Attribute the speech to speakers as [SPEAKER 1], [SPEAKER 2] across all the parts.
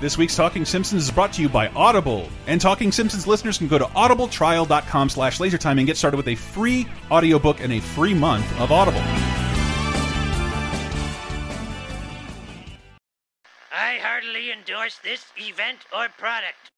[SPEAKER 1] This week's Talking Simpsons is brought to you by Audible. And Talking Simpsons listeners can go to audibletrial.com slash lasertime and get started with a free audiobook and a free month of Audible.
[SPEAKER 2] I heartily endorse this event or product.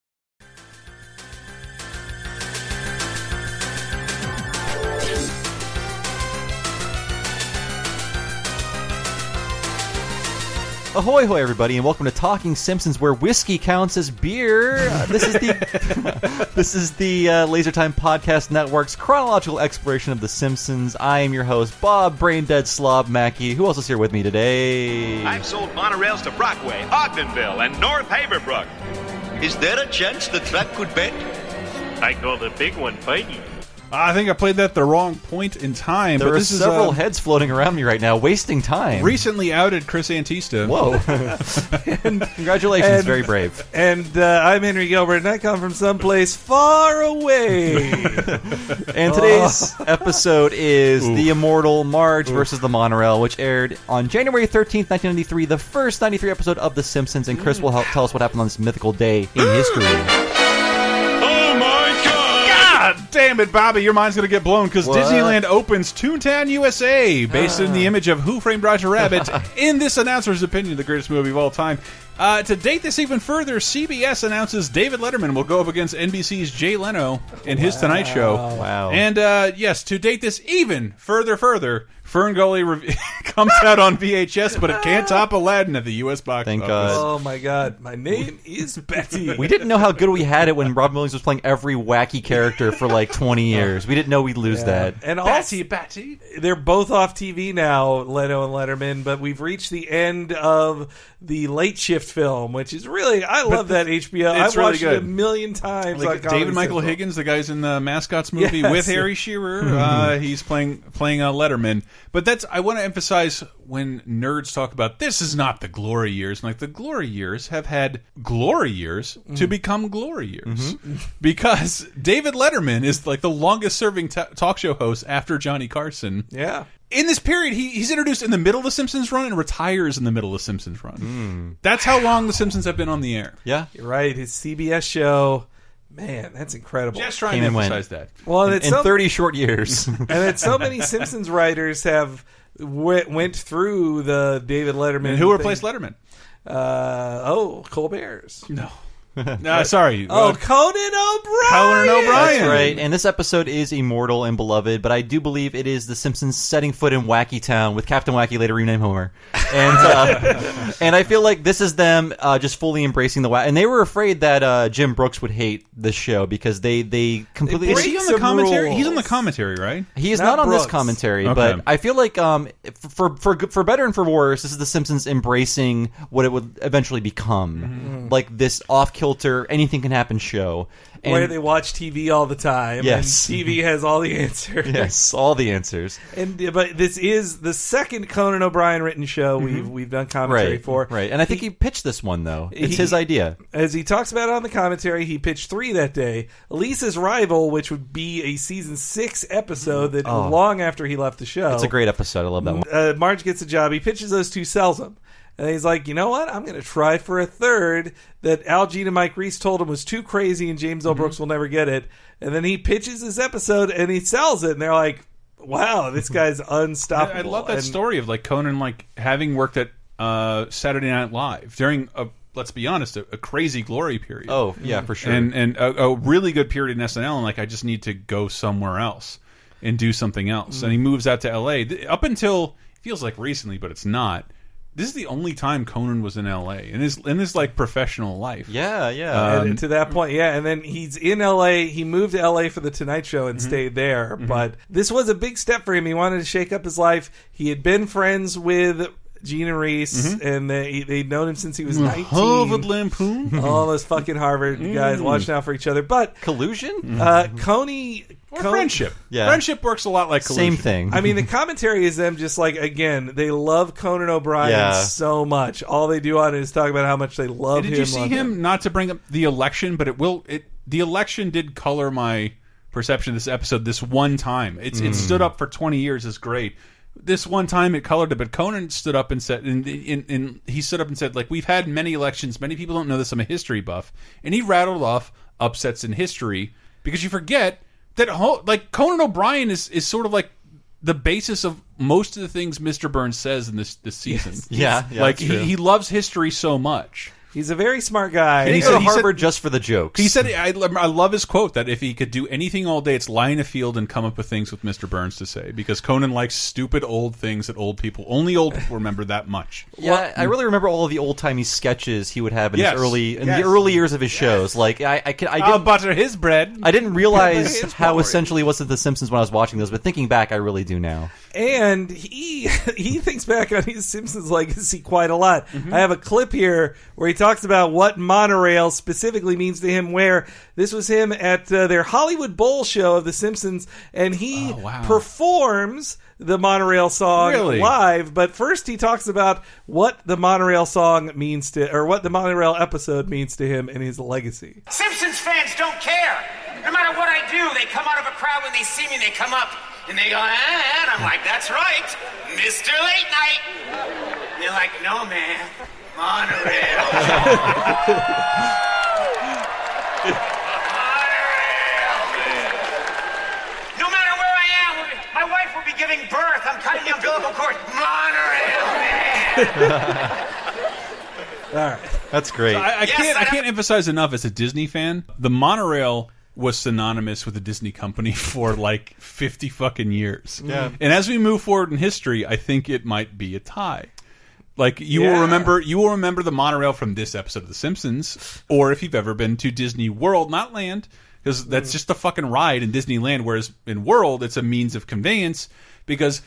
[SPEAKER 3] Ahoy, hoy, everybody, and welcome to Talking Simpsons, where whiskey counts as beer. Uh, This is the this is the uh, Laser Time Podcast Network's chronological exploration of The Simpsons. I am your host, Bob Braindead Slob Mackey. Who else is here with me today?
[SPEAKER 4] I've sold monorails to Brockway, Ogdenville, and North Haverbrook.
[SPEAKER 5] Is there a chance the track could bend?
[SPEAKER 4] I call the big one Feige.
[SPEAKER 1] I think I played that at the wrong point in time,
[SPEAKER 3] there
[SPEAKER 1] but
[SPEAKER 3] are
[SPEAKER 1] this
[SPEAKER 3] several
[SPEAKER 1] is uh,
[SPEAKER 3] heads floating around me right now, wasting time.
[SPEAKER 1] recently outed Chris Antista.
[SPEAKER 3] Whoa! Congratulations,
[SPEAKER 6] and-
[SPEAKER 3] very brave.
[SPEAKER 6] And uh, I'm Henry Gilbert, and I come from someplace far away.
[SPEAKER 3] And today's
[SPEAKER 6] Oh.
[SPEAKER 3] episode is The Immortal Marge versus the Monorail, which aired on January 13th, 1993, the first 93 episode of The Simpsons. And Chris will help tell us what happened on this mythical day in history.
[SPEAKER 4] Oh my god!
[SPEAKER 1] God damn it, Bobby, your mind's gonna get blown because
[SPEAKER 3] What? Ah.
[SPEAKER 1] Disneyland opens Toontown USA, based on the image of Who Framed Roger Rabbit. in this announcer's opinion, the greatest movie of all time. Uh, to date this even further, CBS announces David Letterman will go up against NBC's Jay Leno in his Tonight Show.
[SPEAKER 3] Wow.
[SPEAKER 1] And uh, yes, to date this even further, further, Fern Gully rev- comes out on VHS, but it can't top Aladdin at the U.S. box
[SPEAKER 3] Thank
[SPEAKER 1] office.
[SPEAKER 3] God.
[SPEAKER 6] oh my God, my name is Betty.
[SPEAKER 3] We didn't know how good we had it when Robin Williams was playing every wacky character for like 20 years. We didn't know we'd lose that.
[SPEAKER 6] and
[SPEAKER 1] Batty,
[SPEAKER 6] also,
[SPEAKER 1] Batty.
[SPEAKER 6] they're both off TV now, Leno and Letterman. But we've reached the end of the Late Shift film, which is really I love that HBO.
[SPEAKER 1] it's
[SPEAKER 6] I've
[SPEAKER 1] really
[SPEAKER 6] watched it a
[SPEAKER 1] good.
[SPEAKER 6] million times. on
[SPEAKER 1] like
[SPEAKER 6] Comedy
[SPEAKER 1] David Michael
[SPEAKER 6] Central.
[SPEAKER 1] Higgins, the guy's in the Mascots movie
[SPEAKER 6] Yes.
[SPEAKER 1] with Harry Shearer. uh, he's playing playing uh, Letterman. But that's I want to emphasize when nerds talk about this is not the glory years. Like the glory years have had glory years to become glory years because David Letterman is like the longest serving ta talk show host after Johnny Carson.
[SPEAKER 6] Yeah.
[SPEAKER 1] In this period, he, he's introduced in the middle of the Simpsons run and retires in the middle of the Simpsons run. That's how long the Simpsons have been on the air.
[SPEAKER 3] Yeah.
[SPEAKER 6] You're right. His CBS show, man, that's incredible.
[SPEAKER 1] Just trying
[SPEAKER 3] Came
[SPEAKER 1] to
[SPEAKER 3] and went.
[SPEAKER 1] emphasize that.
[SPEAKER 6] well,
[SPEAKER 3] In
[SPEAKER 6] it's some-
[SPEAKER 3] 30 short years.
[SPEAKER 6] and that so many Simpsons writers have went, went through the David Letterman.
[SPEAKER 1] And who
[SPEAKER 6] thing.
[SPEAKER 1] replaced Letterman?
[SPEAKER 6] Uh, oh, Colbert's.
[SPEAKER 1] No. no, sorry.
[SPEAKER 6] Oh,
[SPEAKER 1] Uh,
[SPEAKER 6] Conan O'Brien.
[SPEAKER 1] Conan O'Brien.
[SPEAKER 3] That's right. And this episode is immortal and beloved, but I do believe it is The Simpsons setting foot in Wacky Town with Captain Wacky later renamed Homer. And uh, and I feel like this is them uh, just fully embracing the wacky. And they were afraid that uh, Jim Brooks would hate this show because they they completely.
[SPEAKER 1] is
[SPEAKER 6] break
[SPEAKER 1] he on the
[SPEAKER 6] some
[SPEAKER 1] commentary?
[SPEAKER 6] rules.
[SPEAKER 1] He's on the commentary, right?
[SPEAKER 3] he is not,
[SPEAKER 6] not
[SPEAKER 3] on this
[SPEAKER 6] Brooks.
[SPEAKER 3] commentary,
[SPEAKER 1] Okay.
[SPEAKER 3] but I feel like um, for for for better and for worse, this is The Simpsons embracing what it would eventually become, like this off kilter, anything can happen show. And
[SPEAKER 6] Where they watch TV all the time.
[SPEAKER 3] Yes.
[SPEAKER 6] And TV has all the answers.
[SPEAKER 3] yes, all the answers.
[SPEAKER 6] And but this is the second Conan O'Brien written show we've we've done commentary
[SPEAKER 3] Mm-hmm. right,
[SPEAKER 6] for.
[SPEAKER 3] Right, and I think he, pitched this one though. It's
[SPEAKER 6] he-
[SPEAKER 3] his idea.
[SPEAKER 6] As he talks about on the commentary, he pitched three that day. Lisa's Rival, which would be a season six episode that long after he left the show.
[SPEAKER 3] It's Mm-hmm. Oh. a great episode. I love that one.
[SPEAKER 6] uh, Marge gets a job. He pitches those two, sells them. And he's like, you know what? I'm going to try for a third that Al Jean and Mike Reese told him was too crazy and James L.
[SPEAKER 1] Mm-hmm.
[SPEAKER 6] Brooks will never get it. And then he pitches this episode and he sells it. And they're like, wow, this guy's unstoppable.
[SPEAKER 1] I, I love that
[SPEAKER 6] And-
[SPEAKER 1] story of like Conan, like having worked at uh, Saturday Night Live during a let's be honest, a, a crazy glory period.
[SPEAKER 3] Oh yeah, for sure.
[SPEAKER 1] and and a, a really good period in SNL, and like I just need to go somewhere else and do something else. And he moves out to L.A. Th- Up until it feels like recently, but it's not. This is the only time Conan was in L.A. in his in his like professional life.
[SPEAKER 3] yeah, yeah.
[SPEAKER 6] And
[SPEAKER 1] Um,
[SPEAKER 6] to that point, yeah. And then he's in LA. He moved to LA for the Tonight Show
[SPEAKER 1] Mm-hmm.
[SPEAKER 6] and stayed there. But this was a big step for him. He wanted to shake up his life. He had been friends with Gina Reese,
[SPEAKER 1] Mm-hmm.
[SPEAKER 6] and they, they'd known him since he was 19.
[SPEAKER 1] Harvard Lampoon.
[SPEAKER 6] All those fucking Harvard
[SPEAKER 1] Mm.
[SPEAKER 6] guys watching out for each other. But
[SPEAKER 3] Collusion.
[SPEAKER 6] uh, Coney.
[SPEAKER 1] Or
[SPEAKER 6] Con-
[SPEAKER 1] friendship.
[SPEAKER 3] Yeah.
[SPEAKER 1] Friendship works a lot like collusion.
[SPEAKER 3] Same thing.
[SPEAKER 6] I mean, the commentary is them just like again. They love Conan O'Brien
[SPEAKER 3] Yeah.
[SPEAKER 6] so much. All they do on it is talk about how much they love
[SPEAKER 1] Did
[SPEAKER 6] him.
[SPEAKER 1] you see
[SPEAKER 6] love
[SPEAKER 1] him? Not to bring up the election, but it will. It the election did
[SPEAKER 3] Hmm.
[SPEAKER 1] color my perception of this episode. This one time, it's it stood up for twenty years. Is great. this one time it colored it, but Conan stood up and said, and, and, and he stood up and said, like, we've had many elections. Many people don't know this. I'm a history buff. And he rattled off upsets in history because you forget that, ho like, Conan O'Brien is, is sort of like the basis of most of the things Mr. Burns says in this, this season.
[SPEAKER 3] Yeah, yeah,
[SPEAKER 1] like,
[SPEAKER 3] that's true.
[SPEAKER 1] he, he loves history so much.
[SPEAKER 6] He's a very smart guy.
[SPEAKER 1] And
[SPEAKER 3] He
[SPEAKER 1] he
[SPEAKER 3] go
[SPEAKER 1] said-
[SPEAKER 3] to Harvard just for the jokes.
[SPEAKER 1] He said, I, lo- I love his quote that if he could do anything all day, it's lie in a field and come up with things with Mr. Burns to say because Conan likes stupid old things that old people, only old people remember that much.
[SPEAKER 3] Yeah, I really remember all of the old timey sketches he would have in
[SPEAKER 1] Yes.
[SPEAKER 3] his early in
[SPEAKER 1] Yes. Uh,
[SPEAKER 3] the early years of his shows. Like I, I, can, I
[SPEAKER 1] I'll
[SPEAKER 3] didn't
[SPEAKER 1] butter his bread.
[SPEAKER 3] I didn't realize
[SPEAKER 6] it's
[SPEAKER 3] how
[SPEAKER 6] boring.
[SPEAKER 3] essentially was it The Simpsons when I was watching those, but thinking back, I really do now.
[SPEAKER 6] and he he thinks back on his Simpsons legacy quite a lot.
[SPEAKER 1] Mm-hmm.
[SPEAKER 6] I have a clip here where he talks about what monorail specifically means to him. Where this was him at uh, their Hollywood Bowl show of the Simpsons, and he
[SPEAKER 1] Oh, wow.
[SPEAKER 6] performs the monorail song
[SPEAKER 1] Really?
[SPEAKER 6] live. But first, he talks about what the monorail song means to, or what the monorail episode means to him and his legacy.
[SPEAKER 7] Simpsons fans don't care. No matter what I do, they come out of a crowd when they see me, they come up and they go, ah, and I'm like, that's right, Mr. Late Night. And they're like, no, man, monorail. Monorail. No matter where I am, my wife will be giving birth. I'm cutting the umbilical cord. Monorail, man.
[SPEAKER 3] That's great.
[SPEAKER 1] I, I
[SPEAKER 7] Yes,
[SPEAKER 1] can't. I
[SPEAKER 7] I-
[SPEAKER 1] can't emphasize enough as a Disney fan, the monorail was synonymous with the Disney company for like fifty fucking years. Yeah. And as we move forward in history, I think it might be a tie. Like you will
[SPEAKER 6] Yeah.
[SPEAKER 1] remember, you will remember the monorail from this episode of The Simpsons, or if you've ever been to Disney World, not Land, because that's just a fucking ride in Disneyland. Whereas in World, it's a means of conveyance because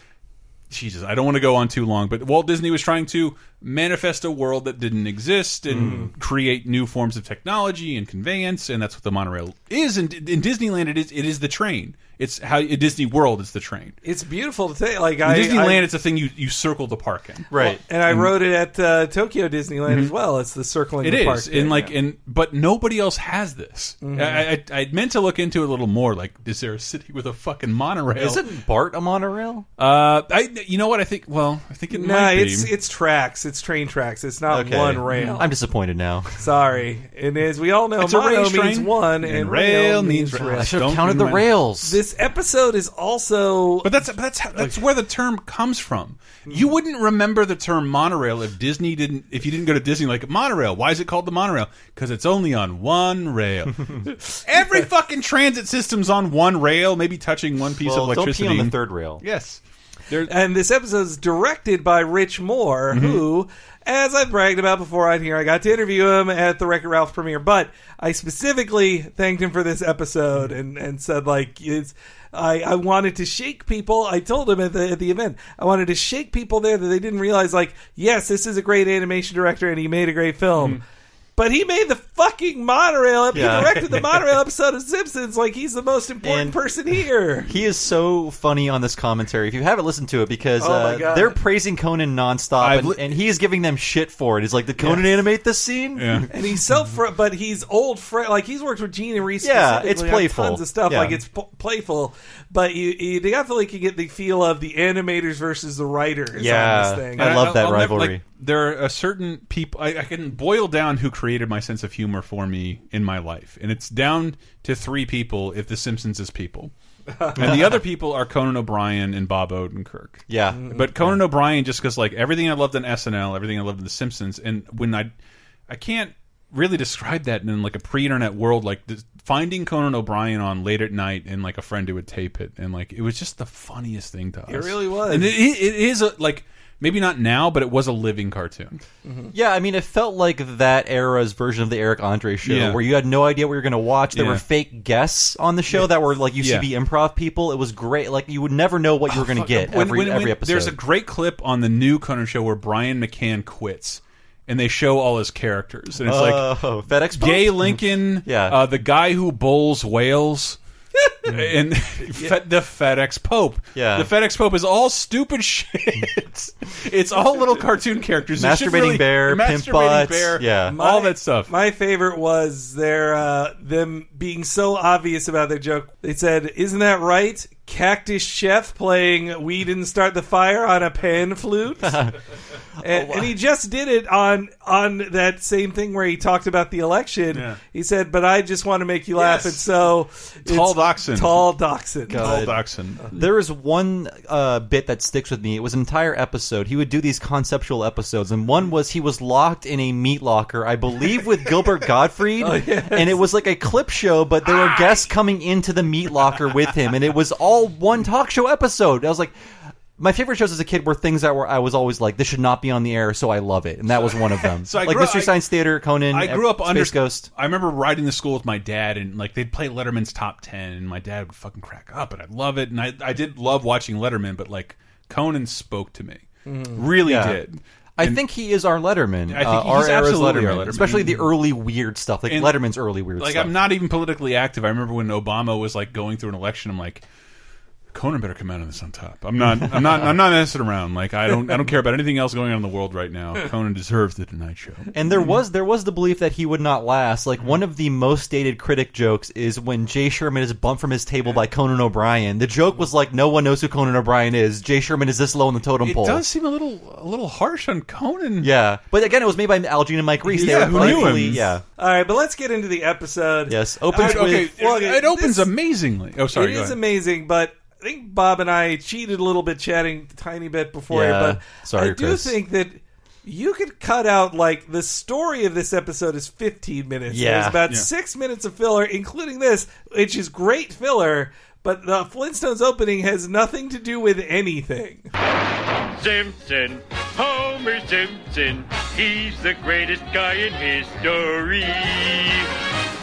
[SPEAKER 1] Jesus, I don't want to go on too long, but Walt Disney was trying to manifest a world that didn't exist and
[SPEAKER 6] Hmm.
[SPEAKER 1] create new forms of technology and conveyance, and that's what the monorail is. And in Disneyland, it is it is the train. It's how in Disney World, it's the train.
[SPEAKER 6] It's beautiful to take. Like
[SPEAKER 1] In
[SPEAKER 6] I, I,
[SPEAKER 1] Disneyland, it's a thing you you circle the park in.
[SPEAKER 3] right.
[SPEAKER 6] And I rode it at uh, Tokyo Disneyland as well. It's the circling
[SPEAKER 1] Mm-hmm. It
[SPEAKER 6] the park.
[SPEAKER 1] is,
[SPEAKER 6] thing,
[SPEAKER 1] and like,
[SPEAKER 6] yeah. Mm-hmm.
[SPEAKER 1] and but nobody else has this. I, I I meant to look into it a little more. Like, is there a city with a fucking monorail?
[SPEAKER 3] Isn't Bart a monorail?
[SPEAKER 1] Uh, I you know what I think? Well, I think it
[SPEAKER 6] no,
[SPEAKER 1] might be.
[SPEAKER 6] it's it's tracks. It's train tracks. It's not one rail.
[SPEAKER 3] I'm disappointed now.
[SPEAKER 6] Sorry. And as we all know,
[SPEAKER 1] It's a
[SPEAKER 6] mono
[SPEAKER 1] race
[SPEAKER 6] means
[SPEAKER 1] train,
[SPEAKER 6] one, and, rail means rail.
[SPEAKER 3] I should have
[SPEAKER 1] Don't
[SPEAKER 3] counted the
[SPEAKER 1] remind-
[SPEAKER 3] rails.
[SPEAKER 6] This episode is also
[SPEAKER 1] But that's but that's how, that's where the term comes from. You
[SPEAKER 3] Hmm.
[SPEAKER 1] wouldn't remember the term monorail if Disney didn't if you didn't go to Disney like monorail. Why is it called the monorail? Because it's only on one rail. Every fucking transit system's on one rail, maybe touching one piece
[SPEAKER 3] well,
[SPEAKER 1] of electricity.
[SPEAKER 3] Don't pee on the third rail.
[SPEAKER 1] Yes, there,
[SPEAKER 6] and this episode is directed by Rich Moore,
[SPEAKER 3] Mm-hmm.
[SPEAKER 6] who, as I've bragged about before on here, I got to interview him at the Wreck-It Ralph premiere, but I specifically thanked him for this episode and, and said, like, it's, I, I wanted to shake people. I told him at the, at the event, I wanted to shake people there that they didn't realize, like, yes, this is a great animation director and he made a great film. But he made the fucking monorail. ep-
[SPEAKER 3] Mm-hmm. Yeah.
[SPEAKER 6] He directed the monorail episode of Simpsons. Like he's the most important
[SPEAKER 3] And-
[SPEAKER 6] person here.
[SPEAKER 3] He is so funny on this commentary. If you haven't listened to it, because
[SPEAKER 6] Oh my
[SPEAKER 3] uh,
[SPEAKER 6] God.
[SPEAKER 3] they're praising Conan nonstop,
[SPEAKER 1] I've
[SPEAKER 3] and,
[SPEAKER 1] li-
[SPEAKER 3] and he is giving them shit for it. He's like, "Did Conan animate this scene?"
[SPEAKER 1] yeah.
[SPEAKER 6] and he's so fr- but he's old fr- like he's worked with Gene and Reese
[SPEAKER 3] Yeah,
[SPEAKER 6] specifically
[SPEAKER 3] it's
[SPEAKER 6] on
[SPEAKER 3] playful.
[SPEAKER 6] tons of stuff
[SPEAKER 3] Yeah.
[SPEAKER 6] like it's p- playful but you, you definitely can get the feel of the animators versus the writers
[SPEAKER 3] Yeah.
[SPEAKER 6] on this thing
[SPEAKER 3] I
[SPEAKER 1] And
[SPEAKER 3] love that
[SPEAKER 1] I'll never-
[SPEAKER 3] rivalry.
[SPEAKER 1] like, there are a certain people I, I can boil down who created my sense of humor for me in my life, and it's down to three people. If The Simpsons is people, and the other people are Conan O'Brien and Bob Odenkirk.
[SPEAKER 3] Yeah.
[SPEAKER 6] Mm.
[SPEAKER 1] Mm-hmm. but Conan O'Brien just because like everything I loved on SNL, everything I loved in The Simpsons, and when I, I can't really describe that in like a pre-internet world like th- finding Conan O'Brien on late at night and like a friend who would tape it and like it was just the funniest thing to us.
[SPEAKER 6] It really was.
[SPEAKER 1] and it, it, it is a, like maybe not now, but it was a living cartoon.
[SPEAKER 3] Yeah, I mean, it felt like that era's version of the Eric Andre show,
[SPEAKER 1] Yeah.
[SPEAKER 3] where you had no idea what you were going to watch. There
[SPEAKER 1] Yeah.
[SPEAKER 3] were fake guests on the show that were like UCB
[SPEAKER 1] Yeah. Oh,
[SPEAKER 3] improv people. It was great. Like you would never know what you were going to get
[SPEAKER 1] When-
[SPEAKER 3] every
[SPEAKER 1] when-
[SPEAKER 3] every
[SPEAKER 1] when-
[SPEAKER 3] episode.
[SPEAKER 1] There's a great clip on the new Conan show where Brian McCann quits, and they show all his characters, and it's like
[SPEAKER 3] oh, FedEx Post?
[SPEAKER 1] Gay Lincoln,
[SPEAKER 3] Mm. Yeah.
[SPEAKER 1] uh, the guy who bowls whales, and Fe- the FedEx Pope.
[SPEAKER 3] Yeah.
[SPEAKER 1] The FedEx Pope is all stupid shit. it's all little cartoon characters. It should
[SPEAKER 3] Masturbating
[SPEAKER 1] really-
[SPEAKER 3] bear, pimp
[SPEAKER 1] masturbating
[SPEAKER 3] butts,
[SPEAKER 1] bear,
[SPEAKER 3] yeah.
[SPEAKER 1] all that stuff.
[SPEAKER 6] my favorite was their uh, them being so obvious about their joke they said isn't that right Cactus Chef playing "We Didn't Start the Fire" on a pan flute, and,
[SPEAKER 1] Oh,
[SPEAKER 6] and he just did it on on that same thing where he talked about the election.
[SPEAKER 1] Yeah.
[SPEAKER 6] He said, "But I just want to make you laugh,"
[SPEAKER 1] Yes.
[SPEAKER 6] and so it's
[SPEAKER 1] Tall Dachshund.
[SPEAKER 6] tall dachshund.
[SPEAKER 1] Paul Dachshund.
[SPEAKER 3] There is one uh, bit that sticks with me. It was an entire episode. He would do these conceptual episodes, and one was he was locked in a meat locker, I believe, with Gilbert Gottfried,
[SPEAKER 1] Oh,
[SPEAKER 3] and it was like a clip show. But there were guests coming into the meat locker with him, and it was all one talk show episode. I was like. My favorite shows as a kid were things that were I was always like this should not be on the air, so I love it, and that was one of them.
[SPEAKER 1] So I
[SPEAKER 3] like
[SPEAKER 1] grew-
[SPEAKER 3] Mystery
[SPEAKER 1] I-
[SPEAKER 3] Science Theater, Conan.
[SPEAKER 1] I grew up
[SPEAKER 3] Space
[SPEAKER 1] under
[SPEAKER 3] Ghost.
[SPEAKER 1] I remember riding to school with my dad, and like they'd play Letterman's Top Ten, and my dad would fucking crack up, and I love it, and I I did love watching Letterman, but like Conan spoke to me, really
[SPEAKER 3] Mm. Yeah.
[SPEAKER 1] did.
[SPEAKER 3] I think he is our Letterman.
[SPEAKER 1] I think
[SPEAKER 3] uh,
[SPEAKER 1] he's
[SPEAKER 3] our era's
[SPEAKER 1] absolutely our
[SPEAKER 3] Letterman,
[SPEAKER 1] Letterman. Mm-hmm.
[SPEAKER 3] especially the early weird stuff, like
[SPEAKER 1] And-
[SPEAKER 3] Letterman's early weird
[SPEAKER 1] like
[SPEAKER 3] stuff.
[SPEAKER 1] I'm not even politically active. I remember when Obama was like going through an election. I'm like, Conan better come out of this on top. I'm not. I'm not. I'm not messing around. Like I don't. I don't care about anything else going on in the world right now. Conan deserves the Tonight Show.
[SPEAKER 3] and
[SPEAKER 1] Mm-hmm.
[SPEAKER 3] there was there was the belief that he would not last. Like one of the most dated critic jokes is when Jay Sherman is bumped from his table by Conan O'Brien. The joke was like, no one knows who Conan O'Brien is. Jay Sherman is this low on the totem
[SPEAKER 1] It
[SPEAKER 3] pole.
[SPEAKER 1] does seem a little a little harsh on Conan.
[SPEAKER 3] Yeah, but again, it was made by Al Jean and Mike Reese.
[SPEAKER 1] Yeah,
[SPEAKER 3] they
[SPEAKER 1] who
[SPEAKER 3] were
[SPEAKER 1] knew him?
[SPEAKER 3] playfully- Yeah,
[SPEAKER 6] All right, but let's get into the episode.
[SPEAKER 3] yes.
[SPEAKER 1] All
[SPEAKER 3] Opens
[SPEAKER 1] right, okay.
[SPEAKER 3] with
[SPEAKER 6] Well,
[SPEAKER 1] it, it opens
[SPEAKER 6] this-
[SPEAKER 1] amazingly. Oh, sorry.
[SPEAKER 6] It
[SPEAKER 1] go
[SPEAKER 6] is
[SPEAKER 1] ahead.
[SPEAKER 6] amazing, but I think Bob and I cheated a little bit chatting a tiny bit before,
[SPEAKER 3] Yeah.
[SPEAKER 6] but
[SPEAKER 3] Sorry,
[SPEAKER 6] I do
[SPEAKER 3] Chris.
[SPEAKER 6] think that you could cut out like the story of this episode is 15 minutes.
[SPEAKER 3] Yeah.
[SPEAKER 6] There's about
[SPEAKER 1] Yeah.
[SPEAKER 6] 6 minutes of filler including this, which is great filler, but the Flintstones opening has nothing to do with anything.
[SPEAKER 8] Simpson, Homer Simpson, he's the greatest guy in history.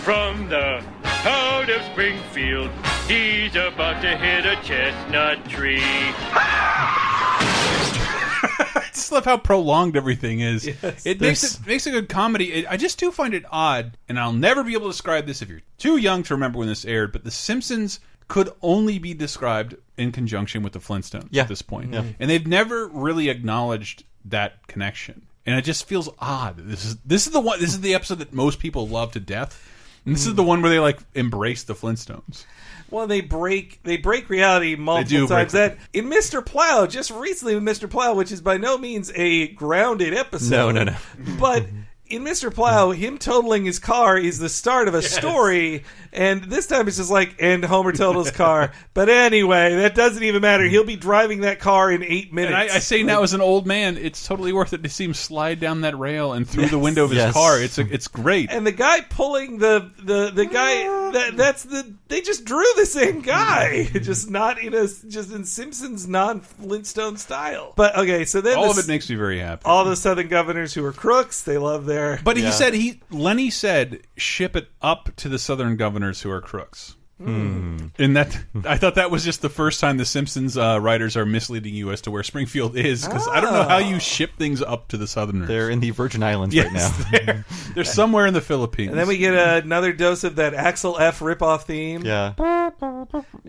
[SPEAKER 8] From the town of Springfield, he's about to hit a chestnut tree.
[SPEAKER 1] I just love how prolonged everything is. it makes
[SPEAKER 3] There's-
[SPEAKER 1] it makes a good comedy. It, I just do find it odd, and I'll never be able to describe this if you're too young to remember when this aired. But The Simpsons could only be described in conjunction with the Flintstones
[SPEAKER 3] Yeah.
[SPEAKER 1] at this point, and they've never really acknowledged that connection. And it just feels odd. This is this is the one. This is the episode that most people love to death. And this is the one where they like embrace the Flintstones.
[SPEAKER 6] Well, they break they break reality multiple
[SPEAKER 1] do break
[SPEAKER 6] times. That in Mr. Plow, just recently with Mr. Plow, which is by no means a grounded episode.
[SPEAKER 3] No, no, no.
[SPEAKER 6] but in Mr. Plow, him totaling his car is the start of a story, and this time it's just like, and Homer totaled his car. But anyway, that doesn't even matter. He'll be driving that car in eight minutes.
[SPEAKER 1] And I, I say now as an old man, it's totally worth it to see him slide down that rail and through the window of his
[SPEAKER 3] Yes.
[SPEAKER 1] car. It's a, it's great.
[SPEAKER 6] and the guy pulling the the the guy that that's the they just drew the same guy just not in a just in Simpsons non Flintstone style. But okay, so then
[SPEAKER 1] all
[SPEAKER 6] the
[SPEAKER 1] of it
[SPEAKER 6] s-
[SPEAKER 1] makes me very happy.
[SPEAKER 6] all the Southern governors who were crooks, they love their
[SPEAKER 1] but he said he Lenny said ship it up to the southern governors who are crooks.
[SPEAKER 6] Hmm.
[SPEAKER 1] And that I thought that was just the first time the Simpsons uh, writers are misleading you as to where Springfield is because I don't know how
[SPEAKER 6] Ah.
[SPEAKER 1] you ship things up to the southerners.
[SPEAKER 3] they're in the Virgin Islands
[SPEAKER 1] yes,
[SPEAKER 3] right now.
[SPEAKER 1] they're, they're somewhere in the Philippines.
[SPEAKER 6] And then we get another dose of that Axel F ripoff theme,
[SPEAKER 3] Yeah.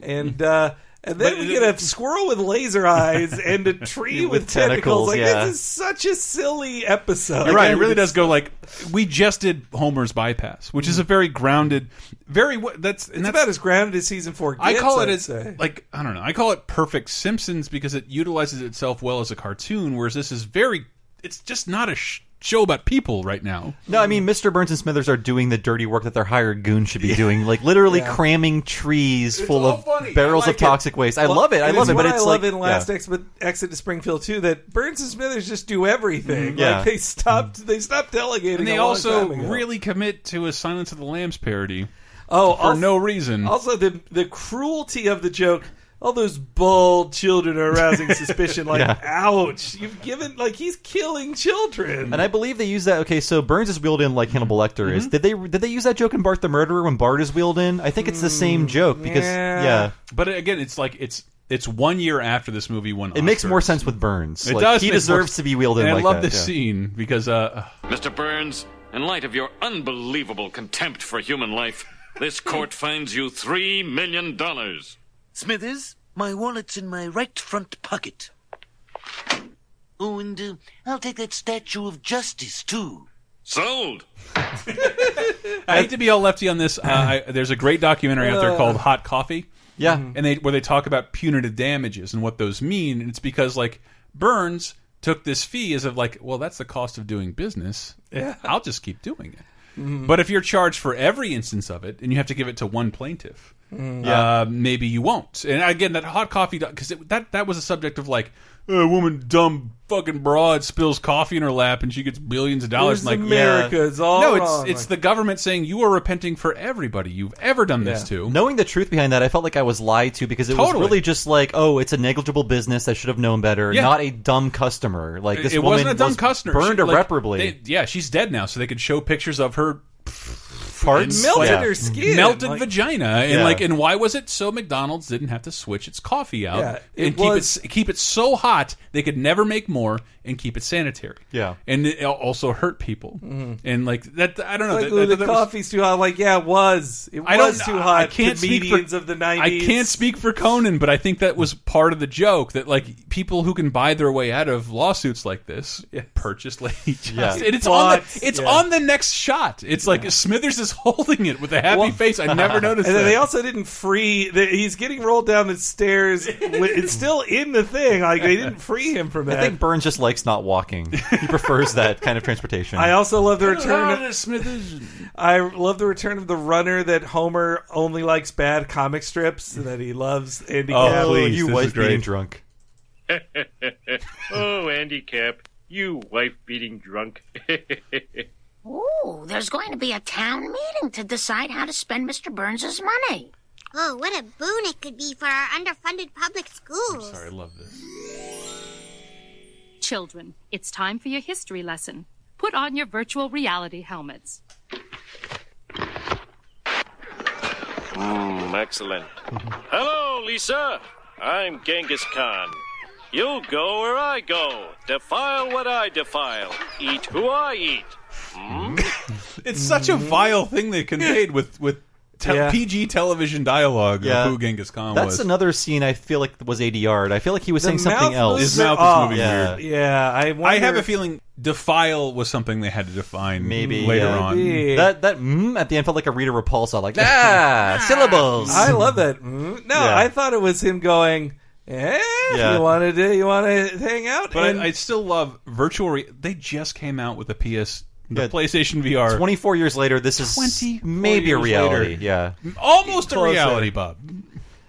[SPEAKER 6] and uh, and then
[SPEAKER 1] But-
[SPEAKER 6] we get a squirrel with laser eyes and a tree
[SPEAKER 3] With
[SPEAKER 6] with,
[SPEAKER 3] tentacles,
[SPEAKER 6] tentacles. Like
[SPEAKER 3] yeah.
[SPEAKER 6] this is such a silly episode.
[SPEAKER 1] You're right. It
[SPEAKER 6] Like,
[SPEAKER 1] really does go like we just did Homer's bypass, which is a very grounded, very wh- that's and
[SPEAKER 6] It's
[SPEAKER 1] that's
[SPEAKER 6] about as grounded as season four. Gets,
[SPEAKER 1] I call it
[SPEAKER 6] I'd
[SPEAKER 1] as
[SPEAKER 6] say.
[SPEAKER 1] like I don't know. I call it perfect Simpsons because it utilizes itself well as a cartoon, whereas this is very. It's just not a sh show about people right now.
[SPEAKER 3] No, I mean, Mr. Burns and Smithers are doing the dirty work that their hired goon should be doing, like literally cramming trees full
[SPEAKER 1] all
[SPEAKER 3] of
[SPEAKER 1] funny. I
[SPEAKER 3] barrels
[SPEAKER 1] like
[SPEAKER 3] of
[SPEAKER 1] it.
[SPEAKER 3] toxic waste. I love it. I love
[SPEAKER 6] it's
[SPEAKER 3] it,
[SPEAKER 6] what
[SPEAKER 3] but it's
[SPEAKER 6] I
[SPEAKER 3] like
[SPEAKER 6] love in Last
[SPEAKER 3] yeah.
[SPEAKER 6] Exit, Exit to Springfield too that Burns and Smithers just do everything.
[SPEAKER 3] Mm-hmm. yeah.
[SPEAKER 6] Like they stopped, they stopped delegating.
[SPEAKER 1] And
[SPEAKER 6] a
[SPEAKER 1] they
[SPEAKER 6] long
[SPEAKER 1] also
[SPEAKER 6] time ago.
[SPEAKER 1] really commit to a Silence of the Lambs parody
[SPEAKER 6] oh
[SPEAKER 1] for
[SPEAKER 6] also,
[SPEAKER 1] no reason.
[SPEAKER 6] Also the the cruelty of the joke. All those bald children are arousing suspicion. Like,
[SPEAKER 3] Yeah.
[SPEAKER 6] ouch! You've given like he's killing children.
[SPEAKER 3] And I believe they use that. Okay, so Burns is wheeled in like Hannibal Lecter
[SPEAKER 6] Mm-hmm.
[SPEAKER 3] is. Did they did they use that joke in Bart the Murderer when Bart is wheeled in? I think it's the same joke because
[SPEAKER 6] Mm, yeah.
[SPEAKER 3] yeah,
[SPEAKER 1] but again, it's like it's it's one year after this movie won.
[SPEAKER 3] it makes more
[SPEAKER 1] Oscars.
[SPEAKER 3] sense with Burns.
[SPEAKER 1] Oh, It
[SPEAKER 3] Like,
[SPEAKER 1] does.
[SPEAKER 3] He
[SPEAKER 1] make more
[SPEAKER 3] deserves
[SPEAKER 1] sense.
[SPEAKER 3] to be wheeled in.
[SPEAKER 1] And
[SPEAKER 3] like
[SPEAKER 1] I love
[SPEAKER 3] that,
[SPEAKER 1] this
[SPEAKER 3] yeah.
[SPEAKER 1] scene because uh,
[SPEAKER 9] Mr. Burns, in light of your unbelievable contempt for human life, this court fines you three million dollars.
[SPEAKER 10] Smithers, my wallet's in my right front pocket. Oh, and uh, I'll take that statue of justice, too.
[SPEAKER 9] Sold!
[SPEAKER 1] I hate to be all lefty on this. Uh, I, there's a great documentary out there called Hot Coffee.
[SPEAKER 3] Yeah.
[SPEAKER 1] and they where they talk about punitive damages and what those mean, and it's because like Burns took this fee as of like, well, that's the cost of doing business.
[SPEAKER 6] Yeah.
[SPEAKER 1] I'll just keep doing it. But if you're charged for every instance of it, and you have to give it to one plaintiff, uh, maybe you won't. And again, that hot coffee because that that was a subject of like a woman, dumb fucking broad, spills coffee in her lap, and she gets billions of dollars.
[SPEAKER 6] Here's
[SPEAKER 1] and like
[SPEAKER 6] America. It's all
[SPEAKER 1] no,
[SPEAKER 6] wrong.
[SPEAKER 1] it's it's
[SPEAKER 6] Like,
[SPEAKER 1] the government saying you are repenting for everybody you've ever done this
[SPEAKER 6] Yeah.
[SPEAKER 1] to.
[SPEAKER 3] Knowing the truth behind that, I felt like I was lied to because it
[SPEAKER 1] Totally.
[SPEAKER 3] was really just like, oh, it's a negligible business. I should have known better.
[SPEAKER 1] Yeah.
[SPEAKER 3] Not a dumb customer. Like this
[SPEAKER 1] it
[SPEAKER 3] woman
[SPEAKER 1] wasn't a dumb
[SPEAKER 3] was
[SPEAKER 1] customer.
[SPEAKER 3] burned
[SPEAKER 1] She, like,
[SPEAKER 3] irreparably.
[SPEAKER 1] they- yeah, she's dead now, so they could show pictures of her
[SPEAKER 3] Parts?
[SPEAKER 6] melted
[SPEAKER 3] Yeah.
[SPEAKER 6] her skin.
[SPEAKER 1] melted
[SPEAKER 6] like,
[SPEAKER 1] vagina, and
[SPEAKER 3] Yeah.
[SPEAKER 1] like, and why was it so? McDonald's didn't have to switch its coffee out
[SPEAKER 6] Yeah, it
[SPEAKER 1] and
[SPEAKER 6] was-
[SPEAKER 1] keep it keep it so hot they could never make more and keep it sanitary.
[SPEAKER 3] Yeah.
[SPEAKER 1] and it also hurt people. And like that, I don't know.
[SPEAKER 6] Like,
[SPEAKER 1] that-
[SPEAKER 6] ooh,
[SPEAKER 1] that-
[SPEAKER 6] the
[SPEAKER 1] that was-
[SPEAKER 6] coffe's too hot. Like, yeah, it was. It
[SPEAKER 1] I
[SPEAKER 6] was
[SPEAKER 1] don't-
[SPEAKER 6] too
[SPEAKER 1] I-
[SPEAKER 6] hot.
[SPEAKER 1] I can't speak for-
[SPEAKER 6] Comedians of the 90s.
[SPEAKER 1] I can't speak for Conan, but I think that was part of the joke that like people who can buy their way out of lawsuits like this purchase Lady Justice. And it's on
[SPEAKER 6] But-
[SPEAKER 1] the it's
[SPEAKER 6] yeah.
[SPEAKER 1] on the next shot. It's like Smithers is holding it with a happy
[SPEAKER 6] Well-
[SPEAKER 1] face. I never noticed
[SPEAKER 6] And
[SPEAKER 1] that.
[SPEAKER 6] then they also didn't free. The, he's getting rolled down the stairs. wi- it's still in the thing. Like they didn't free him from that.
[SPEAKER 3] I think Burns just likes not walking. He prefers that kind of transportation.
[SPEAKER 6] I also love the return. Of,
[SPEAKER 1] Smithers.
[SPEAKER 6] I love the return of the runner that Homer only likes bad comic strips and that he loves Andy
[SPEAKER 1] Oh,
[SPEAKER 6] Cap.
[SPEAKER 1] please.
[SPEAKER 3] you
[SPEAKER 1] this is
[SPEAKER 3] wife
[SPEAKER 1] great.
[SPEAKER 3] beating drunk.
[SPEAKER 8] Oh, Andy Cap, you wife beating drunk.
[SPEAKER 11] Ooh, there's going to be a town meeting to decide how to spend Mr. Burns's money.
[SPEAKER 12] Oh, what a boon it could be for our underfunded public schools.
[SPEAKER 1] Sorry, I love this.
[SPEAKER 13] Children, it's time for your history lesson. Put on your virtual reality helmets.
[SPEAKER 14] Mm, excellent. Hello, Lisa. I'm Genghis Khan. You'll go where I go, defile what I defile, eat who I eat.
[SPEAKER 1] It's such a
[SPEAKER 6] Mm-hmm.
[SPEAKER 1] vile thing they conveyed with with te
[SPEAKER 3] Yeah.
[SPEAKER 1] PG television dialogue
[SPEAKER 3] Yeah.
[SPEAKER 1] of who Genghis Khan
[SPEAKER 3] That's
[SPEAKER 1] was.
[SPEAKER 3] another scene I feel like was ADR'd. I feel like he was
[SPEAKER 6] The
[SPEAKER 3] saying something else.
[SPEAKER 6] mouth
[SPEAKER 1] His
[SPEAKER 6] was-
[SPEAKER 1] mouth
[SPEAKER 6] oh,
[SPEAKER 1] is moving
[SPEAKER 3] yeah.
[SPEAKER 1] weird.
[SPEAKER 6] Yeah, I. Wonder,
[SPEAKER 1] I have a feeling defile was something they had to define
[SPEAKER 3] Maybe,
[SPEAKER 1] later
[SPEAKER 3] yeah.
[SPEAKER 1] on.
[SPEAKER 6] Maybe.
[SPEAKER 3] That that mm at the end felt like a reader repulsa. Like ah syllables.
[SPEAKER 6] I love that. Mm. No,
[SPEAKER 3] Yeah.
[SPEAKER 6] I thought it was him going. Eh,
[SPEAKER 3] Yeah.
[SPEAKER 6] you want to do? You want to hang out?
[SPEAKER 1] But
[SPEAKER 6] And-
[SPEAKER 1] I, I still love virtual. Re they just came out with the PS, the
[SPEAKER 3] Yeah.
[SPEAKER 1] PlayStation VR,
[SPEAKER 3] Twenty four years later, this is
[SPEAKER 1] 24
[SPEAKER 3] maybe a
[SPEAKER 1] years
[SPEAKER 3] reality.
[SPEAKER 1] later.
[SPEAKER 3] Yeah,
[SPEAKER 1] almost a
[SPEAKER 6] Closer.
[SPEAKER 1] reality, Bob.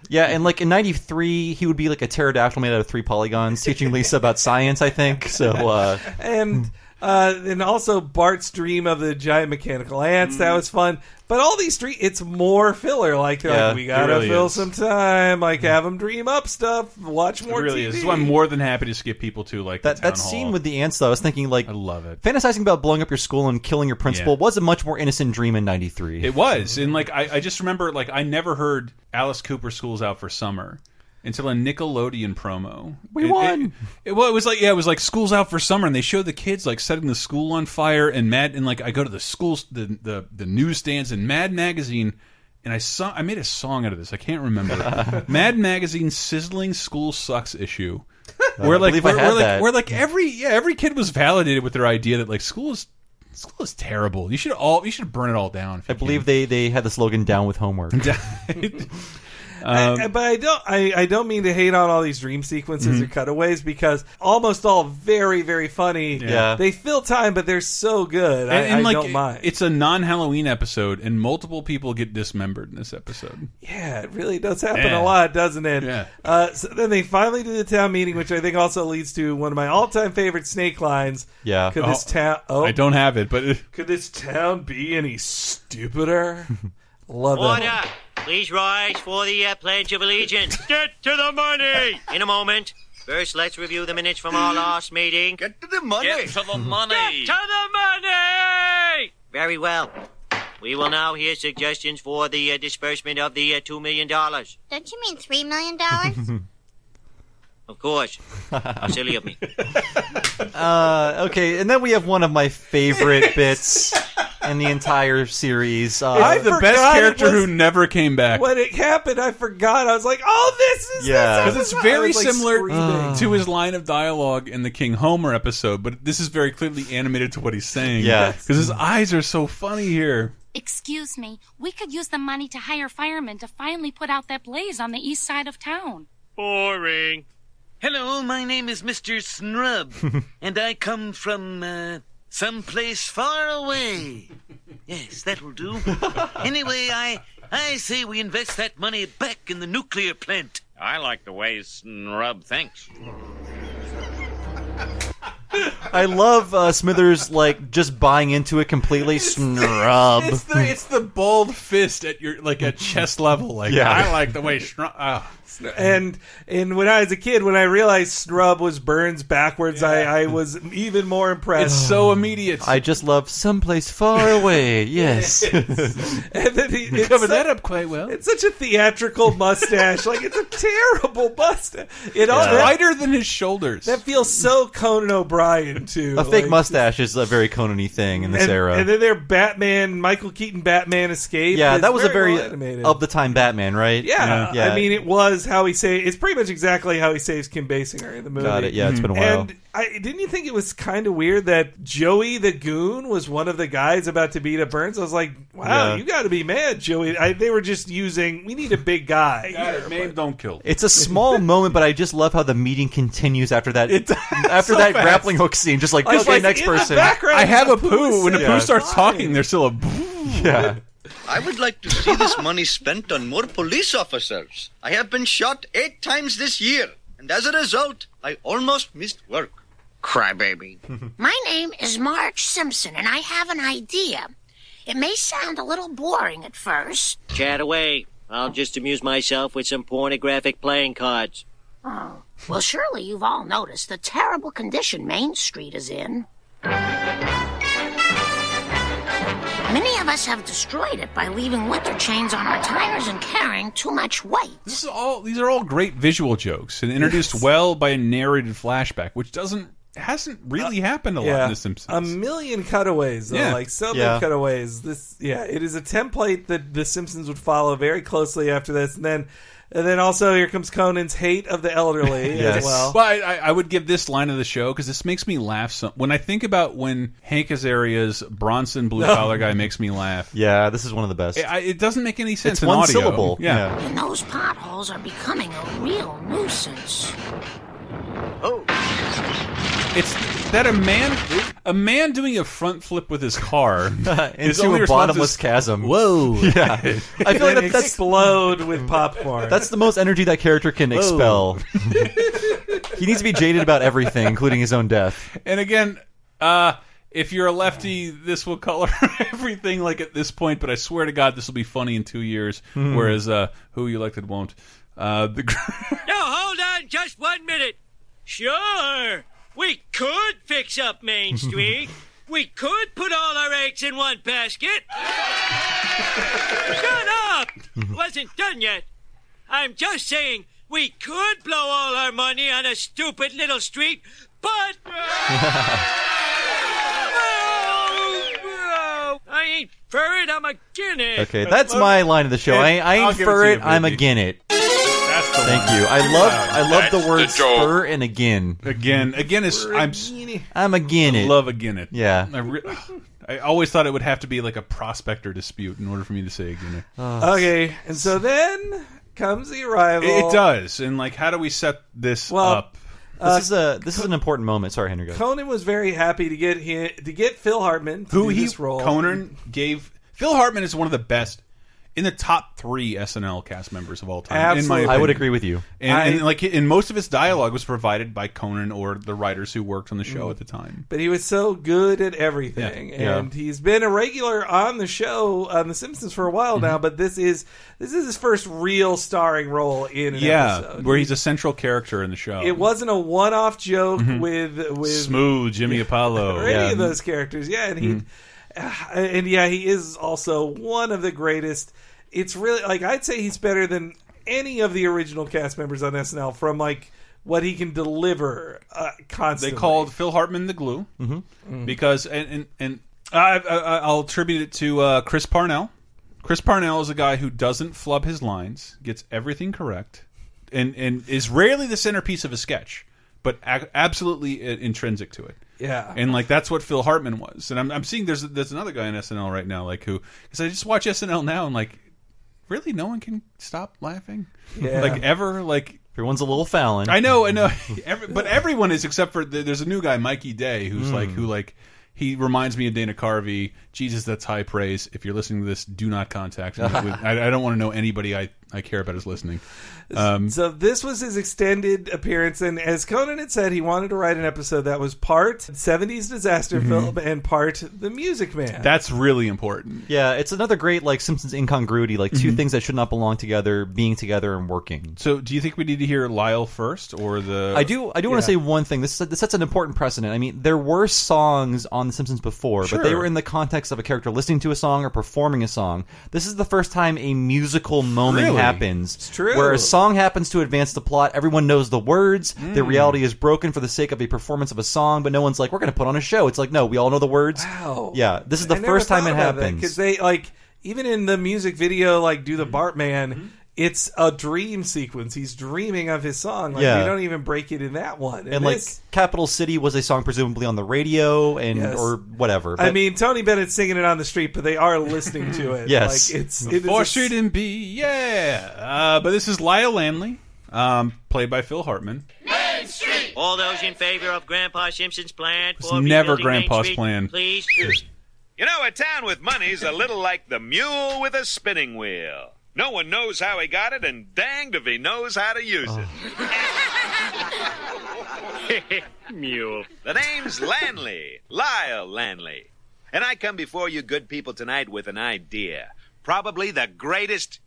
[SPEAKER 3] yeah, and like in '93, he would be like a pterodactyl made out of three polygons, teaching Lisa about science. I think so. Uh,
[SPEAKER 1] Hmm.
[SPEAKER 6] and uh, and also Bart's dream of the giant mechanical ants.
[SPEAKER 1] Hmm.
[SPEAKER 6] That was fun. But all these dream, it's more filler. Like, they're
[SPEAKER 3] Yeah,
[SPEAKER 6] like we
[SPEAKER 3] it
[SPEAKER 6] gotta
[SPEAKER 1] really
[SPEAKER 6] fill
[SPEAKER 1] is. Hmm.
[SPEAKER 6] some time. Like, have them dream up stuff. Watch
[SPEAKER 1] It
[SPEAKER 6] more.
[SPEAKER 1] really is.
[SPEAKER 6] TV.
[SPEAKER 1] This is why I'm more than happy to skip people to like the
[SPEAKER 3] that
[SPEAKER 1] town
[SPEAKER 3] that scene
[SPEAKER 1] hall.
[SPEAKER 3] with the ants, though, I was thinking like
[SPEAKER 1] I love it.
[SPEAKER 3] fantasizing about blowing up your school and killing your principal
[SPEAKER 1] Yeah.
[SPEAKER 3] was a much more innocent dream in '93.
[SPEAKER 1] It was, and like I, I just remember, like I never heard Alice Cooper "School's Out for Summer" until a Nickelodeon promo.
[SPEAKER 3] We
[SPEAKER 1] It-
[SPEAKER 3] won!
[SPEAKER 1] It, it- well, it was like yeah, it was like "School's Out for Summer," and they showed the kids like setting the school on fire, and Mad, and like I go to the schools, the the the newsstands, and Mad Magazine. And I saw I made a song out of this. I can't remember. Mad Magazine's sizzling school sucks issue. Where like
[SPEAKER 3] believe Uh, I
[SPEAKER 1] where,
[SPEAKER 3] had
[SPEAKER 1] where, like
[SPEAKER 3] that.
[SPEAKER 1] where like every yeah, every kid was validated with their idea that like school is school is terrible. You should all you should burn it all down. if
[SPEAKER 3] I
[SPEAKER 1] you
[SPEAKER 3] believe
[SPEAKER 1] can.
[SPEAKER 3] they they had the slogan "Down with homework."
[SPEAKER 6] I- I- but I don't. I, I don't mean to hate on all these dream sequences
[SPEAKER 1] Mm-hmm.
[SPEAKER 6] or cutaways because almost all very very funny.
[SPEAKER 3] Yeah.
[SPEAKER 6] they fill time, but they're so good. I, I don't mind.
[SPEAKER 1] It's a non-Halloween episode, and multiple people get dismembered in this episode.
[SPEAKER 6] Yeah, it really does happen
[SPEAKER 1] Yeah.
[SPEAKER 6] a lot, doesn't it?
[SPEAKER 1] Yeah.
[SPEAKER 6] Uh, so then they finally do the town meeting, which I think also leads to one of my all-time favorite snake lines.
[SPEAKER 3] Yeah.
[SPEAKER 6] Could this
[SPEAKER 1] Oh,
[SPEAKER 6] town? Oh,
[SPEAKER 1] I don't have it, but it,
[SPEAKER 6] Could this town be any stupider? Love
[SPEAKER 2] Order!
[SPEAKER 6] it.
[SPEAKER 2] Please rise for the uh, Pledge of Allegiance.
[SPEAKER 8] Get to the money!
[SPEAKER 2] In a moment. First, let's review the minutes from our last meeting. Hmm.
[SPEAKER 5] Get to the money.
[SPEAKER 9] Get to the money!
[SPEAKER 8] to the money!
[SPEAKER 2] Very well. We will now hear suggestions for the uh, disbursement of the uh, $2 million.
[SPEAKER 12] Don't you mean three million dollars?
[SPEAKER 2] Of course. How silly of me.
[SPEAKER 3] Uh, okay, and then we have one of my favorite bits in the entire series. Uh,
[SPEAKER 6] I
[SPEAKER 1] the
[SPEAKER 6] forgot
[SPEAKER 1] best
[SPEAKER 6] it
[SPEAKER 1] character
[SPEAKER 6] was-
[SPEAKER 1] who never came back
[SPEAKER 6] When it happened, I forgot. I was like, "Oh, this is
[SPEAKER 3] Yeah.
[SPEAKER 6] this
[SPEAKER 1] because
[SPEAKER 6] is-
[SPEAKER 1] it's
[SPEAKER 6] I was,
[SPEAKER 1] very
[SPEAKER 6] like,
[SPEAKER 1] similar
[SPEAKER 6] screaming.
[SPEAKER 1] to his line of dialogue in the King Homer episode. But this is very clearly animated to what he's saying.
[SPEAKER 3] Yeah.
[SPEAKER 1] because his eyes are so funny here.
[SPEAKER 13] Excuse me, we could use the money to hire firemen to finally put out that blaze on the east side of town.
[SPEAKER 10] Boring. Hello, my name is Mr. Snrub, and I come from uh, someplace far away. Yes, that will do. anyway, I I say we invest that money back in the nuclear plant.
[SPEAKER 9] I like the way Snrub thinks.
[SPEAKER 3] I love uh, Smithers like just buying into it completely. Snrub.
[SPEAKER 1] It's the it's the bald fist at your like at chest level. Like
[SPEAKER 3] Yeah.
[SPEAKER 1] I like the way. Shr- uh,
[SPEAKER 6] And and when I was a kid, when I realized Snrub was Burns backwards, I, I was even more impressed.
[SPEAKER 1] It's so immediate.
[SPEAKER 3] I just love someplace far away. Yes.
[SPEAKER 6] and then he
[SPEAKER 1] You covered that up quite well.
[SPEAKER 6] It's such a theatrical mustache. like it's a terrible mustache. It
[SPEAKER 1] It's
[SPEAKER 6] all
[SPEAKER 1] wider than his shoulders.
[SPEAKER 6] That feels so Conan O'Brien too.
[SPEAKER 3] a fake
[SPEAKER 6] Like,
[SPEAKER 3] mustache is a very Conan-y thing in this
[SPEAKER 6] and,
[SPEAKER 3] era.
[SPEAKER 6] And then their Batman, Michael Keaton Batman escape.
[SPEAKER 3] yeah,
[SPEAKER 6] is
[SPEAKER 3] that was
[SPEAKER 6] very
[SPEAKER 3] a very
[SPEAKER 6] well animated.
[SPEAKER 3] of the time Batman, right?
[SPEAKER 6] Yeah.
[SPEAKER 3] yeah.
[SPEAKER 6] I mean, it was how he say. It's pretty much exactly how he saves Kim Basinger in the movie.
[SPEAKER 3] Got it. Yeah, it's been a while.
[SPEAKER 6] And I, didn't you think it was kind of weird that Joey the Goon was one of the guys about to beat up Burns? I was like, wow,
[SPEAKER 3] Yeah.
[SPEAKER 6] you got to be mad, Joey. I, they were just using. We need a big guy.
[SPEAKER 1] Name don't kill.
[SPEAKER 3] it's a small moment, but I just love how the meeting continues after that. after
[SPEAKER 1] so
[SPEAKER 3] that
[SPEAKER 1] fast.
[SPEAKER 3] grappling hook scene, just like
[SPEAKER 1] Like,
[SPEAKER 3] okay,
[SPEAKER 1] like,
[SPEAKER 3] next
[SPEAKER 1] in the
[SPEAKER 3] person.
[SPEAKER 1] background, I have a the poo poo. When the poo
[SPEAKER 3] Yeah.
[SPEAKER 1] starts talking, there's still a.
[SPEAKER 3] Yeah.
[SPEAKER 5] I would like to see this money spent on more police officers. I have been shot eight times this year, and as a result, I almost missed work. Crybaby.
[SPEAKER 11] My name is Marge Simpson, and I have an idea. It may sound a little boring at first.
[SPEAKER 2] Chat away. I'll just amuse myself with some pornographic playing cards.
[SPEAKER 11] Oh, well, surely you've all noticed the terrible condition Main Street is in. Many of us have destroyed it by leaving winter chains on our tires and carrying too much weight.
[SPEAKER 1] This is all. These are all great visual jokes and introduced well by a narrated flashback, which doesn't hasn't
[SPEAKER 3] Uh,
[SPEAKER 1] really happened a lot in The Simpsons.
[SPEAKER 6] A
[SPEAKER 3] um,
[SPEAKER 6] million cutaways, though,
[SPEAKER 1] Yeah.
[SPEAKER 6] like so
[SPEAKER 1] Yeah.
[SPEAKER 6] many cutaways. This, yeah, it is a template that the Simpsons would follow very closely after this, and then, and then also here comes Conan's hate of the elderly as well.
[SPEAKER 1] But I, I I would give this line of the show because this makes me laugh. Some when I think about when Hank Azaria's Bronson blue collar guy makes me laugh.
[SPEAKER 3] Yeah, this is one of the best.
[SPEAKER 1] It, I- it doesn't make any sense.
[SPEAKER 3] It's
[SPEAKER 1] in
[SPEAKER 3] one
[SPEAKER 1] audio.
[SPEAKER 3] syllable.
[SPEAKER 1] Yeah.
[SPEAKER 11] And those potholes are becoming a real nuisance.
[SPEAKER 1] it's that a man a man doing a front flip with his car is
[SPEAKER 3] Into
[SPEAKER 1] only
[SPEAKER 3] a
[SPEAKER 1] response
[SPEAKER 3] bottomless
[SPEAKER 1] is-
[SPEAKER 3] chasm.
[SPEAKER 1] Whoa!
[SPEAKER 3] Yeah. I feel like
[SPEAKER 6] And
[SPEAKER 3] that, that's
[SPEAKER 6] explode with popcorn.
[SPEAKER 3] That's the most energy that character can
[SPEAKER 1] Whoa.
[SPEAKER 3] expel. he needs to be jaded about everything, including his own death.
[SPEAKER 1] And again, uh, if you're a lefty, this will color everything. Like at this point, but I swear to God, this will be funny in two years.
[SPEAKER 9] Hmm.
[SPEAKER 1] Whereas uh, who you elected won't. Uh, the
[SPEAKER 2] Now hold on just one minute. Sure, we could fix up Main Street. we could put all our eggs in one basket. Shut up! Wasn't done yet. I'm just saying we could blow all our money on a stupid little street, but Oh, I ain't furred. I'm a guinea.
[SPEAKER 3] Okay, that's my line of the show. I, I
[SPEAKER 2] I'll
[SPEAKER 3] ain't
[SPEAKER 2] give it
[SPEAKER 3] for
[SPEAKER 2] to you,
[SPEAKER 3] it. I'm a
[SPEAKER 2] baby.
[SPEAKER 3] Ginnet.
[SPEAKER 1] That's the
[SPEAKER 3] Thank you. I love I love the word spur and again.
[SPEAKER 1] Again, again is I'm
[SPEAKER 3] I'm a Ginnet.
[SPEAKER 1] love a Guinness.
[SPEAKER 3] Yeah.
[SPEAKER 1] I, re- I always thought it would have to be like a prospector dispute in order for me to say a Guinness.
[SPEAKER 3] Uh.
[SPEAKER 6] okay, and so then comes the
[SPEAKER 1] It,
[SPEAKER 6] arrival.
[SPEAKER 1] it does. And like, how do we set this up?
[SPEAKER 6] uh,
[SPEAKER 3] this is a this is an important moment. Sorry, Henry. Go.
[SPEAKER 6] Conan was very happy to get hi- to get Phil Hartman to
[SPEAKER 1] Who
[SPEAKER 6] do
[SPEAKER 1] he
[SPEAKER 6] this role.
[SPEAKER 1] Conan gave Phil Hartman is one of the best in the top three SNL cast members of all time.
[SPEAKER 3] Absolutely.
[SPEAKER 1] in my
[SPEAKER 3] I would
[SPEAKER 1] opinion.
[SPEAKER 3] agree with you.
[SPEAKER 1] And,
[SPEAKER 6] I-
[SPEAKER 1] and like, and most of his dialogue was provided by Conan or the writers who worked on the show
[SPEAKER 6] Mm.
[SPEAKER 1] at the time.
[SPEAKER 6] But he was so good at everything,
[SPEAKER 1] Yeah.
[SPEAKER 6] and he's been a regular on the show on The Simpsons for a while now.
[SPEAKER 1] Mm-hmm.
[SPEAKER 6] But this is this is his first real starring role in an
[SPEAKER 1] yeah,
[SPEAKER 6] episode.
[SPEAKER 1] where he's a central character in the show.
[SPEAKER 6] It wasn't a one-off joke
[SPEAKER 1] Mhm.
[SPEAKER 6] with with
[SPEAKER 1] Smooth Jimmy Apollo.
[SPEAKER 6] or any of those characters. Yeah, and he
[SPEAKER 1] Mm-hmm.
[SPEAKER 6] uh, and yeah, he is also one of the greatest. It's really like I'd say he's better than any of the original cast members on SNL from like what he can deliver uh,
[SPEAKER 1] They
[SPEAKER 6] constantly.
[SPEAKER 1] called Phil Hartman the glue
[SPEAKER 6] Mhm.
[SPEAKER 1] because and and, and I, I, I- I'll attribute it to uh, Chris Parnell. Chris Parnell is a guy who doesn't flub his lines, gets everything correct, and and is rarely the centerpiece of a sketch, but a- absolutely i- intrinsic to it.
[SPEAKER 6] Yeah.
[SPEAKER 1] and like that's what Phil Hartman was. And I'm, I'm seeing there's there's another guy on SNL right now, like who because I just watch SNL now and like really no one can stop laughing,
[SPEAKER 3] Yeah.
[SPEAKER 1] like ever. Like
[SPEAKER 3] everyone's a little Fallon.
[SPEAKER 1] I know, I know, Every, but everyone is except for there- there's a new guy, Mikey Day, who's
[SPEAKER 3] Mm.
[SPEAKER 1] like who like. He reminds me of Dana Carvey. Jesus, that's high praise. If you're listening to this, do not contact me. I, I don't want to know anybody I, I care about is listening. Um,
[SPEAKER 6] So this was his extended appearance, and as Conan had said, he wanted to write an episode that was part '70s disaster
[SPEAKER 3] Mm-hmm.
[SPEAKER 1] Mhm.
[SPEAKER 6] film and part The Music Man.
[SPEAKER 1] that's really important.
[SPEAKER 3] Yeah, it's another great like Simpsons incongruity, like 2
[SPEAKER 1] Mhm.
[SPEAKER 3] things that should not belong together being together and working.
[SPEAKER 1] So, do you think we need to hear Lyle first, or the?
[SPEAKER 3] I do. I do want to say one thing. This this sets an important precedent. I mean, there were songs on The Simpsons before, but they
[SPEAKER 1] Sure.
[SPEAKER 3] were in the context of a character listening to a song or performing a song. This is the first time a musical moment
[SPEAKER 6] Really?
[SPEAKER 3] happens. It's
[SPEAKER 6] true.
[SPEAKER 3] Where a song happens to advance the plot, everyone knows the words. The
[SPEAKER 6] Mm.
[SPEAKER 3] reality is broken for the sake of a performance of a song, but no one's like, "We're going to put on a show." It's like, no, we all know the words.
[SPEAKER 6] Wow.
[SPEAKER 3] Yeah, this is the first time it happens. Mm-hmm.
[SPEAKER 6] because they like even in the music video, like "Do the Bartman." It's a dream sequence. He's dreaming of his song. Like,
[SPEAKER 3] Yeah.
[SPEAKER 6] They don't even break it in that one.
[SPEAKER 3] and like
[SPEAKER 6] this-
[SPEAKER 3] Capital City was a song presumably on the radio and
[SPEAKER 6] Yes.
[SPEAKER 3] or whatever.
[SPEAKER 6] I
[SPEAKER 3] But-
[SPEAKER 6] mean, Tony Bennett's singing it on the street, but they are listening to it.
[SPEAKER 3] Yes.
[SPEAKER 6] like, it's it is
[SPEAKER 1] Four
[SPEAKER 6] a-
[SPEAKER 1] Street and B, yeah. Uh, but this is Lyle Landley, um, played by Phil Hartman.
[SPEAKER 2] All those in favor of Grandpa Simpson's plan
[SPEAKER 1] It's
[SPEAKER 2] for
[SPEAKER 1] never
[SPEAKER 2] rebuilding Main
[SPEAKER 1] Grandpa's
[SPEAKER 2] Street,
[SPEAKER 1] plan.
[SPEAKER 2] Please.
[SPEAKER 4] You know, a town with money's a little like the mule with a spinning wheel. No one knows how he got it, and danged if he knows how to use it. mule. The name's Lanley, Lyle Lanley. And I come before you good people tonight with an idea. Probably the greatest.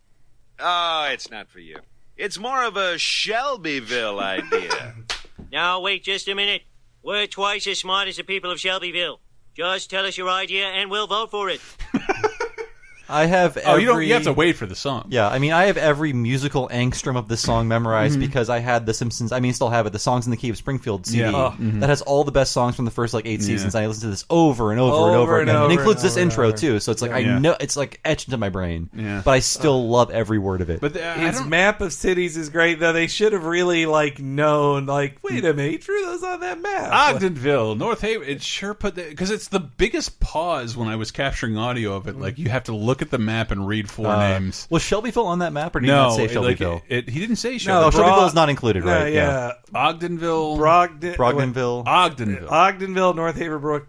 [SPEAKER 4] Oh, it's not for you. It's more of a Shelbyville idea.
[SPEAKER 2] Now wait just a minute. We're twice as smart as the people of Shelbyville. Just tell us your idea and we'll vote for it.
[SPEAKER 3] I have.
[SPEAKER 1] Oh, you don't-
[SPEAKER 3] every-
[SPEAKER 1] you have to wait for the song.
[SPEAKER 3] Yeah, I mean, I have every musical angstrom of this song memorized
[SPEAKER 1] Mhm.
[SPEAKER 3] because I had the Simpsons. I mean, still have it. The songs in the Key of Springfield CD
[SPEAKER 1] Yeah. Oh. Mhm.
[SPEAKER 3] that has all the best songs from the first like eight
[SPEAKER 1] Yeah.
[SPEAKER 3] seasons. I listen to this over and over, and
[SPEAKER 1] Over
[SPEAKER 3] over
[SPEAKER 1] and
[SPEAKER 3] again.
[SPEAKER 1] over
[SPEAKER 3] it includes
[SPEAKER 1] and
[SPEAKER 3] this
[SPEAKER 1] over and
[SPEAKER 3] intro
[SPEAKER 1] over.
[SPEAKER 3] too, so it's like I
[SPEAKER 1] Yeah.
[SPEAKER 3] know it's like etched into my brain.
[SPEAKER 1] Yeah. Uh,
[SPEAKER 3] But I still love every word of it.
[SPEAKER 1] But uh,
[SPEAKER 6] His map of cities is great, though. They should have really like known. Like, wait a minute, he drew those on that map.
[SPEAKER 1] Ah, Ogdenville, North Haven. It sure put that because it's the biggest pause when I was capturing audio of it. Like you have to look at the map and read four
[SPEAKER 3] Uh,
[SPEAKER 1] names.
[SPEAKER 3] was Shelbyville on that map, or did
[SPEAKER 1] no,
[SPEAKER 3] he not say
[SPEAKER 1] it- like,
[SPEAKER 3] Shelbyville?
[SPEAKER 1] it- he didn't say
[SPEAKER 3] No,
[SPEAKER 1] Shelbyville.
[SPEAKER 3] Shelbyville is not included, right?
[SPEAKER 1] Ogdenville,
[SPEAKER 6] Brogden,
[SPEAKER 3] Brogdenville.
[SPEAKER 1] Ogdenville,
[SPEAKER 6] Ogdenville, North Haverbrook,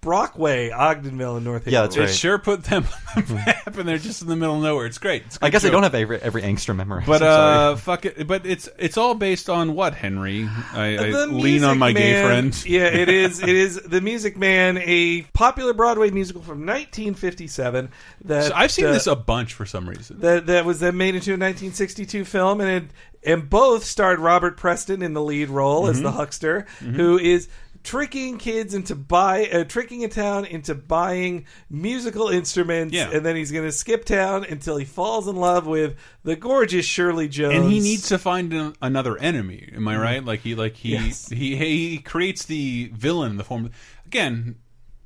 [SPEAKER 6] Brockway, Ogdenville, and North. Haverbrook.
[SPEAKER 1] It sure put them on the map, and they're just in the middle of nowhere. It's great. It's a
[SPEAKER 3] I
[SPEAKER 1] good
[SPEAKER 3] guess I
[SPEAKER 1] joke.
[SPEAKER 3] don't have every, every angstrom memorized. I'm
[SPEAKER 1] But
[SPEAKER 3] sorry.
[SPEAKER 1] uh, fuck it. But it's it's all based on what Henry. I, I
[SPEAKER 6] The
[SPEAKER 1] lean on
[SPEAKER 6] Music
[SPEAKER 1] my gay
[SPEAKER 6] Man-
[SPEAKER 1] friend.
[SPEAKER 6] yeah, it is. It is the Music Man, a popular Broadway musical from 1957. That
[SPEAKER 1] So I've seen
[SPEAKER 6] uh,
[SPEAKER 1] this a bunch for some reason.
[SPEAKER 6] that that was then made into a 1962 film, and it, and both starred Robert Preston in the lead role as
[SPEAKER 1] Mhm.
[SPEAKER 6] the huckster,
[SPEAKER 1] Mhm.
[SPEAKER 6] who is tricking kids into buy uh, tricking a town into buying musical instruments,
[SPEAKER 1] Yeah.
[SPEAKER 6] and then he's going to skip town until he falls in love with the gorgeous Shirley Jones,
[SPEAKER 1] and he needs to find an, another enemy. Am I
[SPEAKER 6] Mhm.
[SPEAKER 1] right? Like he, like he,
[SPEAKER 6] Yes.
[SPEAKER 1] he, he creates the villain in the form. Of, again,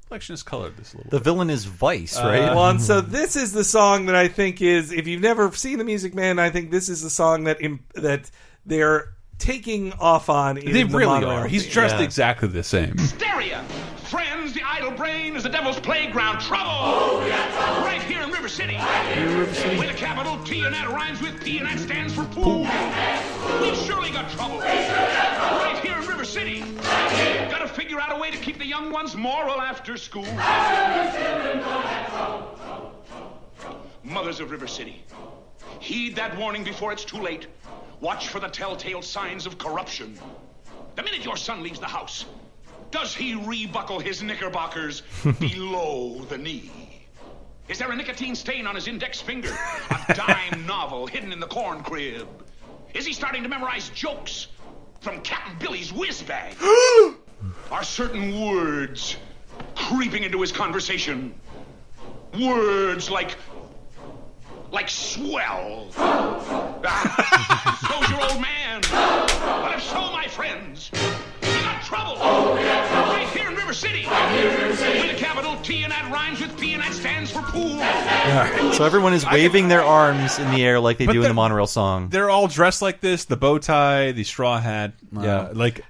[SPEAKER 1] election is colored this a little.
[SPEAKER 3] the villain is Vice,
[SPEAKER 1] Uh,
[SPEAKER 3] right?
[SPEAKER 6] Well, and so this is the song that I think is if you've never seen the Music Man, I think this is the song that im- that they're taking off on. in
[SPEAKER 1] They
[SPEAKER 6] the
[SPEAKER 1] really
[SPEAKER 6] monorail
[SPEAKER 1] are. He's
[SPEAKER 6] theme.
[SPEAKER 1] dressed exactly the same.
[SPEAKER 15] hysteria. Friends, the idle brain is the devil's playground. Trouble! Right here in River City. With a capital T, and that rhymes with P, and that stands for pool. We've surely got trouble. Right here in River City. Gotta figure out a way to keep the young ones moral after school. Mothers of River City, heed that warning before it's too late. Watch for the telltale signs of corruption. The minute your son leaves the house, does he rebuckle his knickerbockers below the knee? Is there a nicotine stain on his index finger? A dime novel hidden in the corn crib? Is he starting to memorize jokes from Captain Billy's whiz bag? Are certain words creeping into his conversation? Words like. like swell. ah, so's your old man. But if so, my friends, you got trouble. Right here in River City. With a capital T, and that rhymes with P, and that stands for pool.
[SPEAKER 3] so everyone is waving their arms in the air like they do in the monorail song.
[SPEAKER 1] They're all dressed like this: the bow tie, the straw hat. Uh,
[SPEAKER 3] Yeah.
[SPEAKER 1] like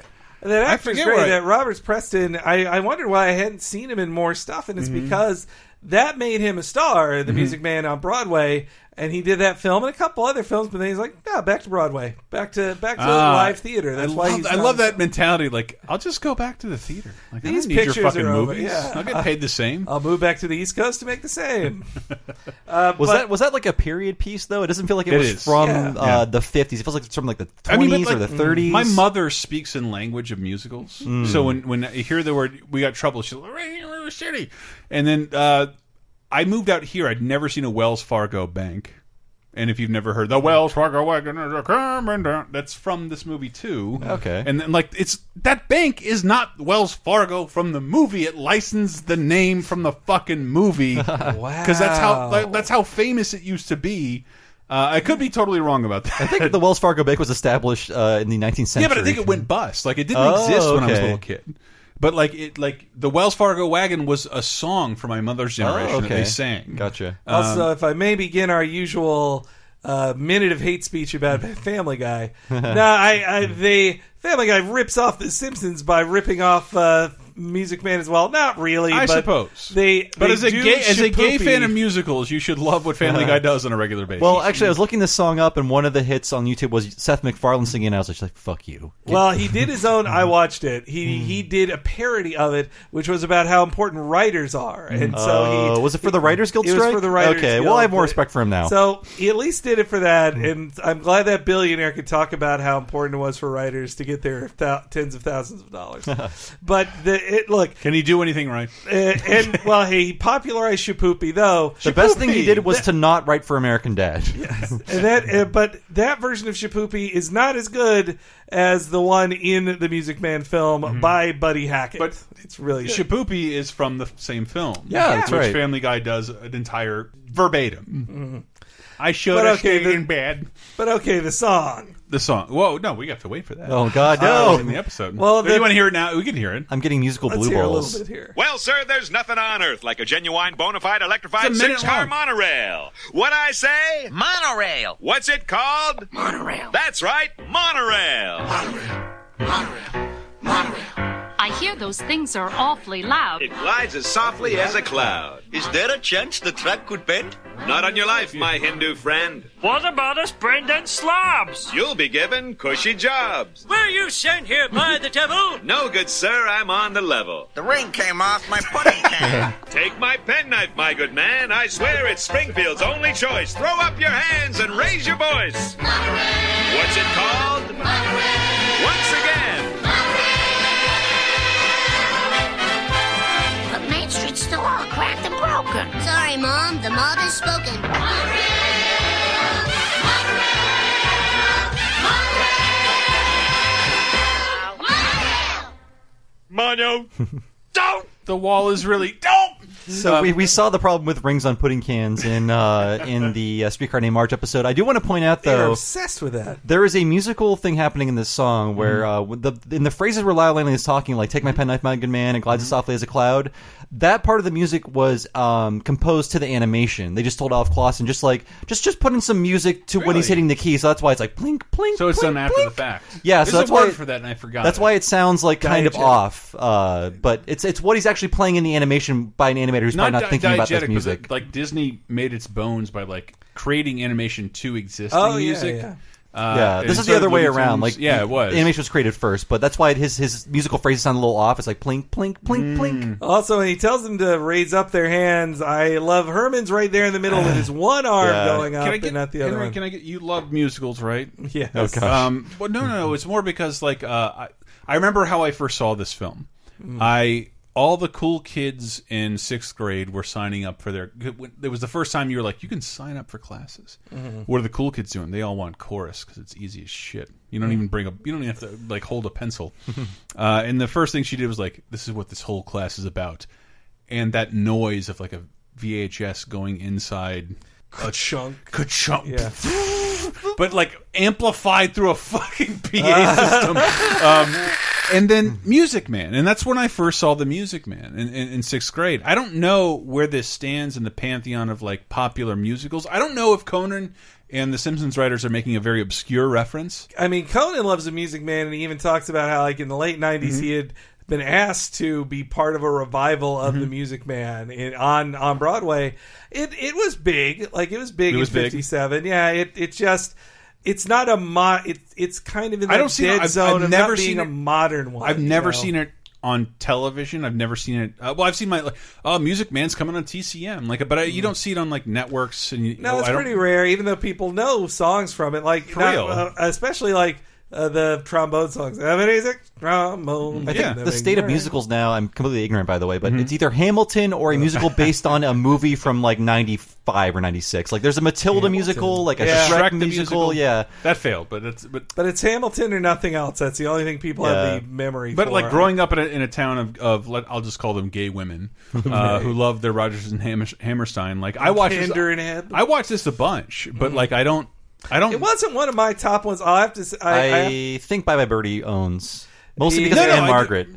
[SPEAKER 6] That
[SPEAKER 1] I
[SPEAKER 6] actor's
[SPEAKER 1] forget
[SPEAKER 6] great.
[SPEAKER 1] where I-
[SPEAKER 6] That Roberts Preston. I, I wondered why I hadn't seen him in more stuff, and it's
[SPEAKER 1] Mhm.
[SPEAKER 6] because that made him a star, The
[SPEAKER 1] Mhm.
[SPEAKER 6] Music Man on Broadway, and he did that film and a couple other films. But then he's like, no, back to Broadway, back to back to
[SPEAKER 1] Ah,
[SPEAKER 6] live theater. That's
[SPEAKER 1] I
[SPEAKER 6] why
[SPEAKER 1] love,
[SPEAKER 6] he's
[SPEAKER 1] I
[SPEAKER 6] not
[SPEAKER 1] love
[SPEAKER 6] a
[SPEAKER 1] that mentality. Like, I'll just go back to the theater. Like, I
[SPEAKER 6] These
[SPEAKER 1] don't need your
[SPEAKER 6] pictures
[SPEAKER 1] fucking
[SPEAKER 6] are over,
[SPEAKER 1] movies.
[SPEAKER 6] yeah.
[SPEAKER 1] I'll get paid the same.
[SPEAKER 6] I'll move back to the East Coast to make the same.
[SPEAKER 3] was
[SPEAKER 6] but-
[SPEAKER 3] that was that like a period piece though? It doesn't feel like it,
[SPEAKER 1] It
[SPEAKER 3] was
[SPEAKER 1] is.
[SPEAKER 3] from
[SPEAKER 1] Yeah.
[SPEAKER 3] uh,
[SPEAKER 1] Yeah.
[SPEAKER 3] the fifties. It feels like it's from like the
[SPEAKER 1] I
[SPEAKER 3] twenties
[SPEAKER 1] mean,
[SPEAKER 3] or
[SPEAKER 1] but,
[SPEAKER 3] the
[SPEAKER 1] like, mm,
[SPEAKER 3] thirties.
[SPEAKER 1] My mother speaks in language of musicals,
[SPEAKER 3] Mm.
[SPEAKER 1] so when when I hear the word "we got trouble," she's like, "Regular City," and then uh, I moved out here. I'd never seen a Wells Fargo bank, and if you've never heard the Wells Fargo wagon is coming down, that's from this movie too.
[SPEAKER 3] Okay.
[SPEAKER 1] and then like it's that bank is not Wells Fargo from the movie. It licensed the name from the fucking movie. wow, because that's how like, that's how famous it used to be. Uh, I could be totally wrong about that.
[SPEAKER 3] I think the Wells Fargo Bank was established uh, in the nineteenth century.
[SPEAKER 1] Yeah, but I think it went bust. Like it didn't
[SPEAKER 3] Oh,
[SPEAKER 1] exist when I was a
[SPEAKER 3] okay.
[SPEAKER 1] little kid. But like it, like the Wells Fargo wagon was a song for my mother's generation that
[SPEAKER 3] okay.
[SPEAKER 1] they sang.
[SPEAKER 3] Gotcha. Uh,
[SPEAKER 1] Um,
[SPEAKER 6] also, if I may begin our usual uh, minute of hate speech about Family Guy, no, I, I the Family Guy rips off The Simpsons by ripping off uh, Music Man as well. Not really,
[SPEAKER 1] I
[SPEAKER 6] but
[SPEAKER 1] suppose.
[SPEAKER 6] They,
[SPEAKER 1] but
[SPEAKER 6] they
[SPEAKER 1] as a
[SPEAKER 6] do
[SPEAKER 1] gay as a gay
[SPEAKER 6] Shapoopy.
[SPEAKER 1] fan of musicals, you should love what Family Guy does on a regular basis.
[SPEAKER 3] Well, actually, I was looking this song up, and one of the hits on YouTube was Seth MacFarlane singing. And I was just like, "Fuck you."
[SPEAKER 6] Well, he did his own. I watched it.
[SPEAKER 3] Hmm.
[SPEAKER 6] He he did a parody of it, which was about how important writers are, and so
[SPEAKER 3] Oh,
[SPEAKER 6] he
[SPEAKER 3] was it for the Writers Guild
[SPEAKER 6] It was
[SPEAKER 3] strike?
[SPEAKER 6] for the Writers
[SPEAKER 3] Okay,
[SPEAKER 6] Guild,
[SPEAKER 3] well, I have more
[SPEAKER 6] but-
[SPEAKER 3] respect for him now. Hmm.
[SPEAKER 6] So he at least did it for that, and I'm glad that billionaire could talk about how important it was for writers to get their thou- tens of thousands of dollars. but the, it look, eh,
[SPEAKER 1] can he do anything right?
[SPEAKER 6] and well, he popularized Shapoopy though.
[SPEAKER 3] the best thing he did was to not write for American Dad.
[SPEAKER 6] and that, uh, but that version of Shapoopy is not as good as the one in the Music Man film
[SPEAKER 1] Mm-hmm.
[SPEAKER 6] by Buddy Hackett. But it's really good.
[SPEAKER 1] Shapoopy is from the same film.
[SPEAKER 6] Yeah, that's
[SPEAKER 1] which
[SPEAKER 6] right.
[SPEAKER 1] Family Guy does an entire verbatim. I showed
[SPEAKER 6] But
[SPEAKER 1] a
[SPEAKER 6] okay,
[SPEAKER 1] stain
[SPEAKER 6] the-
[SPEAKER 1] in bed.
[SPEAKER 6] But okay, the song.
[SPEAKER 1] The song. Whoa, no, we have to wait for that.
[SPEAKER 3] Oh, God,
[SPEAKER 1] Uh,
[SPEAKER 3] no.
[SPEAKER 1] in the episode.
[SPEAKER 3] Well,
[SPEAKER 1] Well,
[SPEAKER 3] the-
[SPEAKER 1] you want to hear it now? We can hear it.
[SPEAKER 3] I'm getting musical blue balls.
[SPEAKER 4] Well, sir, there's nothing on earth like a genuine bona fide electrified
[SPEAKER 3] It's a minute
[SPEAKER 4] six car
[SPEAKER 3] long.
[SPEAKER 4] monorail. What I say? Monorail. What's it called? Monorail. That's right, monorail.
[SPEAKER 13] I hear those things are awfully loud.
[SPEAKER 4] It glides as softly as a cloud. Is there a chance the track could bend? Not on your life, my Hindu friend.
[SPEAKER 8] What about us Brendan slobs?
[SPEAKER 4] You'll be given cushy jobs.
[SPEAKER 2] Were you sent here by the devil?
[SPEAKER 4] No good, sir. I'm on the level. The ring came off my putty can. Take my penknife, my good man. I swear it's Springfield's only choice. Throw up your hands and raise your voice. What's it called? Once again.
[SPEAKER 12] But Main Street's still all cracked and broken. Sorry, Mom. The mob has spoken.
[SPEAKER 8] Mono.
[SPEAKER 1] Don't. The wall is really don't.
[SPEAKER 3] So we, we saw the problem with rings on pudding cans in uh, in the uh, Streetcar Named March episode. I do want to point out
[SPEAKER 6] They're
[SPEAKER 3] though,
[SPEAKER 6] obsessed with that.
[SPEAKER 3] there is a musical thing happening in this song where
[SPEAKER 1] Mm-hmm.
[SPEAKER 3] uh, with the in the phrases where Lyle Lanley is talking, like "Take my penknife, my good man," and "Glides
[SPEAKER 1] Mm-hmm.
[SPEAKER 3] as softly as a cloud." That part of the music was um, composed to the animation. They just told Alf Clausen just like just just put in some music to when he's hitting the key. So that's why it's like plink plink.
[SPEAKER 1] So it's
[SPEAKER 3] plink,
[SPEAKER 1] done after the
[SPEAKER 3] plink.
[SPEAKER 1] fact.
[SPEAKER 3] Yeah,
[SPEAKER 1] There's
[SPEAKER 3] so that's
[SPEAKER 1] a word
[SPEAKER 3] why
[SPEAKER 1] for that, and I forgot.
[SPEAKER 3] That's
[SPEAKER 1] it.
[SPEAKER 3] why it sounds like kind of
[SPEAKER 1] Diegetic.
[SPEAKER 3] off, uh, but it's it's what he's actually playing in the animation by an animator who's probably not
[SPEAKER 1] di-
[SPEAKER 3] thinking about this
[SPEAKER 1] diegetic, but
[SPEAKER 3] music.
[SPEAKER 1] the- like Disney made its bones by like creating animation to existing
[SPEAKER 6] Oh, yeah,
[SPEAKER 1] music.
[SPEAKER 6] yeah.
[SPEAKER 1] Uh,
[SPEAKER 3] yeah,
[SPEAKER 1] and
[SPEAKER 3] this is
[SPEAKER 1] sort
[SPEAKER 3] the
[SPEAKER 1] of
[SPEAKER 3] other way
[SPEAKER 1] Looney
[SPEAKER 3] around.
[SPEAKER 1] Tunes-
[SPEAKER 3] Like,
[SPEAKER 1] yeah, it was.
[SPEAKER 3] Animation was created first, but that's why his his musical phrases sound a little off. It's like plink, plink, plink, plink.
[SPEAKER 6] Also, when he tells them to raise up their hands, I love Herman's right there in the middle with his one arm
[SPEAKER 1] Yeah.
[SPEAKER 6] going up
[SPEAKER 1] Can I get-
[SPEAKER 6] and not the other
[SPEAKER 1] Henry,
[SPEAKER 6] one.
[SPEAKER 1] Can I get you love musicals, right?
[SPEAKER 6] Yes. Oh, gosh.
[SPEAKER 1] Um, well, no, no, no. It's more because like uh, I, I remember how I first saw this film.
[SPEAKER 6] Mm.
[SPEAKER 1] I all the cool kids in sixth grade were signing up for their. It was the first time you were like, you can sign up for classes.
[SPEAKER 6] Mhm.
[SPEAKER 1] What are the cool kids doing? They all want chorus because it's easy as shit. You don't
[SPEAKER 6] Mm.
[SPEAKER 1] even bring a. You don't even have to like hold a pencil. uh, and the first thing she did was like, this is what this whole class is about, and that noise of like a VHS going inside. A chunk, ka chunk,
[SPEAKER 6] Yeah.
[SPEAKER 1] but like amplified through a fucking PA system. Um, and then Music Man, and that's when I first saw the Music Man in, in, in sixth grade. I don't know where this stands in the pantheon of like popular musicals. I don't know if Conan and the Simpsons writers are making a very obscure reference.
[SPEAKER 6] I mean, Conan loves the Music Man, and he even talks about how, like, in the late '90s,
[SPEAKER 1] Mm-hmm.
[SPEAKER 6] he had been asked to be part of a revival of the
[SPEAKER 1] Mm-hmm.
[SPEAKER 6] Music Man in, on on Broadway. It it was big, like it was big
[SPEAKER 1] It was
[SPEAKER 6] in
[SPEAKER 1] big.
[SPEAKER 6] '57. Yeah, it it just it's not a mo- it, It's kind of in the
[SPEAKER 1] I don't see.
[SPEAKER 6] dead
[SPEAKER 1] I've,
[SPEAKER 6] zone
[SPEAKER 1] I've
[SPEAKER 6] of
[SPEAKER 1] never
[SPEAKER 6] not being
[SPEAKER 1] seen
[SPEAKER 6] a
[SPEAKER 1] it-
[SPEAKER 6] modern one.
[SPEAKER 1] I've
[SPEAKER 6] you
[SPEAKER 1] never
[SPEAKER 6] know?
[SPEAKER 1] seen it on television. I've never seen it. Uh, well, I've seen my like, oh, Music Man's coming on TCM, like, but I, you don't see it on like networks. And you, oh,
[SPEAKER 6] No, it's
[SPEAKER 1] I don't-
[SPEAKER 6] pretty rare, even though people know songs from it. Like,
[SPEAKER 1] For
[SPEAKER 6] not-
[SPEAKER 1] real.
[SPEAKER 6] uh, especially like uh, the trombone songs. Ebenezer trombone.
[SPEAKER 3] I think the state of musicals now. I'm completely ignorant, by the way, but it's either Hamilton or a musical based on a movie from like '95 or '96. Like there's a Matilda musical, like a
[SPEAKER 6] Yeah.
[SPEAKER 3] Shrek,
[SPEAKER 6] Shrek the
[SPEAKER 3] musical.
[SPEAKER 6] musical.
[SPEAKER 3] Yeah,
[SPEAKER 1] that failed, but it's but
[SPEAKER 6] But it's Hamilton or nothing else. That's the only thing people
[SPEAKER 1] Yeah.
[SPEAKER 6] have the memory.
[SPEAKER 1] But
[SPEAKER 6] for.
[SPEAKER 1] like growing up in a, in a town of, of let, I'll just call them gay women uh,
[SPEAKER 6] Right.
[SPEAKER 1] who love their Rogers and Hammer, Hammerstein. Like I
[SPEAKER 6] And
[SPEAKER 1] watch
[SPEAKER 6] Kinder and
[SPEAKER 1] this,
[SPEAKER 6] Ebb.
[SPEAKER 1] I watch this a bunch, but like I don't, I don't.
[SPEAKER 6] Mm. it wasn't one of my top ones. I have to. Say, I,
[SPEAKER 3] I,
[SPEAKER 6] I have
[SPEAKER 3] think Bye Bye Birdie owns mostly
[SPEAKER 6] The-
[SPEAKER 3] because of
[SPEAKER 6] No, no,
[SPEAKER 3] Anne
[SPEAKER 6] I do-
[SPEAKER 3] Margaret.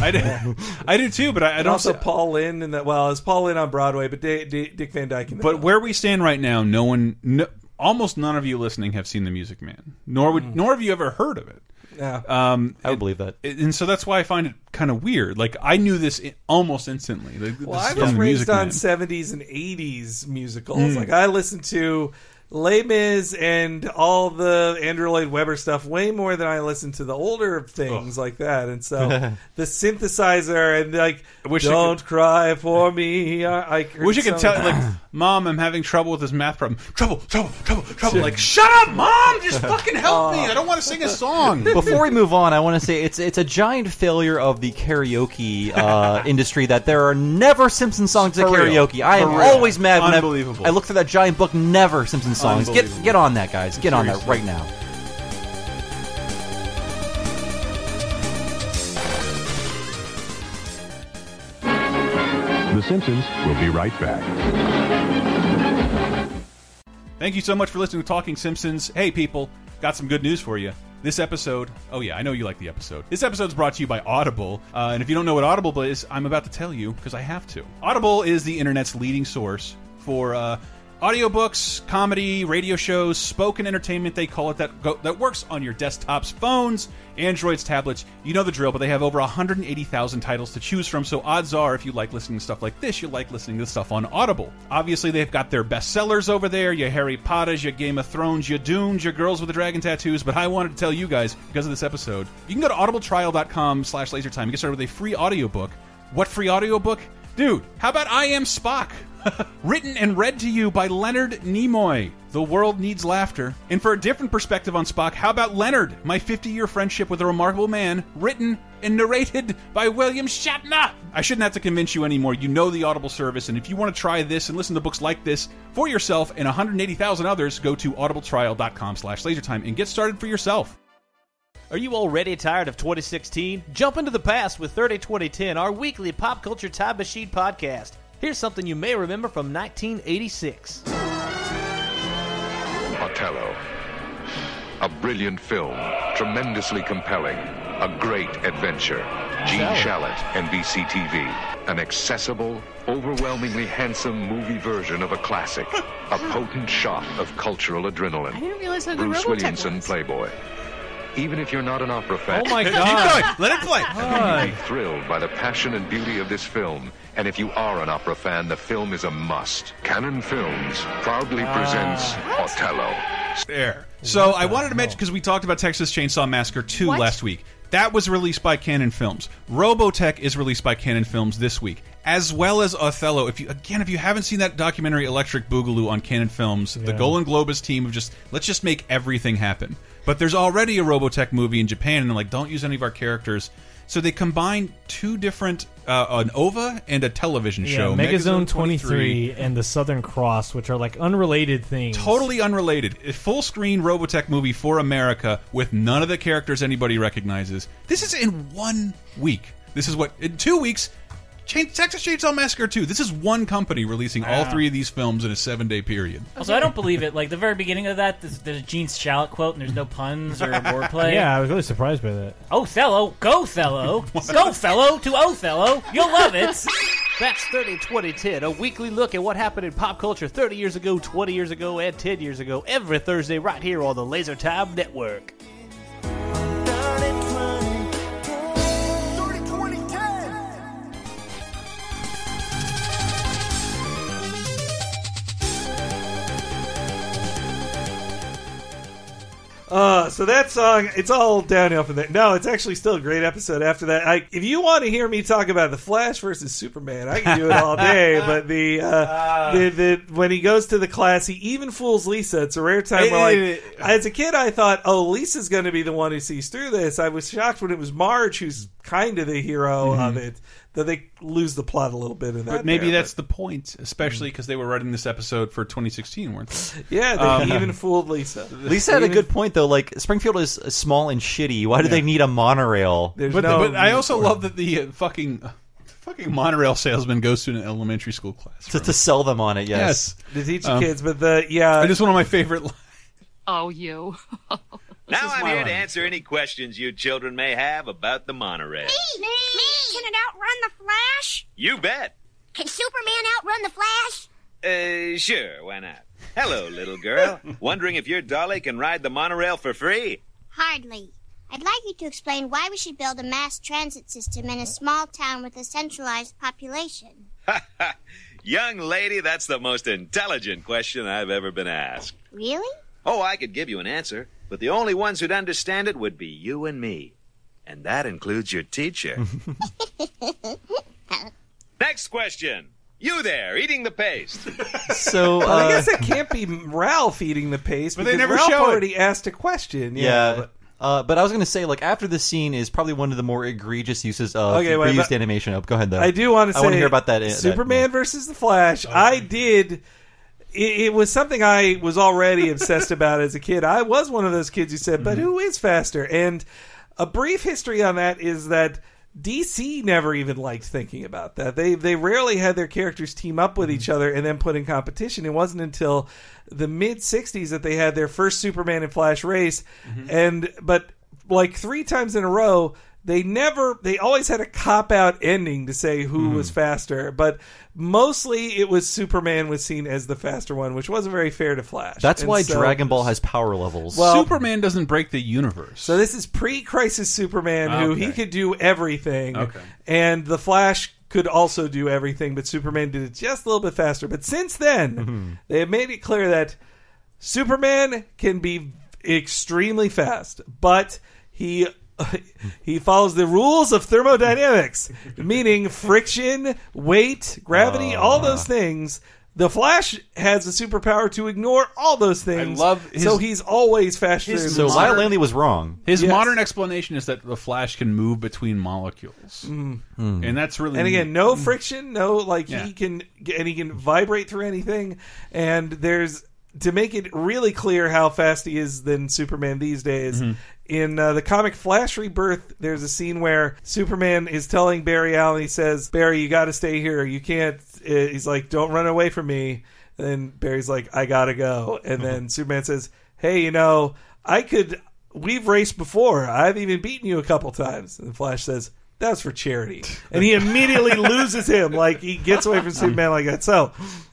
[SPEAKER 1] I do, I do too, but I, I
[SPEAKER 6] and
[SPEAKER 1] don't.
[SPEAKER 6] also
[SPEAKER 1] say-
[SPEAKER 6] Paul Lynn and that. Well, it's Paul Lynn on Broadway, but Da- Da- Dick Van Dyke. In that.
[SPEAKER 1] but where we stand right now, no one, no, almost none of you listening have seen the Music Man, nor
[SPEAKER 6] Mm.
[SPEAKER 1] would, nor have you ever heard of it.
[SPEAKER 6] Yeah.
[SPEAKER 1] Um,
[SPEAKER 3] I would believe that,
[SPEAKER 1] and so that's why I find it kind of weird. Like I knew this i- almost instantly. Like,
[SPEAKER 6] Well,
[SPEAKER 1] this
[SPEAKER 6] I
[SPEAKER 1] is
[SPEAKER 6] was
[SPEAKER 1] from the
[SPEAKER 6] raised
[SPEAKER 1] Music
[SPEAKER 6] on
[SPEAKER 1] Man.
[SPEAKER 6] seventies and eighties musicals.
[SPEAKER 1] Mm.
[SPEAKER 6] Like I listened to Les Mis and all the Andrew Lloyd Webber stuff way more than I listened to the older things like that. And so the synthesizer and like
[SPEAKER 1] wish I
[SPEAKER 6] "Don't Cry for Me." I, I
[SPEAKER 1] Wish you could
[SPEAKER 6] some-
[SPEAKER 1] tell, like, mom, I'm having trouble with this math problem. Trouble, trouble, trouble, trouble. Like, shut up, mom! Just fucking help me! I don't want to sing a song.
[SPEAKER 3] Before we move on, I want to say it's it's a giant failure of the karaoke uh, industry that there are never Simpson songs at
[SPEAKER 1] For real.
[SPEAKER 3] karaoke. I am
[SPEAKER 1] For real.
[SPEAKER 3] always mad when
[SPEAKER 1] Unbelievable.
[SPEAKER 3] I, I look through that giant book. Never Simpson songs. Get
[SPEAKER 1] Unbelievable.
[SPEAKER 3] get on that, guys. Get on that right now.
[SPEAKER 16] The Simpsons will be right back.
[SPEAKER 1] Thank you so much for listening to Talking Simpsons. Hey, people, got some good news for you. This episode, oh yeah, I know you like the episode. This episode's brought to you by Audible. Uh, and if you don't know what Audible is, I'm about to tell you because I have to. Audible is the internet's leading source for uh, audiobooks, comedy, radio shows, spoken entertainment, they call it, that, go, that works on your desktops, phones, Androids, tablets. You know the drill, but they have over 180,000 titles to choose from, so odds are if you like listening to stuff like this, you like listening to stuff on Audible. Obviously, they've got their bestsellers over there your Harry Potters, your Game of Thrones, your Dooms, your Girls with the Dragon Tattoos, but I wanted to tell you guys, because of this episode, you can go to audibletrial.com slash lasertime and get started with a free audiobook. What free audiobook? Dude, how about I Am Spock? Written and read to you by Leonard Nimoy. The world needs laughter. And for a different perspective on Spock, how about Leonard, my 50 year friendship with a remarkable man, written and narrated by William Shatner? I shouldn't have to convince you anymore. You know the Audible service, and if you want to try this and listen to books like this for yourself and 180,000 others, go to audibletrial.com slash lasertime and get started for yourself.
[SPEAKER 17] Are you already tired of 2016? Jump into the past with 30 2010, our weekly pop culture time machine podcast. Here's something you may remember from 1986.
[SPEAKER 16] Othello. A brilliant film, tremendously compelling, a great adventure. Gene Shalit, NBC TV. An accessible, overwhelmingly handsome movie version of a classic. a potent shot of cultural adrenaline.
[SPEAKER 18] I didn't realize how good
[SPEAKER 16] Bruce
[SPEAKER 18] Robotech
[SPEAKER 16] Williamson, Playboy. Even if you're not an opera fan,
[SPEAKER 18] Oh my Keep God. going.
[SPEAKER 1] Let it play.
[SPEAKER 16] You'll be thrilled by the passion and beauty of this film. And if you are an opera fan, the film is a must. Canon Films proudly
[SPEAKER 18] Ah.
[SPEAKER 16] presents Othello.
[SPEAKER 1] There. So I wanted to mention because we talked about Texas Chainsaw Massacre 2
[SPEAKER 16] What?
[SPEAKER 1] last week. That was released by Canon Films. Robotech is released by Canon Films this week, as well as Othello. If you again, if you haven't seen that documentary Electric Boogaloo on Canon Films, the
[SPEAKER 19] Yeah.
[SPEAKER 1] Golden Globus team of just let's just make everything happen. But there's already a Robotech movie in Japan, and they're like, don't use any of our characters. So they combined two different, uh, an OVA and a television show,
[SPEAKER 19] Megazone 23 and the Southern Cross, which are like unrelated things.
[SPEAKER 1] Totally unrelated. A full screen Robotech movie for America with none of the characters anybody recognizes. This is in one week. This is what in two weeks. Chain, Texas Chainsaw Massacre 2. This is one company releasing all
[SPEAKER 18] Wow.
[SPEAKER 1] three of these films in a seven day period.
[SPEAKER 18] Also, I don't believe it. Like the very beginning of that, there's, there's a Gene Shalit quote, and there's no puns or wordplay.
[SPEAKER 19] Yeah, I was really surprised by that.
[SPEAKER 18] Othello, go fellow, go fellow to Othello. You'll love it.
[SPEAKER 17] That's 30 2010, a weekly look at what happened in pop culture 30 years ago, 20 years ago, and 10 years ago, every Thursday right here on the Laser Time Network.
[SPEAKER 6] Uh, so that song, it's all downhill from there. No, it's actually still a great episode after that. I, if you want to hear me talk about the Flash versus Superman, I can do it all day. but the, uh, the the when he goes to the class, he even fools Lisa. It's a rare time where, like, as a kid, I thought, oh, Lisa's going to be the one who sees through this. I was shocked when it was Marge who's kind of the hero
[SPEAKER 1] Mhm.
[SPEAKER 6] of it. That they lose the plot a little bit in that.
[SPEAKER 1] But maybe
[SPEAKER 6] there,
[SPEAKER 1] that's the point, especially because they were writing this episode for 2016, weren't they?
[SPEAKER 6] Yeah, they
[SPEAKER 1] Um,
[SPEAKER 6] even fooled Lisa.
[SPEAKER 3] Lisa had a good point though. Like Springfield is small and shitty. Why do they need a monorail?
[SPEAKER 1] but, but I also love that the uh, fucking uh, fucking monorail salesman goes to an elementary school class
[SPEAKER 3] to, to sell them on it. Yes,
[SPEAKER 6] to teach
[SPEAKER 1] Um,
[SPEAKER 6] kids. But the yeah,
[SPEAKER 1] Just one of my favorite. li-
[SPEAKER 20] Oh, you.
[SPEAKER 4] Now I'm
[SPEAKER 20] my
[SPEAKER 4] here
[SPEAKER 20] line.
[SPEAKER 4] to answer any questions you children may have about the monorail.
[SPEAKER 12] Me? Can it outrun the Flash?
[SPEAKER 4] You bet.
[SPEAKER 12] Can Superman outrun the Flash?
[SPEAKER 4] Uh, sure, why not? Hello, little girl. Wondering if your dolly can ride the monorail for free?
[SPEAKER 12] Hardly. I'd like you to explain why we should build a mass transit system in a small town with a centralized population.
[SPEAKER 4] Young lady, that's the most intelligent question I've ever been asked.
[SPEAKER 12] Really?
[SPEAKER 4] Oh, I could give you an answer, but the only ones who'd understand it would be you and me. And that includes your teacher. Next question. You there, eating the paste.
[SPEAKER 3] So
[SPEAKER 6] Well, I
[SPEAKER 3] uh,
[SPEAKER 6] guess it can't be Ralph eating the paste,
[SPEAKER 4] But
[SPEAKER 6] but
[SPEAKER 4] they never
[SPEAKER 6] Ralph
[SPEAKER 4] show it.
[SPEAKER 6] already asked a question.
[SPEAKER 3] yeah. Uh, but I was gonna say, like, after this scene is probably one of the more egregious uses of
[SPEAKER 6] Okay, wait,
[SPEAKER 3] reused
[SPEAKER 6] but-
[SPEAKER 3] animation. Oh, go ahead though.
[SPEAKER 6] I do want to say
[SPEAKER 3] I want to hear about that. Oh, that-
[SPEAKER 6] Superman versus the Flash. I did. It, it was something I was already obsessed about as a kid. I was one of those kids who said,
[SPEAKER 3] Mm-hmm.
[SPEAKER 6] "But who is faster?" And a brief history on that is that DC never even liked thinking about that. They they rarely had their characters team up with
[SPEAKER 3] Mm-hmm.
[SPEAKER 6] each other and then put in competition. It wasn't until the mid '60s that they had their first Superman and Flash race,
[SPEAKER 3] Mm-hmm.
[SPEAKER 6] and but like three times in a row they never they always had a cop out ending to say
[SPEAKER 3] Hmm.
[SPEAKER 6] who was faster but mostly it was superman was seen as the faster one which wasn't very fair to flash
[SPEAKER 3] That's
[SPEAKER 6] And
[SPEAKER 3] why
[SPEAKER 6] so-
[SPEAKER 3] Dragon Ball has power levels.
[SPEAKER 1] Superman doesn't break the universe.
[SPEAKER 6] so this is pre-crisis superman who he
[SPEAKER 1] Okay.
[SPEAKER 6] could do everything
[SPEAKER 1] Okay.
[SPEAKER 6] and the flash could also do everything but superman did it just a little bit faster but since then
[SPEAKER 1] Mm-hmm.
[SPEAKER 6] they have made it clear that Superman can be extremely fast, but he he follows the rules of thermodynamics, meaning friction, weight, gravity, all
[SPEAKER 1] Ah.
[SPEAKER 6] those things. The Flash has a superpower to ignore all those things.
[SPEAKER 1] love his-
[SPEAKER 6] so he's always faster. than
[SPEAKER 1] So
[SPEAKER 6] Superman.
[SPEAKER 1] Lyle
[SPEAKER 3] Landry was wrong.
[SPEAKER 1] His
[SPEAKER 6] Yes.
[SPEAKER 1] modern explanation is that the Flash can move between molecules,
[SPEAKER 3] Mm.
[SPEAKER 1] and that's really
[SPEAKER 6] and again, no friction, no like
[SPEAKER 1] Yeah.
[SPEAKER 6] he can and he can vibrate through anything. And there's to make it really clear how fast he is than Superman these days.
[SPEAKER 1] Mhm.
[SPEAKER 6] In uh, the comic Flash Rebirth, there's a scene where Superman is telling Barry Allen, he says, "Barry, you got to stay here. You can't." uh, He's like, "Don't run away from me." And Barry's like, "I gotta go." And
[SPEAKER 1] Uh-huh.
[SPEAKER 6] then Superman says, "Hey, you know, I could. We've raced before. I've even beaten you a couple times." And Flash says, "That's for charity." And he immediately loses him. Like he gets away from Superman like that. So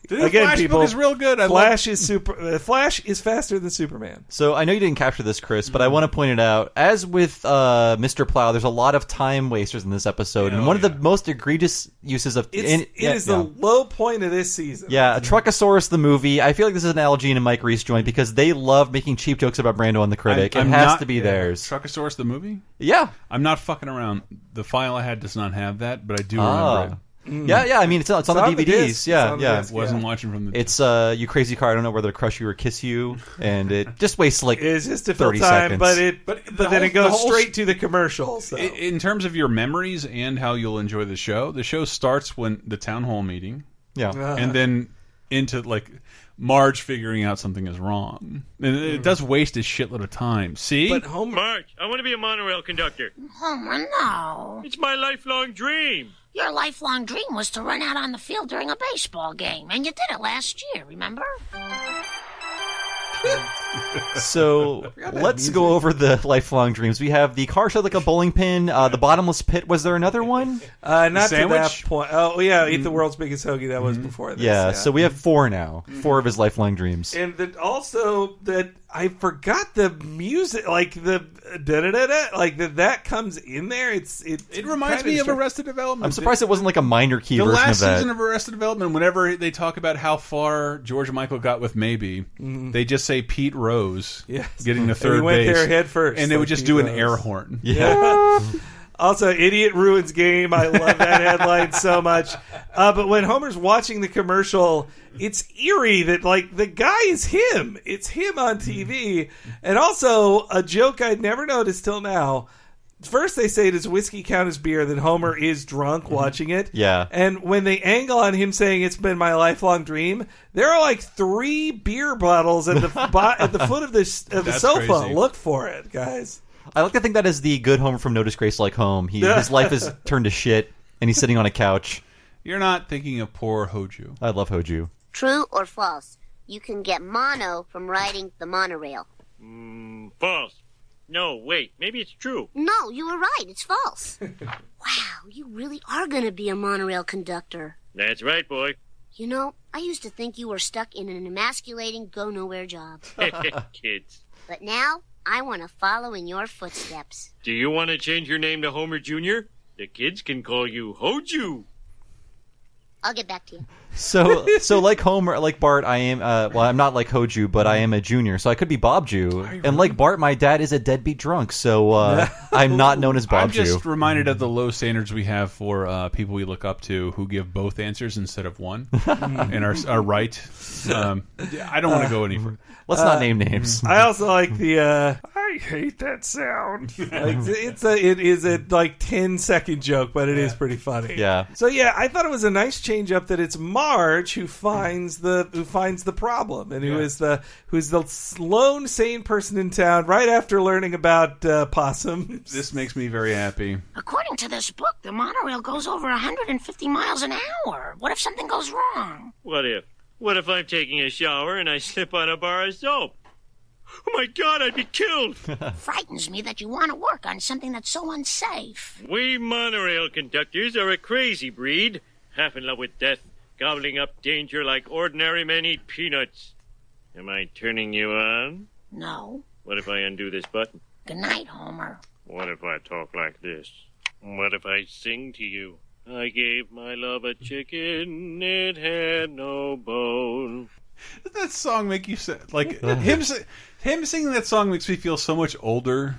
[SPEAKER 1] Dude, the
[SPEAKER 6] again,
[SPEAKER 1] Flash book
[SPEAKER 6] people,
[SPEAKER 1] is real good. I
[SPEAKER 6] Flash is super. Uh, Flash is faster than Superman.
[SPEAKER 3] So I know you didn't capture this, Chris, but I want to point it out. As with uh, Mr. Plow, there's a lot of time wasters in this episode, and one of the most egregious uses of
[SPEAKER 6] It's,
[SPEAKER 3] and-
[SPEAKER 6] it
[SPEAKER 3] yeah,
[SPEAKER 6] is
[SPEAKER 3] yeah.
[SPEAKER 6] the low point of this season.
[SPEAKER 3] Yeah, a Truckosaurus the movie. I feel like this is an Al Jean and Mike Reese joint because they love making cheap jokes about Brando and the critic. it has to be theirs.
[SPEAKER 1] Truckosaurus the movie.
[SPEAKER 3] Yeah,
[SPEAKER 1] I'm not fucking around. The file I had does not have that, but I do
[SPEAKER 3] Ah.
[SPEAKER 1] remember it.
[SPEAKER 3] Mm. Yeah, yeah, I mean, it's on- it's on It's the on the DVDs, disc. yeah, It's on the yeah. disc,
[SPEAKER 1] Wasn't
[SPEAKER 3] yeah.
[SPEAKER 1] watching from the.
[SPEAKER 3] It's uh, you crazy car. I don't know whether to crush you or kiss you, and it just wastes like
[SPEAKER 6] It's just to fill
[SPEAKER 3] thirty
[SPEAKER 6] time,
[SPEAKER 3] seconds.
[SPEAKER 6] but it but,
[SPEAKER 1] the
[SPEAKER 6] then
[SPEAKER 1] whole-
[SPEAKER 6] it goes
[SPEAKER 1] the whole
[SPEAKER 6] straight to the commercials.
[SPEAKER 1] I- In terms of your memories and how you'll enjoy the show, the show starts when the town hall meeting.
[SPEAKER 3] Yeah.
[SPEAKER 1] and then into like Marge figuring out something is wrong. And
[SPEAKER 3] Hmm.
[SPEAKER 1] it does waste a shitload of time. See?
[SPEAKER 6] Homer.
[SPEAKER 8] Marge, I want to be a monorail conductor.
[SPEAKER 11] Homer, no.
[SPEAKER 8] It's my lifelong dream.
[SPEAKER 11] Your lifelong dream was to run out on the field during a baseball game, and you did it last year, remember?
[SPEAKER 3] So let's go over the lifelong dreams. We have the car shaped like a bowling pin. Uh, the bottomless pit. Was there another one?
[SPEAKER 6] Uh, not
[SPEAKER 3] Sandwich?
[SPEAKER 6] to that point. Oh yeah, eat the world's biggest hoagie. That was before this.
[SPEAKER 3] Mm. Mm-hmm. Yeah, So we have four now. Four of his lifelong dreams.
[SPEAKER 6] and that also that I forgot the music, like the da da da da, like that that comes in there. It's it.
[SPEAKER 1] It reminds me of Arrested Development.
[SPEAKER 3] I'm surprised it wasn't like a minor key
[SPEAKER 1] the
[SPEAKER 3] version
[SPEAKER 1] last
[SPEAKER 3] of that.
[SPEAKER 1] season of Arrested Development, whenever they talk about how far George Michael got with maybe, they just say Pete Rose
[SPEAKER 6] Mm-hmm. Yes.
[SPEAKER 1] getting the
[SPEAKER 6] And he
[SPEAKER 1] third
[SPEAKER 6] went
[SPEAKER 1] base
[SPEAKER 6] there head first,
[SPEAKER 1] and they
[SPEAKER 6] like
[SPEAKER 1] would just
[SPEAKER 6] Pete
[SPEAKER 1] do an
[SPEAKER 6] Rose.
[SPEAKER 1] air horn.
[SPEAKER 6] Yeah. also, idiot ruins game. I love that headline so much. Uh, but when Homer's watching the commercial, it's eerie that like the guy is him. It's him on TV, and also a joke I'd never noticed till now. First, they say does whiskey count as beer? That Homer is drunk watching it.
[SPEAKER 3] Mm-hmm. Yeah.
[SPEAKER 6] And when they angle on him saying it's been my lifelong dream, there are like three beer bottles at the bo- at the foot of this of the
[SPEAKER 3] That's
[SPEAKER 6] sofa.
[SPEAKER 3] crazy.
[SPEAKER 6] Look for it, guys.
[SPEAKER 3] I like to think that is the good Homer from No Disgrace Like Home. He,
[SPEAKER 6] Yeah.
[SPEAKER 3] his life is turned to shit, and he's sitting on a couch.
[SPEAKER 1] You're not thinking of poor Hoju.
[SPEAKER 3] I love Hoju.
[SPEAKER 20] True or false? You can get mono from riding the monorail.
[SPEAKER 8] Mm, false. No, wait. Maybe it's true.
[SPEAKER 20] No, you were right. It's false. wow, you really are going to be a monorail conductor.
[SPEAKER 8] That's right, boy.
[SPEAKER 20] You know, I used to think you were stuck in an emasculating go nowhere job.
[SPEAKER 8] Kids,
[SPEAKER 20] but now, I want to follow in your footsteps.
[SPEAKER 8] do you want to change your name to Homer Jr.? The kids can call you Hoju.
[SPEAKER 20] I'll get back to you.
[SPEAKER 3] So, so like Homer, like Bart, I am. Uh, well, I'm not like Hoju, but I am a junior, so I could be Bobju. And like Bart, my dad is a deadbeat drunk, so uh, I'm not known as
[SPEAKER 1] I'm
[SPEAKER 3] Bobju.
[SPEAKER 1] just reminded
[SPEAKER 3] Mm-hmm.
[SPEAKER 1] of the low standards we have for uh, people we look up to who give both answers instead of one, and are, are right. Um, I don't want to go any further.
[SPEAKER 6] Uh,
[SPEAKER 1] mm.
[SPEAKER 6] I also like the. uh I hate that sound. like, it's a it is a like 10 second joke, but it is pretty funny.
[SPEAKER 3] Yeah.
[SPEAKER 6] So yeah, I thought it was a nice change up that it's Marge who finds the who finds the problem and who is
[SPEAKER 19] Yeah.
[SPEAKER 6] the who's the lone sane person in town right after learning about uh, possums.
[SPEAKER 1] This makes me very happy.
[SPEAKER 11] According to this book, the monorail goes over 150 miles an hour. What if something goes wrong?
[SPEAKER 8] What if? What if I'm taking a shower and I slip on a bar of soap? Oh my god, I'd be killed!
[SPEAKER 11] Frightens me that you want to work on something that's so unsafe.
[SPEAKER 8] we monorail conductors are a crazy breed, half in love with death, gobbling up danger like ordinary men eat peanuts. Am I turning you on?
[SPEAKER 11] No.
[SPEAKER 8] What if I undo this button?
[SPEAKER 11] Good night, Homer.
[SPEAKER 8] What if I talk like this? What if I sing to you? I gave my love a chicken, it had no bone.
[SPEAKER 1] Does that song make you sad? Like him, si- him singing that song makes me feel so much older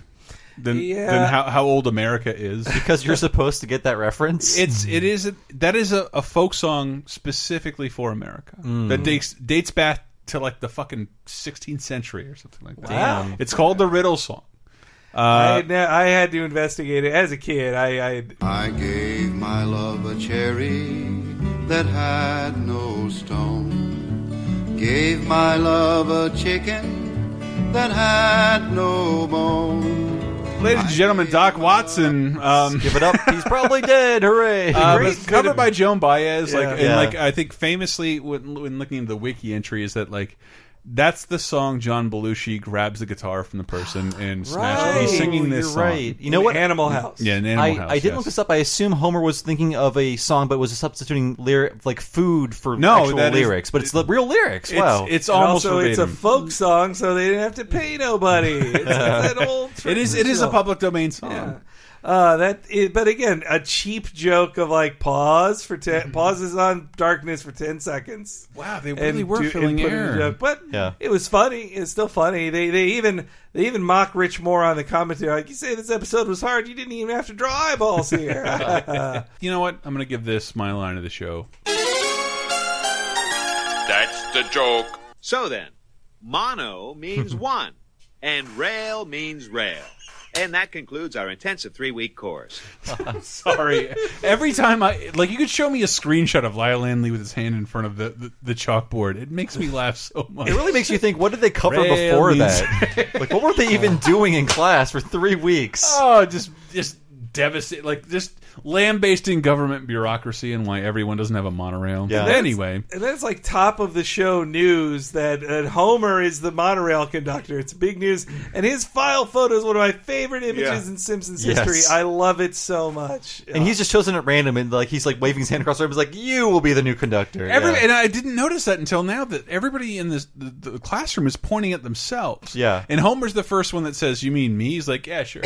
[SPEAKER 1] than
[SPEAKER 6] Yeah.
[SPEAKER 1] than how, how old America is.
[SPEAKER 3] Because you're supposed to get that reference.
[SPEAKER 1] It's it is a, that is a, a folk song specifically for America
[SPEAKER 3] Mm.
[SPEAKER 1] that dates dates back to like the fucking 16th century or something like that.
[SPEAKER 6] Wow.
[SPEAKER 1] It's called the Riddle Song.
[SPEAKER 6] I,
[SPEAKER 1] Uh,
[SPEAKER 6] had, ne- I had to investigate it as a kid. I, I
[SPEAKER 21] I gave my love a cherry that had no stone. Gave my love a chicken that had no bone.
[SPEAKER 1] Ladies and gentlemen, Doc Watson. Um,
[SPEAKER 3] Give it up. He's probably dead. Hooray!
[SPEAKER 1] Uh, but it's covered by Joan Baez, like
[SPEAKER 3] Yeah.
[SPEAKER 1] and
[SPEAKER 3] Yeah.
[SPEAKER 1] like I think famously when, when looking at the wiki entry is that like that's the song John Belushi grabs the guitar from the person and smashes. it. He's singing this
[SPEAKER 3] You're
[SPEAKER 1] song.
[SPEAKER 3] right. You know what?
[SPEAKER 6] Animal House.
[SPEAKER 1] Yeah, an Animal
[SPEAKER 3] I,
[SPEAKER 1] House,
[SPEAKER 3] I did
[SPEAKER 1] yes.
[SPEAKER 3] look this up. I assume Homer was thinking of a song, but was substituting lyric like food for
[SPEAKER 1] No,
[SPEAKER 3] actual
[SPEAKER 1] that is-
[SPEAKER 3] lyrics. but it's the real lyrics.
[SPEAKER 1] it's-
[SPEAKER 3] wow,
[SPEAKER 1] it's
[SPEAKER 6] And also, it's a folk song, so they didn't have to pay nobody. It's, it's an old.
[SPEAKER 1] It is- it is a
[SPEAKER 6] traditional-
[SPEAKER 1] public domain song.
[SPEAKER 6] Uh, that, is, but again, a cheap joke of like pause for ten, pauses on darkness for ten seconds.
[SPEAKER 1] Mm-hmm. Wow, they
[SPEAKER 6] And
[SPEAKER 1] really were
[SPEAKER 6] do-
[SPEAKER 1] filling
[SPEAKER 6] and put in a
[SPEAKER 1] air.
[SPEAKER 6] joke. but
[SPEAKER 1] Yeah.
[SPEAKER 6] it was funny. It's still funny. They they even they even mock Rich Moore on the commentary. Like you say, this episode was hard. You didn't even have to draw eyeballs here.
[SPEAKER 1] you know what? I'm going to give this my line of the show.
[SPEAKER 4] That's the joke. So then, mono means one, and rail means rail. And that concludes our intensive three week course.
[SPEAKER 1] Sorry. Every time I like, you could show me a screenshot of Lyle Landley with his hand in front of the, the, the chalkboard. It makes me laugh so much.
[SPEAKER 3] It really makes you think. What did they cover
[SPEAKER 1] Rail
[SPEAKER 3] before
[SPEAKER 1] means-
[SPEAKER 3] that? like, what were they even doing in class for three weeks?
[SPEAKER 1] Oh, just just devastate like just lambasting government bureaucracy and why everyone doesn't have a monorail.
[SPEAKER 6] And that's-
[SPEAKER 1] Anyway,
[SPEAKER 6] and that's like top of the show news that uh, Homer is the monorail conductor. It's big news, and his file photo is one of my favorite images
[SPEAKER 3] Yeah.
[SPEAKER 6] in Simpsons
[SPEAKER 3] Yes.
[SPEAKER 6] history. I love it so much.
[SPEAKER 3] And he's just chosen at random, and like he's like waving his hand across the room. He's like, "You will be the new conductor."
[SPEAKER 1] every
[SPEAKER 3] yeah.
[SPEAKER 1] and I didn't notice that until now that everybody in this the, the classroom is pointing at themselves.
[SPEAKER 3] Yeah.
[SPEAKER 1] And Homer's the first one that says, "You mean me?" He's like, "Yeah, sure."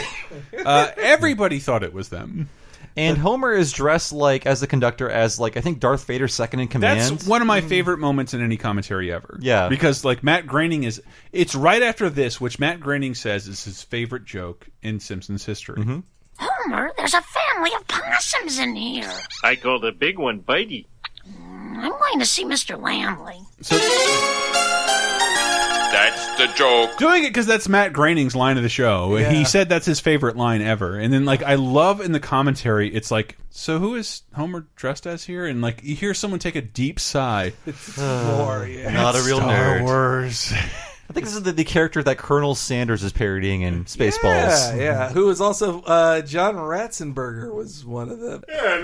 [SPEAKER 1] uh, everybody thought it was them.
[SPEAKER 3] And Homer is dressed like as the conductor as like I think Darth Vader's second in command.
[SPEAKER 1] That's one of my favorite moments in any commentary ever.
[SPEAKER 3] Yeah.
[SPEAKER 1] Because like Matt Groening is it's right after this which Matt Groening says is his favorite joke in Simpsons history.
[SPEAKER 3] Mm-hmm.
[SPEAKER 11] Homer, there's a family of possums in here.
[SPEAKER 14] I call the big one Bitey.
[SPEAKER 11] I'm going to see Mr. Lamley.
[SPEAKER 15] That's the joke.
[SPEAKER 1] Doing it because that's Matt Groening's line of the show.
[SPEAKER 15] Yeah.
[SPEAKER 1] He said that's his favorite line ever. And then, like, I love in the commentary, it's like, so who is Homer dressed as here? And, like, you hear someone take a deep sigh. It's
[SPEAKER 6] glorious.
[SPEAKER 3] Uh, Not a real
[SPEAKER 1] Star
[SPEAKER 3] nerd.
[SPEAKER 1] Wars.
[SPEAKER 3] I think this is the, the character that Colonel Sanders is parodying in
[SPEAKER 6] yeah,
[SPEAKER 3] Spaceballs.
[SPEAKER 6] yeah. Who was also uh, John Ratzenberger was one of the
[SPEAKER 1] Yeah.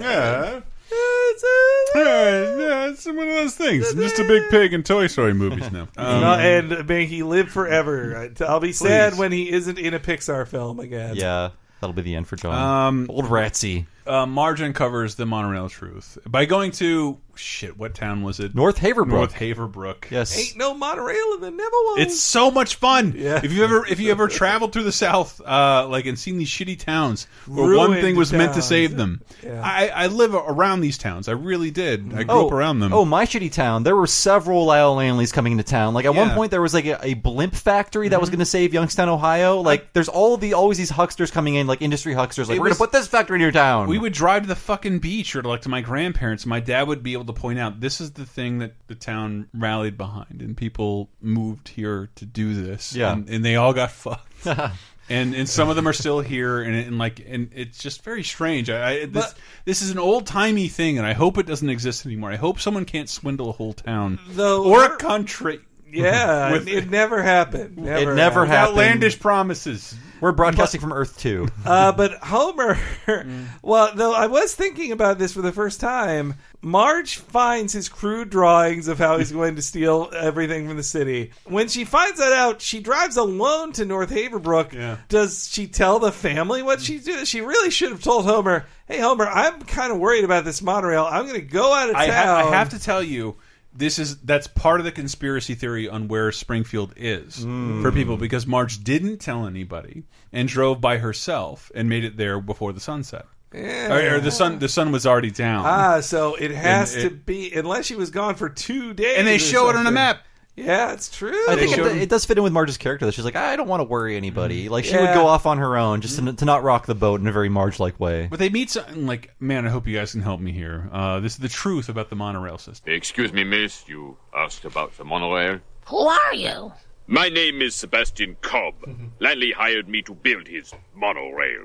[SPEAKER 1] Yeah. Yeah, yeah, it's one of those things. I'm just a big pig in Toy Story movies now. Um,
[SPEAKER 6] No, Uh, and may he live forever. Uh, I'll be sad
[SPEAKER 1] Please.
[SPEAKER 6] when he isn't in a Pixar film again.
[SPEAKER 3] Yeah, that'll be the end for John.
[SPEAKER 1] Um,
[SPEAKER 3] Old Ratsy.
[SPEAKER 1] Uh, Margin covers the monorail truth by going to shit. What town was it?
[SPEAKER 3] North Haverbrook.
[SPEAKER 1] North Haverbrook.
[SPEAKER 6] Ain't no monorail in the Neverland.
[SPEAKER 1] It's so much fun. If you ever if you ever traveled through the South, uh, like and seen these shitty towns where one
[SPEAKER 3] Ruined
[SPEAKER 1] thing was meant to
[SPEAKER 3] towns.
[SPEAKER 1] save them. I, I live around these towns. I really did. I grew
[SPEAKER 3] oh,
[SPEAKER 1] up around them.
[SPEAKER 3] Oh, my shitty town. There were several Lyle Lanleys coming into town. Like at one
[SPEAKER 1] Yeah. Mm-hmm.
[SPEAKER 3] point, there was like a, a blimp factory that was going to save Youngstown, Ohio. Like there's all the always these hucksters coming in, like industry hucksters. Like
[SPEAKER 1] It
[SPEAKER 3] we're going
[SPEAKER 1] was-
[SPEAKER 3] to put this factory in your town.
[SPEAKER 1] We would drive to the fucking beach or like to my grandparents. My dad would be able to point out this is the thing that the town rallied behind and people moved here to do this.
[SPEAKER 3] Yeah.
[SPEAKER 1] And, and they all got fucked. and and some of them are still here and, and like and it's just very strange. I, I this this is an old timey thing and I hope it doesn't exist anymore. I hope someone can't swindle a whole town
[SPEAKER 6] Though-
[SPEAKER 1] or a country.
[SPEAKER 6] Yeah,
[SPEAKER 1] With-
[SPEAKER 6] it never happened.
[SPEAKER 3] it never
[SPEAKER 1] With
[SPEAKER 3] happened.
[SPEAKER 1] outlandish promises.
[SPEAKER 3] We're broadcasting from Earth Two.
[SPEAKER 6] Uh, but Homer, well, though I was thinking about this for the first time, Marge finds his crude drawings of how he's going to steal everything from the city. When she finds that out, she drives alone to North Haverbrook. Does she tell the family what she did? She really should have told Homer, hey, Homer, I'm kind of worried about this monorail. I'm going to go out of town.
[SPEAKER 1] I, ha- I have to tell you, this is that's part of the conspiracy theory on where Springfield is
[SPEAKER 6] Hmm.
[SPEAKER 1] for people because Marge didn't tell anybody and drove by herself and made it there before the sunset.
[SPEAKER 6] Yeah.
[SPEAKER 1] Or, or the sun the sun was already down.
[SPEAKER 6] Ah, so it has
[SPEAKER 1] And
[SPEAKER 6] to be unless she was gone for two days,
[SPEAKER 1] And they
[SPEAKER 6] or
[SPEAKER 1] show it on a
[SPEAKER 6] something.
[SPEAKER 1] map.
[SPEAKER 6] Yeah, it's true.
[SPEAKER 3] I think it, it does fit in with Marge's character. That she's like, I don't want to worry anybody. Like she
[SPEAKER 1] Mm-hmm. Yeah. Mm-hmm.
[SPEAKER 3] would go off on her own, just to, to not rock the boat in a very Marge like way.
[SPEAKER 1] But they meet something like, man, I hope you guys can help me here. Uh, this is the truth about the monorail system.
[SPEAKER 7] Excuse me, miss. You asked about the monorail.
[SPEAKER 11] Who are you?
[SPEAKER 7] My name is Sebastian Cobb. Landley hired me to build his monorail.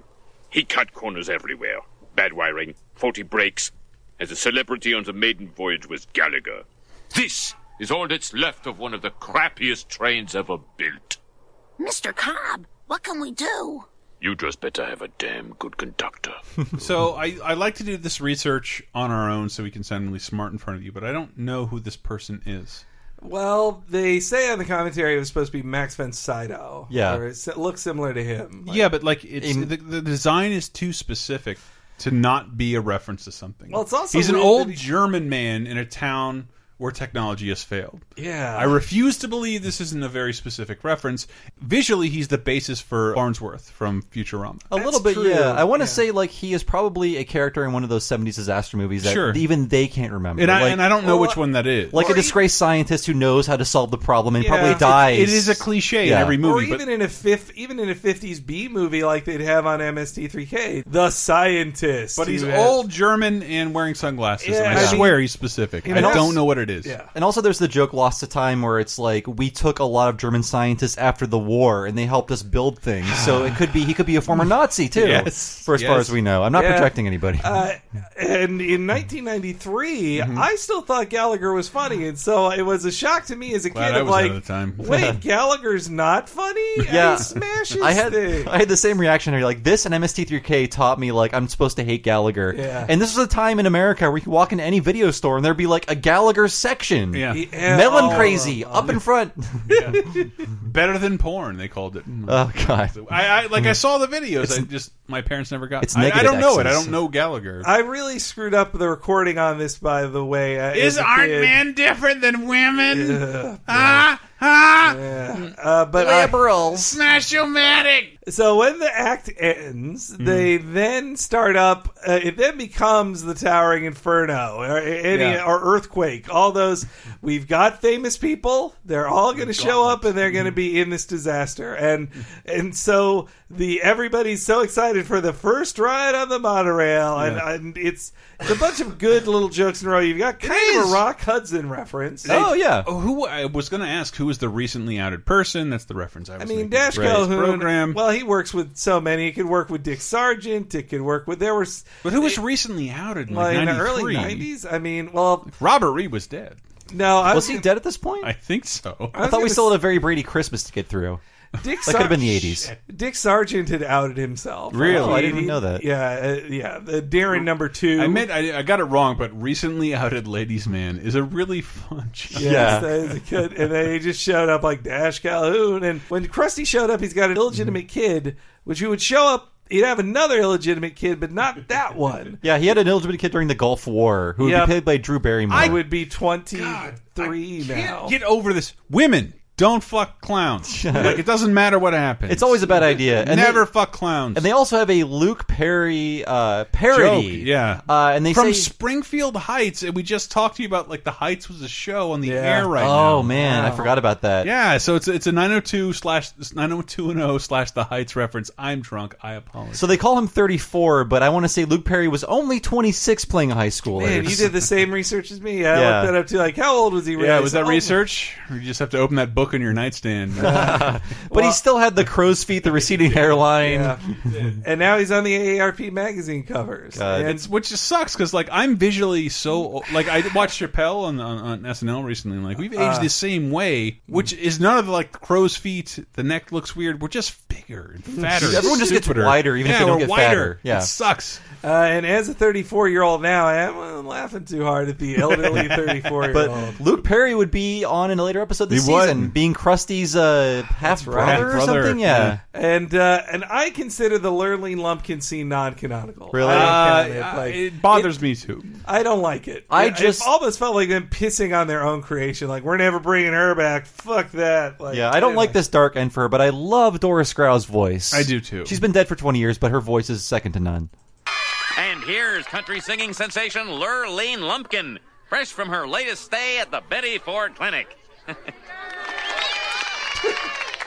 [SPEAKER 7] He cut corners everywhere. Bad wiring, faulty brakes. As a celebrity on the maiden voyage was Gallagher. This is all that's left of one of the crappiest trains ever built.
[SPEAKER 11] Mr. Cobb, what can we do?
[SPEAKER 7] You just better have a damn good conductor.
[SPEAKER 1] so I, I like to do this research on our own so we can sound really smart in front of you, but I don't know who this person is.
[SPEAKER 6] Well, they say on the commentary it was supposed to be Max von Sydow.
[SPEAKER 1] Yeah.
[SPEAKER 6] or it looks similar to him.
[SPEAKER 1] yeah, but like it's the, the design is too specific to not be a reference to something.
[SPEAKER 6] Well, it's also
[SPEAKER 1] he's an
[SPEAKER 6] weird
[SPEAKER 1] old
[SPEAKER 6] that he-
[SPEAKER 1] German man in a town where technology has failed.
[SPEAKER 6] Yeah.
[SPEAKER 1] I refuse to believe this isn't a very specific reference. Visually, he's the basis for Farnsworth from Futurama.
[SPEAKER 3] A little bit, yeah. I want to say like he is probably a character in one of those '70s disaster movies that
[SPEAKER 1] Sure.
[SPEAKER 3] even they can't remember.
[SPEAKER 1] And I,
[SPEAKER 3] Like-
[SPEAKER 1] and I don't know which one that is.
[SPEAKER 3] like a disgraced scientist who knows how to solve the problem and probably
[SPEAKER 6] It's-
[SPEAKER 3] dies.
[SPEAKER 1] it is a cliche
[SPEAKER 3] Yeah.
[SPEAKER 1] in every
[SPEAKER 6] Or
[SPEAKER 1] movie,
[SPEAKER 6] even
[SPEAKER 1] but
[SPEAKER 6] in a fifth, even in a fifties B movie like they'd have on MST3K, the scientist.
[SPEAKER 1] but he's
[SPEAKER 6] who had-
[SPEAKER 1] old German and wearing sunglasses.
[SPEAKER 6] Yeah,
[SPEAKER 1] and I,
[SPEAKER 6] I mean-
[SPEAKER 1] swear he's specific.
[SPEAKER 6] And
[SPEAKER 1] I
[SPEAKER 6] also-
[SPEAKER 1] don't know what it it is. Yeah.
[SPEAKER 3] And also, there's the joke lost to time where it's like we took a lot of German scientists after the war and they helped us build things. So it could be he could be a former Nazi too,
[SPEAKER 6] Yes.
[SPEAKER 3] for as far
[SPEAKER 6] Yes.
[SPEAKER 3] as we know. I'm not
[SPEAKER 6] Yeah.
[SPEAKER 3] protecting anybody.
[SPEAKER 6] Uh, and in 1993,
[SPEAKER 3] Mm-hmm.
[SPEAKER 6] I still thought Gallagher was funny, and so it was a shock to me as a
[SPEAKER 3] Glad
[SPEAKER 6] kid
[SPEAKER 3] I
[SPEAKER 6] of
[SPEAKER 3] was out
[SPEAKER 6] like,
[SPEAKER 3] of the time.
[SPEAKER 6] wait, Gallagher's not funny?
[SPEAKER 3] Yeah.
[SPEAKER 6] he smashes
[SPEAKER 3] I had
[SPEAKER 6] things.
[SPEAKER 3] I had the same reaction. here. Like this and MST3K taught me like I'm supposed to hate Gallagher.
[SPEAKER 6] Yeah.
[SPEAKER 3] And this was a time in America where you could walk into any video store and there'd be like a Gallagher section.
[SPEAKER 1] Yeah. Yeah.
[SPEAKER 3] Melon
[SPEAKER 1] Oh,
[SPEAKER 3] crazy up in front.
[SPEAKER 1] Better than porn, they called it.
[SPEAKER 3] Oh god.
[SPEAKER 1] I, I like I saw the videos. I just my parents never got.
[SPEAKER 3] it's
[SPEAKER 1] I, I
[SPEAKER 3] negative
[SPEAKER 1] don't know it. I
[SPEAKER 3] access.
[SPEAKER 1] don't know Gallagher. Uh,
[SPEAKER 6] I really screwed up the recording on this, by the way. uh,
[SPEAKER 1] Is
[SPEAKER 6] as a
[SPEAKER 1] aren't
[SPEAKER 6] kid.
[SPEAKER 1] men different than women?
[SPEAKER 6] Yeah.
[SPEAKER 1] Ah, ah,
[SPEAKER 6] Yeah. Uh, but I-
[SPEAKER 1] Smash-o-matic.
[SPEAKER 6] So when the act ends,
[SPEAKER 1] Hmm.
[SPEAKER 6] they then start up. Uh, it then becomes the Towering Inferno or any
[SPEAKER 1] Yeah.
[SPEAKER 6] or earthquake. All those we've got famous people. They're all going to show up and they're going
[SPEAKER 1] Hmm.
[SPEAKER 6] to be in this disaster. And and so the everybody's so excited for the first ride on the monorail, and,
[SPEAKER 1] Yeah.
[SPEAKER 6] and it's it's a bunch of good little jokes in a row. You've got kind of a Rock Hudson reference.
[SPEAKER 3] Oh,
[SPEAKER 1] Oh, Who I was going to ask who is the recently outed person? That's the reference I was.
[SPEAKER 6] I mean,
[SPEAKER 1] thinking.
[SPEAKER 6] Dash
[SPEAKER 1] Right.
[SPEAKER 6] Calhoun.
[SPEAKER 1] program.
[SPEAKER 6] Well, he works with so many. It could work with Dick Sargent. It could work with there were.
[SPEAKER 1] But who was recently outed? in,
[SPEAKER 6] Well,
[SPEAKER 1] like,
[SPEAKER 6] in the early
[SPEAKER 1] 93?
[SPEAKER 6] nineties. I mean, well,
[SPEAKER 1] Robert Reed was dead.
[SPEAKER 6] no, I
[SPEAKER 3] was he dead at this point?
[SPEAKER 1] I think so.
[SPEAKER 3] I, thought we still had a very Brady Christmas to get through.
[SPEAKER 6] Dick
[SPEAKER 3] that could have been the
[SPEAKER 6] Sar-
[SPEAKER 3] 80s.
[SPEAKER 6] Dick Sargent had outed himself.
[SPEAKER 3] Really?
[SPEAKER 6] Uh,
[SPEAKER 3] I didn't
[SPEAKER 6] he-
[SPEAKER 3] know that.
[SPEAKER 6] Yeah, uh, yeah. The Darren number two.
[SPEAKER 1] I admit I, I got it wrong, but recently outed ladies man is a really fun. show.
[SPEAKER 6] Yes, that is a good. And then he just showed up like Dash Calhoun. And when Krusty showed up, he's got an illegitimate
[SPEAKER 3] Mm-hmm.
[SPEAKER 6] kid, which he would show up. He'd have another illegitimate kid, but not that one.
[SPEAKER 3] Yeah, he had an illegitimate kid during the Gulf War who would
[SPEAKER 6] Yeah.
[SPEAKER 3] be played by Drew Barrymore.
[SPEAKER 6] I would be 23 now.
[SPEAKER 1] Get over this. Women don't fuck clowns. like it doesn't matter what happens.
[SPEAKER 3] It's always a bad idea. And
[SPEAKER 1] Never
[SPEAKER 3] they,
[SPEAKER 1] fuck clowns.
[SPEAKER 3] And they also have a Luke Perry uh, parody.
[SPEAKER 1] Joke, yeah.
[SPEAKER 3] Uh, and they say,
[SPEAKER 1] From Springfield Heights, and we just talked to you about like the Heights was a show on the
[SPEAKER 3] Yeah.
[SPEAKER 1] air right now.
[SPEAKER 3] Oh, man, I forgot about that.
[SPEAKER 1] Yeah, so it's it's a 902 slash 902 and 0 slash the Heights reference. I'm drunk. I apologize.
[SPEAKER 3] So they call him 34, but I want to say Luke Perry was only 26 playing high school.
[SPEAKER 6] Man, you did the same research as me. I
[SPEAKER 3] Yeah.
[SPEAKER 6] looked that up too. Like, how old was he? really?
[SPEAKER 1] yeah, was that
[SPEAKER 6] Oh,
[SPEAKER 1] research? Or you just have to open that book on your nightstand.
[SPEAKER 3] but he still had the crow's feet, the receding hairline.
[SPEAKER 6] Yeah. and now he's on the AARP magazine covers.
[SPEAKER 1] God.
[SPEAKER 6] And
[SPEAKER 1] It's- which just sucks because like I'm visually so like I watched Chappelle on, on, on SNL recently. And, like we've aged
[SPEAKER 6] Uh.
[SPEAKER 1] the same way, which is none of the like crow's feet. The neck looks weird. We're just bigger and fatter. and
[SPEAKER 3] Everyone just gets
[SPEAKER 1] stupider.
[SPEAKER 3] wider, even
[SPEAKER 1] yeah,
[SPEAKER 3] if they don't
[SPEAKER 1] we're
[SPEAKER 3] get
[SPEAKER 1] wider.
[SPEAKER 3] fatter. Yeah.
[SPEAKER 1] It sucks.
[SPEAKER 6] Uh, and as a 34 year old now, I am uh, laughing too hard at the elderly 34 year old.
[SPEAKER 3] But Luke Perry would be on in a later episode this
[SPEAKER 6] He would.
[SPEAKER 3] season, being Krusty's uh, half brother or
[SPEAKER 6] Half-brother.
[SPEAKER 3] something. Yeah.
[SPEAKER 6] and uh, and I consider the Lurleen Lumpkin scene non-canonical.
[SPEAKER 3] Really?
[SPEAKER 6] I don't count
[SPEAKER 1] Uh,
[SPEAKER 6] it. Like,
[SPEAKER 1] it bothers me too.
[SPEAKER 6] I don't like it.
[SPEAKER 1] I
[SPEAKER 6] It- it
[SPEAKER 1] just-
[SPEAKER 6] almost felt like them pissing on their own creation. Like we're never bringing her back. Fuck that. Like,
[SPEAKER 3] yeah, I don't like this dark end for her, but I love Doris Grau's voice.
[SPEAKER 1] I do, too.
[SPEAKER 3] She's been dead for 20 years, but her voice is second to none.
[SPEAKER 9] And here's country singing sensation Lurleen Lumpkin, fresh from her latest stay at the Betty Ford Clinic.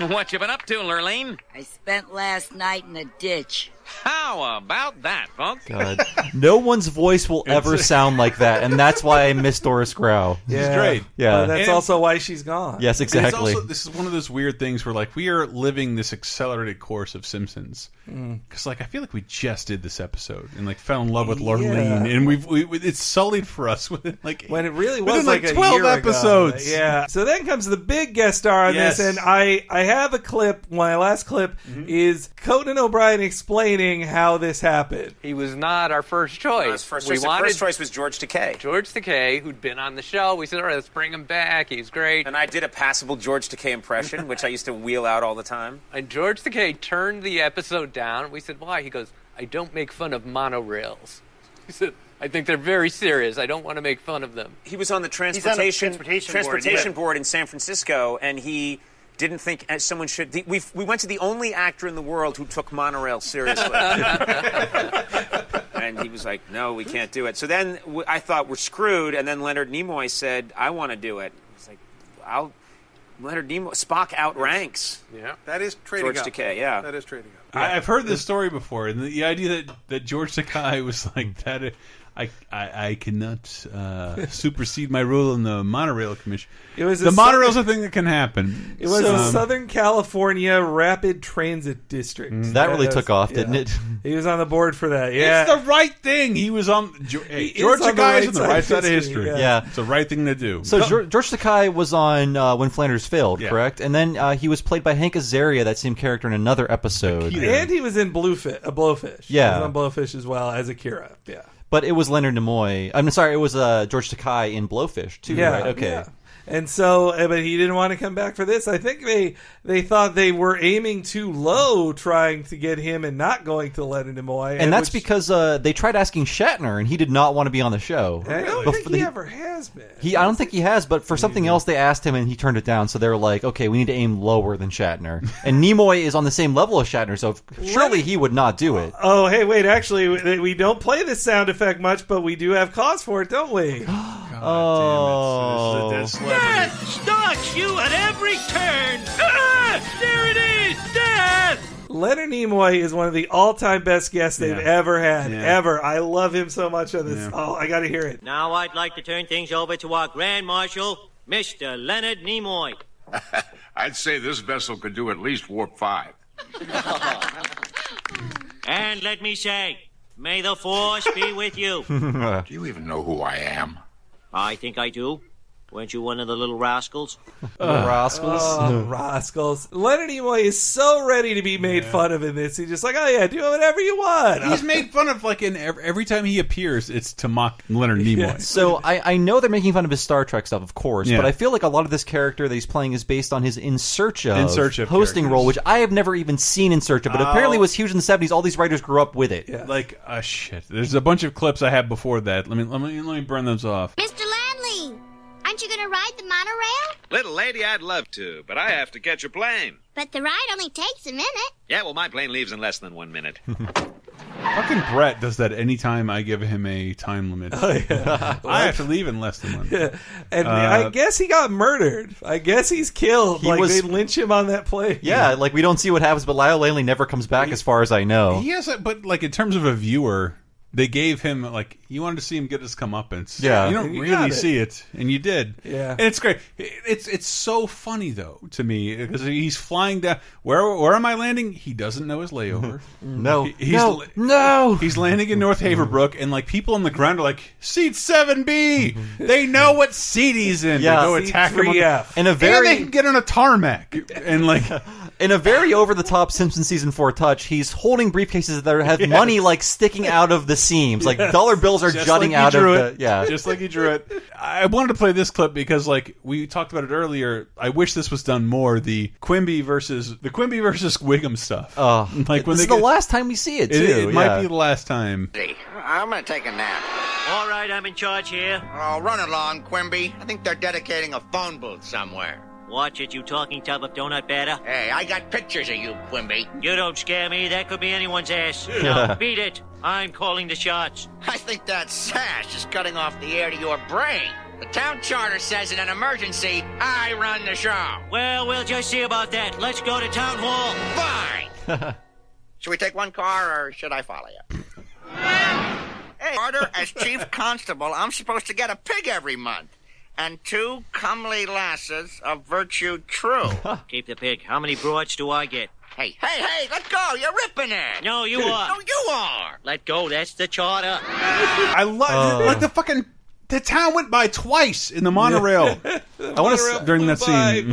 [SPEAKER 9] what you been up to, Lurleen?
[SPEAKER 10] I spent last night in a ditch.
[SPEAKER 9] How about that, folks?
[SPEAKER 3] God. no one's voice will ever sound like that, and that's why I miss Doris Grau.
[SPEAKER 1] She's great.
[SPEAKER 3] Yeah.
[SPEAKER 6] But Uh, that's also why she's gone.
[SPEAKER 3] Yes,
[SPEAKER 1] And it's
[SPEAKER 3] exactly.
[SPEAKER 1] also- this is one of those weird things where like we are living this accelerated course of Simpsons.
[SPEAKER 6] Mm.
[SPEAKER 1] Because like I feel like we just did this episode and like fell in love with
[SPEAKER 6] Yeah.
[SPEAKER 1] Lorleen, and we've we, we- it's sullied for us within like
[SPEAKER 6] when it really
[SPEAKER 1] within,
[SPEAKER 6] was like, a
[SPEAKER 1] twelve
[SPEAKER 6] year ago.
[SPEAKER 1] episodes.
[SPEAKER 6] Yeah. So then comes the big guest star on
[SPEAKER 1] Yes. Mm-hmm.
[SPEAKER 6] this, and I I have a clip. My last clip is Conan O'Brien explaining how this happened.
[SPEAKER 22] He was not our first choice.
[SPEAKER 23] His first
[SPEAKER 22] we
[SPEAKER 23] choice, the
[SPEAKER 22] wanted
[SPEAKER 23] first choice was George Takei.
[SPEAKER 22] George Takei, who'd been on the show. We said, all right, let's bring him back. He's great.
[SPEAKER 23] And I did a passable George Takei impression, which I used to wheel out all the time.
[SPEAKER 22] And George Takei turned the episode down. We said, why? He goes, I don't make fun of monorails. He said, I think they're very serious. I don't want to make fun of them.
[SPEAKER 23] He was on the
[SPEAKER 22] the
[SPEAKER 23] transportation
[SPEAKER 22] transportation board,
[SPEAKER 23] transportation
[SPEAKER 22] yeah.
[SPEAKER 23] board in San Francisco, and he didn't think uh, someone should. The, we we went to the only actor in the world who took monorail seriously. And he was like, "No, we can't do it." So then w- I thought we're screwed. And then Leonard Nimoy said, "I want to do it." It's like, "I'll." Leonard Nimoy, Spock outranks.
[SPEAKER 22] Yeah,
[SPEAKER 23] that is
[SPEAKER 22] trading
[SPEAKER 23] George
[SPEAKER 22] up.
[SPEAKER 23] Takei. Yeah,
[SPEAKER 22] That is trading up.
[SPEAKER 1] I, I've heard this story before, and the, the idea that that George Sakai was like that. I, I, I cannot uh, supersede my rule in the monorail commission.
[SPEAKER 6] It was a
[SPEAKER 1] the
[SPEAKER 6] sou-
[SPEAKER 1] monorail's a thing that can happen.
[SPEAKER 6] It was
[SPEAKER 1] So,
[SPEAKER 6] the
[SPEAKER 1] um,
[SPEAKER 6] Southern California Rapid Transit District.
[SPEAKER 1] Mm. That really took off, didn't
[SPEAKER 6] yeah.
[SPEAKER 1] it?
[SPEAKER 6] He was on the board for that. Yeah,
[SPEAKER 1] It's the right thing. He was on. Ge- hey,
[SPEAKER 6] is
[SPEAKER 1] George
[SPEAKER 6] on the
[SPEAKER 1] Takei
[SPEAKER 6] right
[SPEAKER 1] is on the
[SPEAKER 6] side
[SPEAKER 1] right
[SPEAKER 6] of
[SPEAKER 1] side of
[SPEAKER 6] history,
[SPEAKER 1] history.
[SPEAKER 3] yeah. Yeah.
[SPEAKER 1] it's the right thing to do.
[SPEAKER 3] So George, George Takei was on uh, when Flanders failed, correct? And then uh, he was played by Hank Azaria, that same character in another episode.
[SPEAKER 6] and he was in Bluefish, a Blowfish.
[SPEAKER 3] Yeah.
[SPEAKER 6] he was on Blowfish as well as Akira. Yeah,
[SPEAKER 3] But it was Leonard Nimoy. I'm sorry, it was uh, George Takei in Blowfish too,
[SPEAKER 6] yeah,
[SPEAKER 3] right? Okay.
[SPEAKER 6] yeah. And so, eh, but he didn't want to come back for this. I think they they thought they were aiming too low, trying to get him and not going to Leonard Nimoy.
[SPEAKER 3] And that's
[SPEAKER 6] which-
[SPEAKER 3] because uh, they tried asking Shatner, and he did not want to be on the show.
[SPEAKER 6] I don't
[SPEAKER 3] Bef-
[SPEAKER 6] think he,
[SPEAKER 3] he-
[SPEAKER 6] ever has been.
[SPEAKER 3] he- I don't think he has, but for something else they asked him, and he turned it down. So they were like, "Okay, we need to aim lower than Shatner." And Nimoy is on the same level as Shatner, so surely he would not do it.
[SPEAKER 6] Oh, hey, wait! Actually, we, we don't play this sound effect much, but we do have cause for it, don't we?
[SPEAKER 1] Ah,
[SPEAKER 3] oh,
[SPEAKER 8] Death stalks you at every turn. Ah, there it is, death.
[SPEAKER 6] Leonard Nimoy is one of the all-time best guests they've ever had,
[SPEAKER 2] Yeah.
[SPEAKER 6] ever. I love him so much on this. Oh, I got to hear it.
[SPEAKER 2] Now I'd like to turn things over to our Grand Marshal, Mr. Leonard Nimoy.
[SPEAKER 16] I'd say this vessel could do at least warp five.
[SPEAKER 2] And let me say, may the force be with you.
[SPEAKER 16] do you even know who I am?
[SPEAKER 2] I think I do. Weren't you one of the little rascals?
[SPEAKER 3] rascals.
[SPEAKER 1] Ah.
[SPEAKER 6] Oh, rascals. Leonard Nimoy is so ready to be made fun of in this. He's just like, oh yeah, do whatever you want.
[SPEAKER 1] He's made fun of like in every, every time he appears, it's to mock Leonard Nimoy.
[SPEAKER 3] So I, I know they're making fun of his Star Trek stuff, of course,
[SPEAKER 1] Yeah.
[SPEAKER 3] but I feel like a lot of this character that he's playing is based on his In Search of,
[SPEAKER 1] In Search of
[SPEAKER 3] hosting
[SPEAKER 1] characters.
[SPEAKER 3] role, which I have never even seen In Search of, but apparently
[SPEAKER 1] Oh.
[SPEAKER 3] was huge in the '70s. All these writers grew up with it.
[SPEAKER 1] Like, uh, shit. There's a bunch of clips I had before that. Let me let me let me burn those off.
[SPEAKER 12] Mr. Landley, aren't you going to ride the monorail?
[SPEAKER 4] Little lady, I'd love to, but I have to catch a plane.
[SPEAKER 12] But the ride only takes a minute.
[SPEAKER 4] Yeah, well, my plane leaves in less than one minute.
[SPEAKER 1] Fucking Brett does that anytime I give him a time limit.
[SPEAKER 3] Oh,
[SPEAKER 1] I have to leave in less than one. minute.
[SPEAKER 6] And
[SPEAKER 1] Uh,
[SPEAKER 6] I guess he got murdered. I guess he's killed.
[SPEAKER 3] He
[SPEAKER 6] like
[SPEAKER 3] was-
[SPEAKER 6] they lynch him on that plane.
[SPEAKER 3] Yeah, like we don't see what happens, but Lyle Lanley never comes back, as far as I know.
[SPEAKER 1] He has, a, but like in terms of a viewer, they gave him like you wanted to see him get his comeuppance.
[SPEAKER 3] Yeah.
[SPEAKER 1] you don't
[SPEAKER 3] You
[SPEAKER 1] really
[SPEAKER 3] got it.
[SPEAKER 1] see it, and you did.
[SPEAKER 6] Yeah.
[SPEAKER 1] and it's great. It's it's so funny though to me because he's flying down. Where where am I landing? He doesn't know his layover.
[SPEAKER 3] No.
[SPEAKER 1] He- he's
[SPEAKER 3] No. no.
[SPEAKER 1] He's landing in North Haverbrook, and like people on the ground are like seat seven B. They know what seat he's in.
[SPEAKER 3] Yeah.
[SPEAKER 1] they go
[SPEAKER 3] Seat
[SPEAKER 1] attack him on the-
[SPEAKER 3] 3F. In a very-
[SPEAKER 1] and they can get on a tarmac and like.
[SPEAKER 3] In a very over-the-top Simpson season four touch, he's holding briefcases that have money like sticking out of the seams, like
[SPEAKER 1] Yes.
[SPEAKER 3] dollar bills are
[SPEAKER 1] Just
[SPEAKER 3] jutting
[SPEAKER 1] like
[SPEAKER 3] out
[SPEAKER 1] he drew
[SPEAKER 3] of
[SPEAKER 1] it.
[SPEAKER 3] the yeah.
[SPEAKER 1] just like he drew it. I wanted to play this clip because, like we talked about it earlier, I wish this was done more. The Quimby versus the Quimby versus Wiggum stuff. Oh, like when
[SPEAKER 3] this
[SPEAKER 1] they
[SPEAKER 3] is the
[SPEAKER 1] get-
[SPEAKER 3] last time we see it
[SPEAKER 1] It,
[SPEAKER 3] too.
[SPEAKER 1] it might
[SPEAKER 3] yeah.
[SPEAKER 1] be the last time.
[SPEAKER 5] I'm gonna take a nap.
[SPEAKER 2] All right, I'm in charge here.
[SPEAKER 5] Oh, run along, Quimby. I think they're dedicating a phone booth somewhere.
[SPEAKER 2] Watch it, you talking tub of donut batter.
[SPEAKER 5] Hey, I got pictures of you, Quimby.
[SPEAKER 2] You don't scare me. That could be anyone's ass. Now, beat it. I'm calling the shots.
[SPEAKER 5] I think that sash is cutting off the air to your brain. The town charter says in an emergency, I run the show.
[SPEAKER 2] Well, we'll just see about that. Let's go to town hall.
[SPEAKER 5] Fine. Should we take one car or should I follow you? hey, Carter, as chief constable, I'm supposed to get a pig every month. And two comely lasses of virtue true.
[SPEAKER 2] Keep the pig. How many broads do I get?
[SPEAKER 5] Hey, hey, hey, let go. You're ripping it.
[SPEAKER 2] No, you are.
[SPEAKER 5] No, you are.
[SPEAKER 2] Let go. That's the charter.
[SPEAKER 1] I love
[SPEAKER 2] Uh.
[SPEAKER 1] like the fucking the town went by twice in the monorail.
[SPEAKER 3] I want to
[SPEAKER 1] during that scene.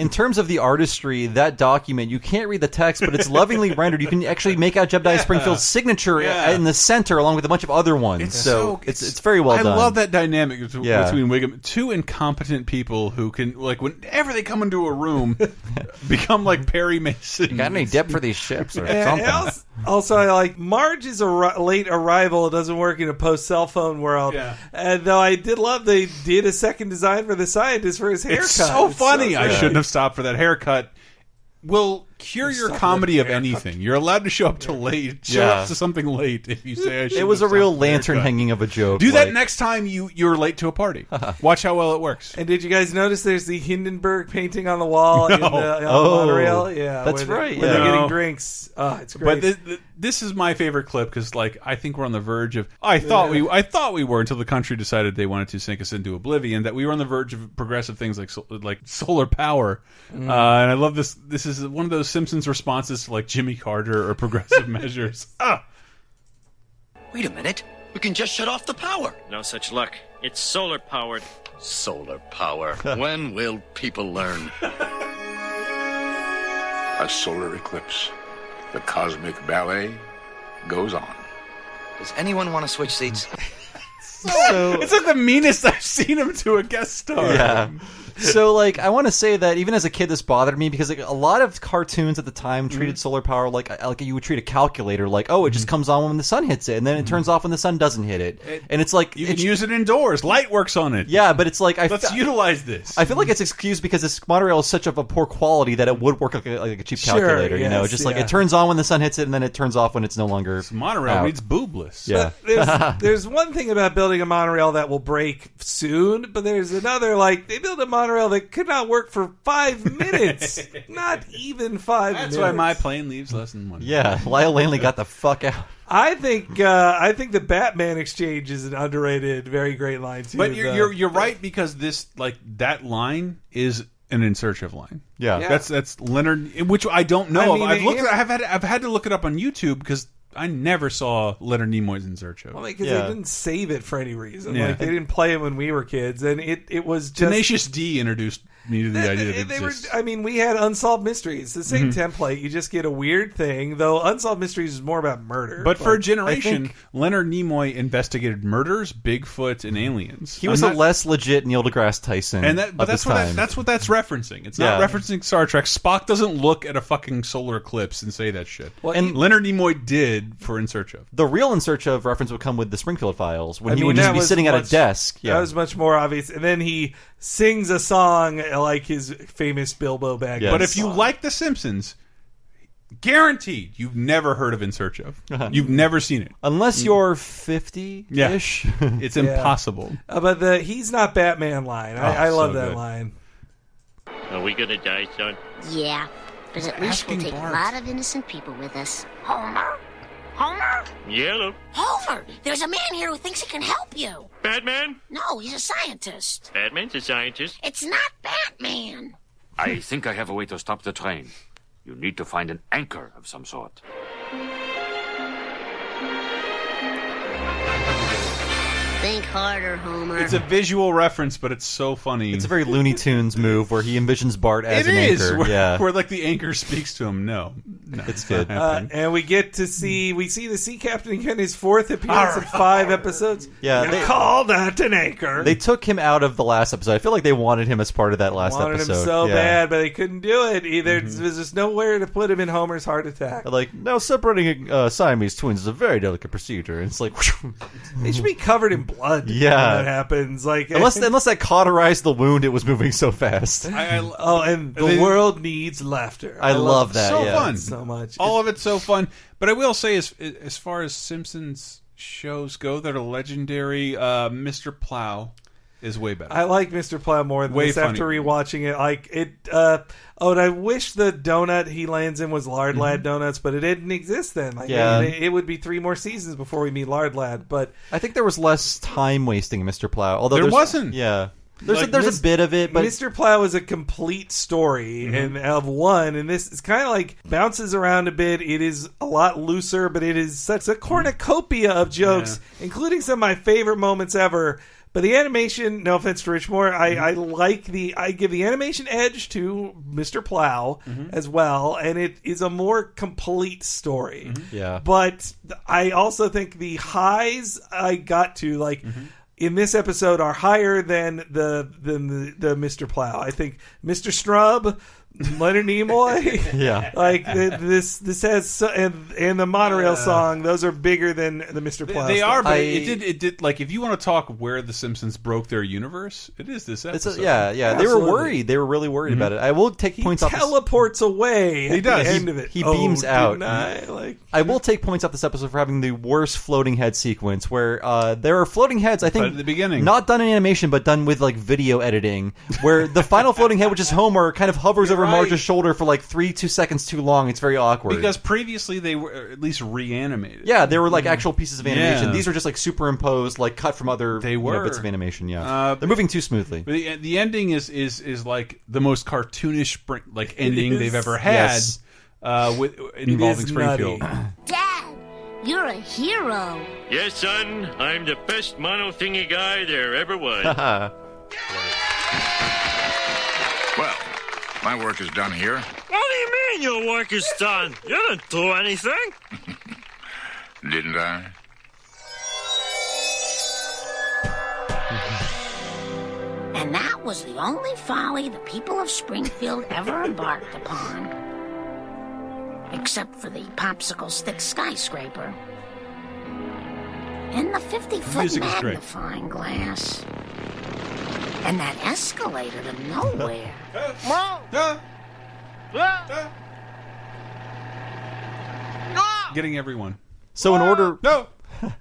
[SPEAKER 3] In terms of the artistry, that document you can't read the text, but it's lovingly rendered. You can actually make out Jebediah Springfield's signature in the center, along with a bunch of other ones.
[SPEAKER 1] It's
[SPEAKER 3] so
[SPEAKER 1] so-
[SPEAKER 3] it's it's very well
[SPEAKER 1] I
[SPEAKER 3] done.
[SPEAKER 1] love that dynamic between
[SPEAKER 3] Yeah.
[SPEAKER 1] between Wiggum, two incompetent people who can like whenever they come into a room, become like Perry Mason. Got
[SPEAKER 3] any depth for these ships or
[SPEAKER 6] And else- also, I like Marge is a ri- late arrival. It doesn't work in a post cell phone world.
[SPEAKER 1] Yeah.
[SPEAKER 6] And though I did love they did a second design for the scientist for his haircut.
[SPEAKER 1] It's so funny. I
[SPEAKER 6] good.
[SPEAKER 1] shouldn't have stopped for that haircut. Will cure your
[SPEAKER 6] stop
[SPEAKER 1] comedy of anything. You're allowed to show up to late. Show
[SPEAKER 3] Yeah.
[SPEAKER 1] up to something late if you say I should.
[SPEAKER 3] It was a
[SPEAKER 1] have
[SPEAKER 3] real
[SPEAKER 1] stopped for the
[SPEAKER 3] lantern
[SPEAKER 1] haircut.
[SPEAKER 3] hanging of a joke.
[SPEAKER 1] Do that
[SPEAKER 3] like-
[SPEAKER 1] next time you you're late to a party. Watch how well it works.
[SPEAKER 6] And did you guys notice there's the Hindenburg painting on the wall in the,
[SPEAKER 1] No.
[SPEAKER 6] on the
[SPEAKER 1] Oh.
[SPEAKER 6] monorail? Yeah,
[SPEAKER 1] That's
[SPEAKER 6] where they-
[SPEAKER 1] right,
[SPEAKER 6] where
[SPEAKER 1] yeah.
[SPEAKER 6] they're
[SPEAKER 1] No.
[SPEAKER 6] getting drinks. Oh, it's great.
[SPEAKER 1] But the, the, this is my favorite clip because, like, I think we're on the verge of. I thought we, I thought we were until the country decided they wanted to sink us into oblivion. That we were on the verge of progressive things like sol- like solar power.
[SPEAKER 13] Mm.
[SPEAKER 1] Uh, and I love this. This is one of those Simpsons responses to like Jimmy Carter or progressive measures. Ah,
[SPEAKER 17] Wait a minute. We can just shut off the power. No such luck. It's solar powered. Solar power. when will people learn?
[SPEAKER 16] A solar eclipse. The cosmic ballet goes on.
[SPEAKER 17] Does anyone want to switch seats?
[SPEAKER 1] it's like the meanest I've seen him to a guest star.
[SPEAKER 3] Yeah. So like I want to say that even as a kid this bothered me because like a lot of cartoons at the time
[SPEAKER 1] Mm-hmm.
[SPEAKER 3] treated solar power like uh, like you would treat a calculator like oh it just comes on when the sun hits it and then it turns off when the sun doesn't hit it.
[SPEAKER 1] Mm-hmm. It-
[SPEAKER 3] and it's like
[SPEAKER 1] You can use it indoors. Light works on it.
[SPEAKER 3] Yeah, but it's like I
[SPEAKER 1] Let's
[SPEAKER 3] fe-
[SPEAKER 1] utilize this.
[SPEAKER 3] I feel like it's excused because this monorail is such of a poor quality that it would work like a, like a cheap
[SPEAKER 1] Sure,
[SPEAKER 3] calculator. you know,
[SPEAKER 1] yes,
[SPEAKER 3] just like
[SPEAKER 1] yeah.
[SPEAKER 3] it turns on when the sun hits it, and then it turns off when it's no longer.
[SPEAKER 1] monorail
[SPEAKER 3] out.
[SPEAKER 1] needs boobless.
[SPEAKER 3] Yeah,
[SPEAKER 6] there's, there's one thing about building a monorail that will break soon, but there's another like they built a monorail that could not work for five minutes, not even five.
[SPEAKER 1] That's
[SPEAKER 6] minutes.
[SPEAKER 1] why my plane leaves less than one.
[SPEAKER 3] yeah. Lyle Lanley got the fuck out.
[SPEAKER 6] I think uh, I think the Batman exchange is an underrated, very great line. Too,
[SPEAKER 1] But you're,
[SPEAKER 6] though.
[SPEAKER 1] you're you're right because this like that line is an in search of line.
[SPEAKER 3] Yeah. Yeah.
[SPEAKER 1] that's that's Leonard, which I don't know.
[SPEAKER 6] I
[SPEAKER 1] of.
[SPEAKER 6] mean,
[SPEAKER 1] I've
[SPEAKER 6] it-
[SPEAKER 1] looked. I've had I've had to look it up on YouTube because I never saw Leonard Nimoy's in search of.
[SPEAKER 6] Well, because they didn't save it for any reason.
[SPEAKER 1] Yeah.
[SPEAKER 6] Like they didn't play it when we were kids, and it, it was just
[SPEAKER 1] Tenacious D introduced me to the idea that it
[SPEAKER 6] They were,
[SPEAKER 1] exists.
[SPEAKER 6] I mean, we had Unsolved Mysteries, the same
[SPEAKER 1] Mhm.
[SPEAKER 6] template. You just get a weird thing, though. Unsolved Mysteries is more about murder.
[SPEAKER 1] But for a
[SPEAKER 6] Like,
[SPEAKER 1] generation,
[SPEAKER 6] I think-
[SPEAKER 1] Leonard Nimoy investigated murders, Bigfoot, and aliens.
[SPEAKER 3] He
[SPEAKER 1] I'm
[SPEAKER 3] was
[SPEAKER 1] not-
[SPEAKER 3] a less legit Neil deGrasse Tyson.
[SPEAKER 1] and that, but
[SPEAKER 3] of
[SPEAKER 1] that's
[SPEAKER 3] his
[SPEAKER 1] what that,
[SPEAKER 3] time.
[SPEAKER 1] that's what that's referencing. It's
[SPEAKER 3] Yeah.
[SPEAKER 1] not referencing Star Trek. Spock doesn't look at a fucking solar eclipse and say that shit.
[SPEAKER 3] Well,
[SPEAKER 1] and
[SPEAKER 3] he-
[SPEAKER 1] Leonard Nimoy did for In Search of.
[SPEAKER 3] the real in search of reference would come with the Springfield Files when
[SPEAKER 6] I
[SPEAKER 3] he
[SPEAKER 6] mean,
[SPEAKER 3] would just
[SPEAKER 6] that
[SPEAKER 3] be
[SPEAKER 6] was
[SPEAKER 3] sitting at a
[SPEAKER 6] much-
[SPEAKER 3] desk. Yeah.
[SPEAKER 6] That was much more obvious. And then he sings a song uh, like his famous Bilbo Baggins.
[SPEAKER 1] But if you
[SPEAKER 6] song.
[SPEAKER 1] like The Simpsons, guaranteed you've never heard of In Search of.
[SPEAKER 3] Uh-huh.
[SPEAKER 1] You've never seen it
[SPEAKER 3] Unless you're 50 ish.
[SPEAKER 1] It's impossible.
[SPEAKER 6] Uh, but the he's not Batman line. I,
[SPEAKER 1] Oh,
[SPEAKER 6] I love
[SPEAKER 1] so
[SPEAKER 6] that
[SPEAKER 1] good.
[SPEAKER 6] line.
[SPEAKER 8] Are we gonna die, son?
[SPEAKER 11] Yeah, but at least we'll
[SPEAKER 8] asking
[SPEAKER 11] take
[SPEAKER 8] Bart.
[SPEAKER 11] a lot of innocent people with us. Homer? Homer?
[SPEAKER 8] Yellow.
[SPEAKER 11] Homer! There's a man here who thinks he can help you.
[SPEAKER 8] Batman?
[SPEAKER 11] No, he's a scientist.
[SPEAKER 9] Batman's a scientist.
[SPEAKER 11] It's not Batman.
[SPEAKER 9] I think I have a way to stop the train. You need to find an anchor of some sort.
[SPEAKER 20] Think harder, Homer.
[SPEAKER 1] It's a visual reference, but it's so funny.
[SPEAKER 3] It's a very Looney Tunes move where he envisions Bart as
[SPEAKER 1] It
[SPEAKER 3] an
[SPEAKER 1] is,
[SPEAKER 3] anchor.
[SPEAKER 1] Where,
[SPEAKER 3] yeah.
[SPEAKER 1] where like the anchor speaks to him. No, no it's not
[SPEAKER 3] good.
[SPEAKER 6] Uh,
[SPEAKER 1] happening.
[SPEAKER 6] and we get to see we see the sea captain again his fourth appearance in five episodes.
[SPEAKER 3] Yeah,
[SPEAKER 6] You
[SPEAKER 3] they-
[SPEAKER 6] called out an anchor.
[SPEAKER 3] They took him out of the last episode. I feel like they wanted him as part of that last
[SPEAKER 6] wanted
[SPEAKER 3] episode.
[SPEAKER 6] him so
[SPEAKER 3] Yeah. Mm-hmm.
[SPEAKER 6] bad, but they couldn't do it. Either there's just nowhere to put him in Homer's heart attack.
[SPEAKER 3] Like now, separating uh, Siamese twins is a very delicate procedure. And it's like,
[SPEAKER 6] They should be covered in blood.
[SPEAKER 3] Yeah.
[SPEAKER 6] when that happens. Like
[SPEAKER 3] unless unless that cauterized the wound, it was moving so fast.
[SPEAKER 6] oh, and the
[SPEAKER 1] They-
[SPEAKER 6] world needs laughter.
[SPEAKER 3] I love that, Oh.
[SPEAKER 1] So
[SPEAKER 3] yeah.
[SPEAKER 1] fun,
[SPEAKER 6] so much.
[SPEAKER 1] All of it's so fun. But I will say, as as far as Simpsons shows go that are legendary, uh, Mr. Plow is way better.
[SPEAKER 6] I like Mr. Plow more than
[SPEAKER 1] Way
[SPEAKER 6] this after
[SPEAKER 1] funny.
[SPEAKER 6] rewatching it. Like it. Uh, oh, and I wish the donut he lands in was Lard Lad donuts, but it didn't exist then. Like,
[SPEAKER 3] Mm-hmm. Yeah.
[SPEAKER 6] it, it would be three more seasons before we meet Lard Lad. But
[SPEAKER 3] I think there was less time wasting in Mr. Plow. Although
[SPEAKER 6] There
[SPEAKER 3] there's-
[SPEAKER 6] wasn't.
[SPEAKER 3] Yeah, there's
[SPEAKER 6] Like,
[SPEAKER 3] a, there's
[SPEAKER 6] Mis-
[SPEAKER 3] a bit of it, but Mm-hmm.
[SPEAKER 6] Mr. Plow is a complete story and of one, and this is kind of like bounces around a bit. It is a lot looser, but it is such a cornucopia
[SPEAKER 3] Mm.
[SPEAKER 6] of jokes, including some of my favorite moments ever. But the animation, no offense to Rich Moore, I,
[SPEAKER 3] Mm-hmm.
[SPEAKER 6] I like the I give the animation edge to Mr. Plow
[SPEAKER 3] Mm-hmm.
[SPEAKER 6] as well, and it is a more complete story.
[SPEAKER 3] Mm-hmm. yeah,
[SPEAKER 6] But th- I also think the highs I got to like
[SPEAKER 3] Mm-hmm.
[SPEAKER 6] in this episode are higher than the than the, the Mr. Plow. I think Mr. Strub, Leonard Nimoy,
[SPEAKER 3] Yeah.
[SPEAKER 6] like th- this this has so, and and the
[SPEAKER 3] Uh.
[SPEAKER 6] monorail song. Those are bigger than the Mr. Plow.
[SPEAKER 1] they
[SPEAKER 6] stuff.
[SPEAKER 1] are, but it did. It did. Like, if you want to talk where the Simpsons broke their universe, it is this
[SPEAKER 3] It's
[SPEAKER 1] episode.
[SPEAKER 3] a, yeah, yeah. They
[SPEAKER 6] Absolutely.
[SPEAKER 3] were worried. They were really worried
[SPEAKER 1] Mhm.
[SPEAKER 3] about it. I will take
[SPEAKER 6] He
[SPEAKER 3] points off. this-
[SPEAKER 6] teleports away.
[SPEAKER 3] He
[SPEAKER 6] at
[SPEAKER 3] does.
[SPEAKER 6] The
[SPEAKER 3] He-
[SPEAKER 6] end of it.
[SPEAKER 3] he
[SPEAKER 6] Oh,
[SPEAKER 3] beams out.
[SPEAKER 6] didn't I? Like
[SPEAKER 3] I will take points off this episode for having the worst floating head sequence, where uh, there are floating heads. I think
[SPEAKER 1] But at the beginning.
[SPEAKER 3] not done in animation, but done with like video editing, where the final floating head, which is Homer, kind of hovers over over
[SPEAKER 1] Right.
[SPEAKER 3] Marge's shoulder for like three, two seconds too long. It's very awkward.
[SPEAKER 1] Because previously they were at least reanimated.
[SPEAKER 3] yeah, there were like actual pieces of animation.
[SPEAKER 1] Yeah.
[SPEAKER 3] These were just like superimposed, like cut from other they
[SPEAKER 1] were.
[SPEAKER 3] bits of animation. Yeah,
[SPEAKER 1] Uh,
[SPEAKER 3] they're moving too smoothly.
[SPEAKER 1] But the, the ending is is is like the most cartoonish spring, like ending
[SPEAKER 3] is.
[SPEAKER 1] they've ever had
[SPEAKER 3] Yes.
[SPEAKER 1] uh, with involving Springfield.
[SPEAKER 11] Dad, you're a hero.
[SPEAKER 8] Yes, son, I'm the best mono thingy guy there ever was.
[SPEAKER 16] Well, my work is done here.
[SPEAKER 8] what do you mean your work is done? You didn't do anything.
[SPEAKER 16] Didn't I?
[SPEAKER 11] And that was the only folly the people of Springfield ever embarked upon. Except for the popsicle stick skyscraper. And the 50 foot
[SPEAKER 2] Music is great.
[SPEAKER 11] magnifying glass. And that escalator to nowhere.
[SPEAKER 1] Getting everyone.
[SPEAKER 3] So in order,
[SPEAKER 1] no.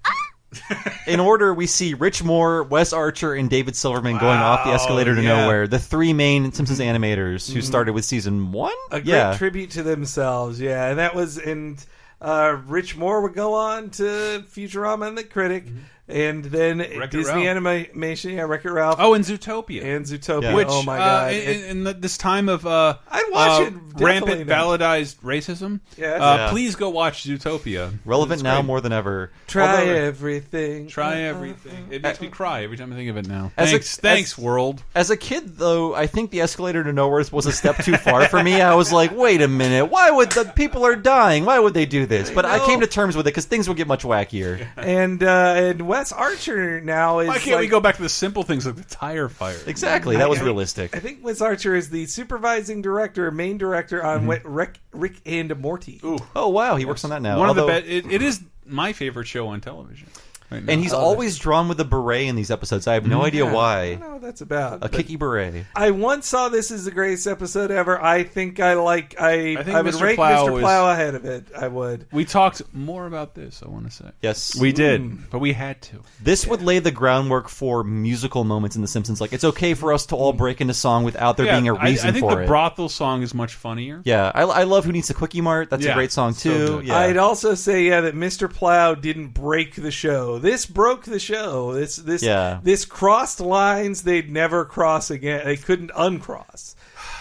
[SPEAKER 3] in order, we see Rich Moore, Wes Archer, and David Silverman going off the escalator to
[SPEAKER 6] yeah.
[SPEAKER 3] nowhere. The three main Simpsons animators who
[SPEAKER 6] Mhm.
[SPEAKER 3] started with season one.
[SPEAKER 6] a great
[SPEAKER 3] yeah,
[SPEAKER 6] tribute to themselves. Yeah, and that was and uh, Rich Moore would go on to Futurama and The Critic,
[SPEAKER 1] Mm-hmm.
[SPEAKER 6] and then Disney Animation, yeah, Wreck It Ralph.
[SPEAKER 1] Oh, and Zootopia
[SPEAKER 6] and Zootopia.
[SPEAKER 1] Which,
[SPEAKER 6] oh my
[SPEAKER 1] uh,
[SPEAKER 6] god,
[SPEAKER 1] in,
[SPEAKER 6] It-
[SPEAKER 1] in the, this time of uh,
[SPEAKER 6] I'd watch
[SPEAKER 1] uh,
[SPEAKER 6] it definitely
[SPEAKER 1] rampant
[SPEAKER 6] now.
[SPEAKER 1] validized racism,
[SPEAKER 6] Yeah, that's-
[SPEAKER 1] uh,
[SPEAKER 6] Yeah.
[SPEAKER 1] please go watch Zootopia.
[SPEAKER 3] relevant
[SPEAKER 1] It's
[SPEAKER 3] now
[SPEAKER 1] great.
[SPEAKER 3] more than ever.
[SPEAKER 6] try
[SPEAKER 1] Although-
[SPEAKER 6] everything.
[SPEAKER 1] Try
[SPEAKER 6] Uh,
[SPEAKER 1] everything. It makes me cry every time I think of it now.
[SPEAKER 3] As a-
[SPEAKER 1] thanks,
[SPEAKER 3] as-
[SPEAKER 1] thanks, world.
[SPEAKER 3] As a kid, though, I think the escalator to nowhere was a step too far for me. I was like, wait a minute, why would the people are dying? Why would they do this? But I
[SPEAKER 6] No.
[SPEAKER 3] came to terms with it because things would get much wackier.
[SPEAKER 6] And uh, and Wes Archer now is
[SPEAKER 1] Why can't we
[SPEAKER 6] like-
[SPEAKER 1] go back to the simple things like the tire fire?
[SPEAKER 3] Exactly, that was realistic.
[SPEAKER 6] I think Wes Archer is the supervising director, main director
[SPEAKER 3] Mm-hmm.
[SPEAKER 6] on Wet Rick, Rick and Morty.
[SPEAKER 3] Oh wow, he works on that now.
[SPEAKER 1] One
[SPEAKER 3] Although-
[SPEAKER 1] of the best. It, it is my favorite show on television. right now. Uh,
[SPEAKER 3] and he's always drawn with a beret in these episodes. I have no
[SPEAKER 1] Mhm.
[SPEAKER 3] idea
[SPEAKER 1] Yeah.
[SPEAKER 3] why.
[SPEAKER 6] I don't know what that's about.
[SPEAKER 3] A
[SPEAKER 6] but-
[SPEAKER 3] kicky beret.
[SPEAKER 6] I once saw this as the greatest episode ever. I think I like I I,
[SPEAKER 1] think
[SPEAKER 6] would
[SPEAKER 1] Mr.
[SPEAKER 6] rank
[SPEAKER 1] Plow
[SPEAKER 6] Mr.
[SPEAKER 1] was-
[SPEAKER 6] Plow ahead of it. I would.
[SPEAKER 1] We talked more about this. I want to say
[SPEAKER 3] Yes.
[SPEAKER 1] we did,
[SPEAKER 3] Mm.
[SPEAKER 1] but we had to.
[SPEAKER 3] This would lay the groundwork for musical moments in The Simpsons. Like it's okay for us to all break into song without there
[SPEAKER 1] Mm. Yeah,
[SPEAKER 3] being a
[SPEAKER 1] I-
[SPEAKER 3] reason
[SPEAKER 1] I, think
[SPEAKER 3] for
[SPEAKER 1] the
[SPEAKER 3] it.
[SPEAKER 1] brothel song is much funnier.
[SPEAKER 3] yeah, I, I love Who Needs a Quickie Mart. That's
[SPEAKER 1] Yeah,
[SPEAKER 3] a great song
[SPEAKER 1] so
[SPEAKER 3] too.
[SPEAKER 1] good.
[SPEAKER 3] yeah.
[SPEAKER 6] I'd also say yeah that Mr. Plow didn't break the show. This broke the show. This this
[SPEAKER 3] Yeah.
[SPEAKER 6] this crossed lines they'd never cross again. They couldn't uncross.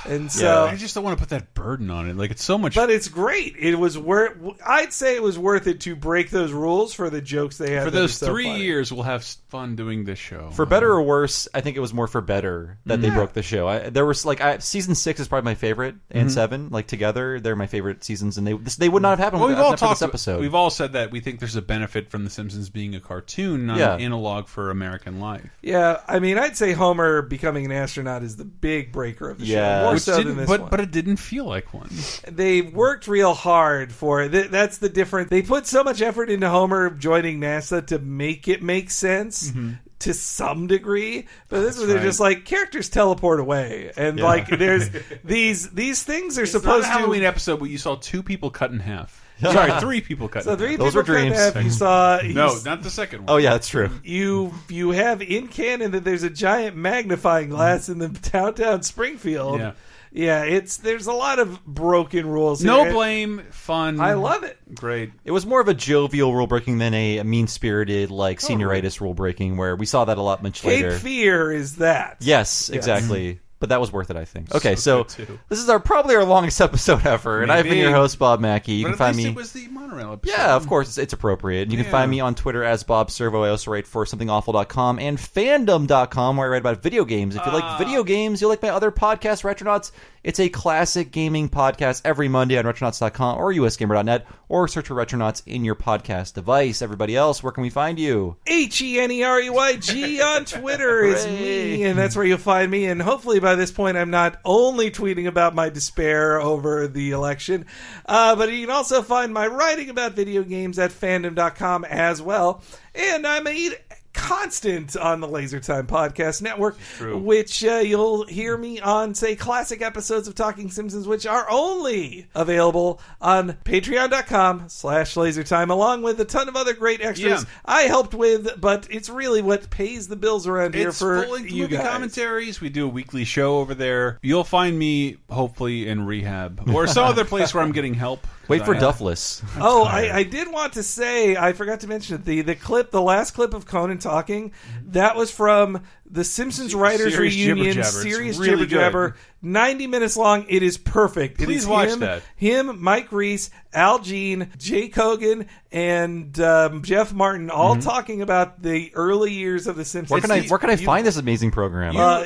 [SPEAKER 6] And so
[SPEAKER 1] Uh, I just don't want to put that burden on it. Like it's so much.
[SPEAKER 6] but it's great. It was worth. I'd say it was worth it to break those rules for the jokes they had.
[SPEAKER 1] for
[SPEAKER 6] that are
[SPEAKER 1] those
[SPEAKER 6] so
[SPEAKER 1] three
[SPEAKER 6] funny.
[SPEAKER 1] years, we'll have s- fun doing this show.
[SPEAKER 3] For better or worse, I think it was more for better that they
[SPEAKER 1] Yeah.
[SPEAKER 3] broke the show. I, there was like I, season six is probably my favorite, and
[SPEAKER 1] Mhm.
[SPEAKER 3] seven like together they're my favorite seasons, and they this, they would not have happened
[SPEAKER 1] Well, we've
[SPEAKER 3] without
[SPEAKER 1] all
[SPEAKER 3] except for
[SPEAKER 1] talked.
[SPEAKER 3] this episode.
[SPEAKER 1] We've all said that we think there's a benefit from The Simpsons being a cartoon, not an
[SPEAKER 3] Yeah.
[SPEAKER 1] analog for American life.
[SPEAKER 6] Yeah, I mean, I'd say Homer becoming an astronaut is the big breaker of the show, more
[SPEAKER 1] Which
[SPEAKER 6] so than
[SPEAKER 1] didn't-
[SPEAKER 6] this
[SPEAKER 1] but
[SPEAKER 6] one.
[SPEAKER 1] but it didn't feel like one.
[SPEAKER 6] They worked real hard for it. Th- That's the difference. They put so much effort into Homer joining NASA to make it make sense. To some degree, but this
[SPEAKER 1] Mm-hmm. That's
[SPEAKER 6] was they're
[SPEAKER 1] right.
[SPEAKER 6] just like characters teleport away, and
[SPEAKER 1] Yeah.
[SPEAKER 6] like there's these these things are
[SPEAKER 1] It's not
[SPEAKER 6] supposed
[SPEAKER 1] a
[SPEAKER 6] to
[SPEAKER 1] Halloween episode, but you saw two people cut in half. Sorry, three people cut.
[SPEAKER 6] So
[SPEAKER 1] in
[SPEAKER 6] three
[SPEAKER 1] half.
[SPEAKER 6] Those people were cut in dreams. half, you saw-
[SPEAKER 1] no, not the second one.
[SPEAKER 3] oh yeah, that's true.
[SPEAKER 6] you you have in canon that there's a giant magnifying glass in the downtown Springfield.
[SPEAKER 1] Mm-hmm. Yeah.
[SPEAKER 6] Yeah, it's there's a lot of broken rules.
[SPEAKER 1] No
[SPEAKER 6] here.
[SPEAKER 1] blame, fun.
[SPEAKER 6] I love it.
[SPEAKER 1] Great.
[SPEAKER 3] It was more of a jovial rule breaking than a mean spirited like senioritis rule breaking, where we saw that a lot much
[SPEAKER 6] Cape
[SPEAKER 3] later.
[SPEAKER 6] Fear is that.
[SPEAKER 3] Yes,
[SPEAKER 6] Yes.
[SPEAKER 3] exactly. But that was worth it, I think. Okay,
[SPEAKER 1] So
[SPEAKER 3] so,
[SPEAKER 1] good, too.
[SPEAKER 3] this is our probably our longest episode ever, and I've been
[SPEAKER 1] Maybe.
[SPEAKER 3] your host Bob Mackey. You
[SPEAKER 1] but
[SPEAKER 3] can
[SPEAKER 1] at
[SPEAKER 3] find
[SPEAKER 1] least
[SPEAKER 3] me.
[SPEAKER 1] it was the monorail episode.
[SPEAKER 3] yeah, of course, it's, it's appropriate. You
[SPEAKER 1] Yeah.
[SPEAKER 3] can find me on Twitter as Bob Servo. I also write for somethingawful.com and fandom.com, where I write about video games. If you like
[SPEAKER 1] Ah.
[SPEAKER 3] video games, you'll like my other podcast, Retronauts. It's a classic gaming podcast every Monday on retronauts.com or usgamer.net, or search for Retronauts in your podcast device. Everybody else, where can we find you?
[SPEAKER 6] H E N E R E Y G on Twitter is me, and that's where you'll find me. And hopefully, by this point, I'm not only tweeting about my despair over the election, uh, but you can also find my writing about video games at fandom.com as well. And I'm a constant on the Laser Time Podcast Network, which uh, you'll hear me on, say, classic episodes of Talking Simpsons, which are only available on patreon.com slash lasertime, along with a ton of other great extras
[SPEAKER 1] Yeah.
[SPEAKER 6] I helped with, but it's really what pays the bills around here
[SPEAKER 1] It's
[SPEAKER 6] for
[SPEAKER 1] full length
[SPEAKER 6] you
[SPEAKER 1] movie
[SPEAKER 6] guys.
[SPEAKER 1] commentaries. We do a weekly show over there. You'll find me hopefully in rehab or some other place where I'm getting help. 'Cause
[SPEAKER 3] Wait for
[SPEAKER 1] I-
[SPEAKER 3] Duffless.
[SPEAKER 6] Oh, I, I did want to say I forgot to mention it. The the clip, the last clip of Conan talking, that was from the Simpsons writers
[SPEAKER 1] Mm-hmm. Serious Jibber
[SPEAKER 6] reunion,
[SPEAKER 1] Jabber. It's
[SPEAKER 6] serious
[SPEAKER 1] really
[SPEAKER 6] jibber jabber,
[SPEAKER 1] good.
[SPEAKER 6] ninety minutes long. It is perfect. It
[SPEAKER 1] Please
[SPEAKER 6] is
[SPEAKER 1] watch
[SPEAKER 6] him,
[SPEAKER 1] that.
[SPEAKER 6] Him, Mike Reese, Al Jean, Jay Cogan, and um, Jeff Martin, all
[SPEAKER 1] Mm-hmm.
[SPEAKER 3] Mhm.
[SPEAKER 6] talking about the early years of the Simpsons.
[SPEAKER 3] Where can I
[SPEAKER 6] It's-
[SPEAKER 3] where can I
[SPEAKER 6] you-
[SPEAKER 3] find this amazing program?
[SPEAKER 6] Uh,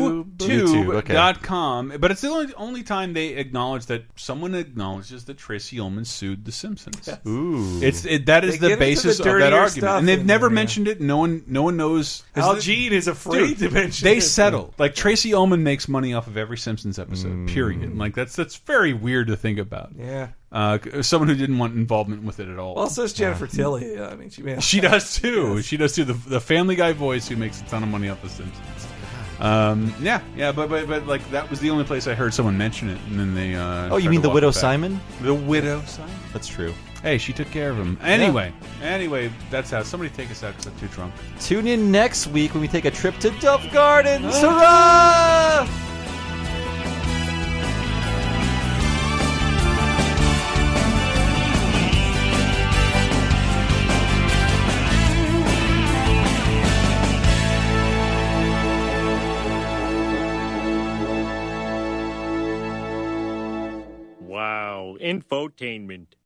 [SPEAKER 3] YouTube, okay.
[SPEAKER 1] YouTube.com. But it's the only, only time they acknowledge that someone acknowledges that Tracy Ullman sued The Simpsons.
[SPEAKER 3] Ooh.
[SPEAKER 1] It's it, that is
[SPEAKER 6] They get
[SPEAKER 1] the
[SPEAKER 6] into
[SPEAKER 1] basis
[SPEAKER 6] the
[SPEAKER 1] of that
[SPEAKER 6] dirtier
[SPEAKER 1] argument,
[SPEAKER 6] stuff
[SPEAKER 1] and they've
[SPEAKER 6] in
[SPEAKER 1] never
[SPEAKER 6] there, yeah.
[SPEAKER 1] mentioned it. No one, no one knows.
[SPEAKER 6] Al
[SPEAKER 1] Is it-
[SPEAKER 6] Jean is afraid
[SPEAKER 1] Dude,
[SPEAKER 6] to mention
[SPEAKER 1] They
[SPEAKER 6] it.
[SPEAKER 1] settle like Tracy Ullman makes money off of every Simpsons episode.
[SPEAKER 3] Mm.
[SPEAKER 1] Period. Like that's that's very weird to think about.
[SPEAKER 6] Yeah.
[SPEAKER 1] uh, c- someone who didn't want involvement with it at all.
[SPEAKER 6] Well, so is Jennifer
[SPEAKER 1] Uh,
[SPEAKER 6] Tilly. Yeah, I mean, she man,
[SPEAKER 1] she does too. She does too. The, the Family Guy voice who makes a ton of money off The Simpsons. Um, yeah, yeah, but, but but like that was the only place I heard someone mention it, and then they. Uh,
[SPEAKER 3] Oh,
[SPEAKER 1] tried
[SPEAKER 3] you mean
[SPEAKER 1] to
[SPEAKER 3] the
[SPEAKER 1] walk
[SPEAKER 3] widow
[SPEAKER 1] it back.
[SPEAKER 3] Simon?
[SPEAKER 1] The widow Simon.
[SPEAKER 3] That's true.
[SPEAKER 1] Hey, she took care of him. Anyway, anyway, that's how. Somebody take us out because I'm too drunk.
[SPEAKER 3] Tune in next week when we take a trip to Duff Gardens.
[SPEAKER 1] Ah.
[SPEAKER 3] Hurrah!
[SPEAKER 13] Wow, infotainment.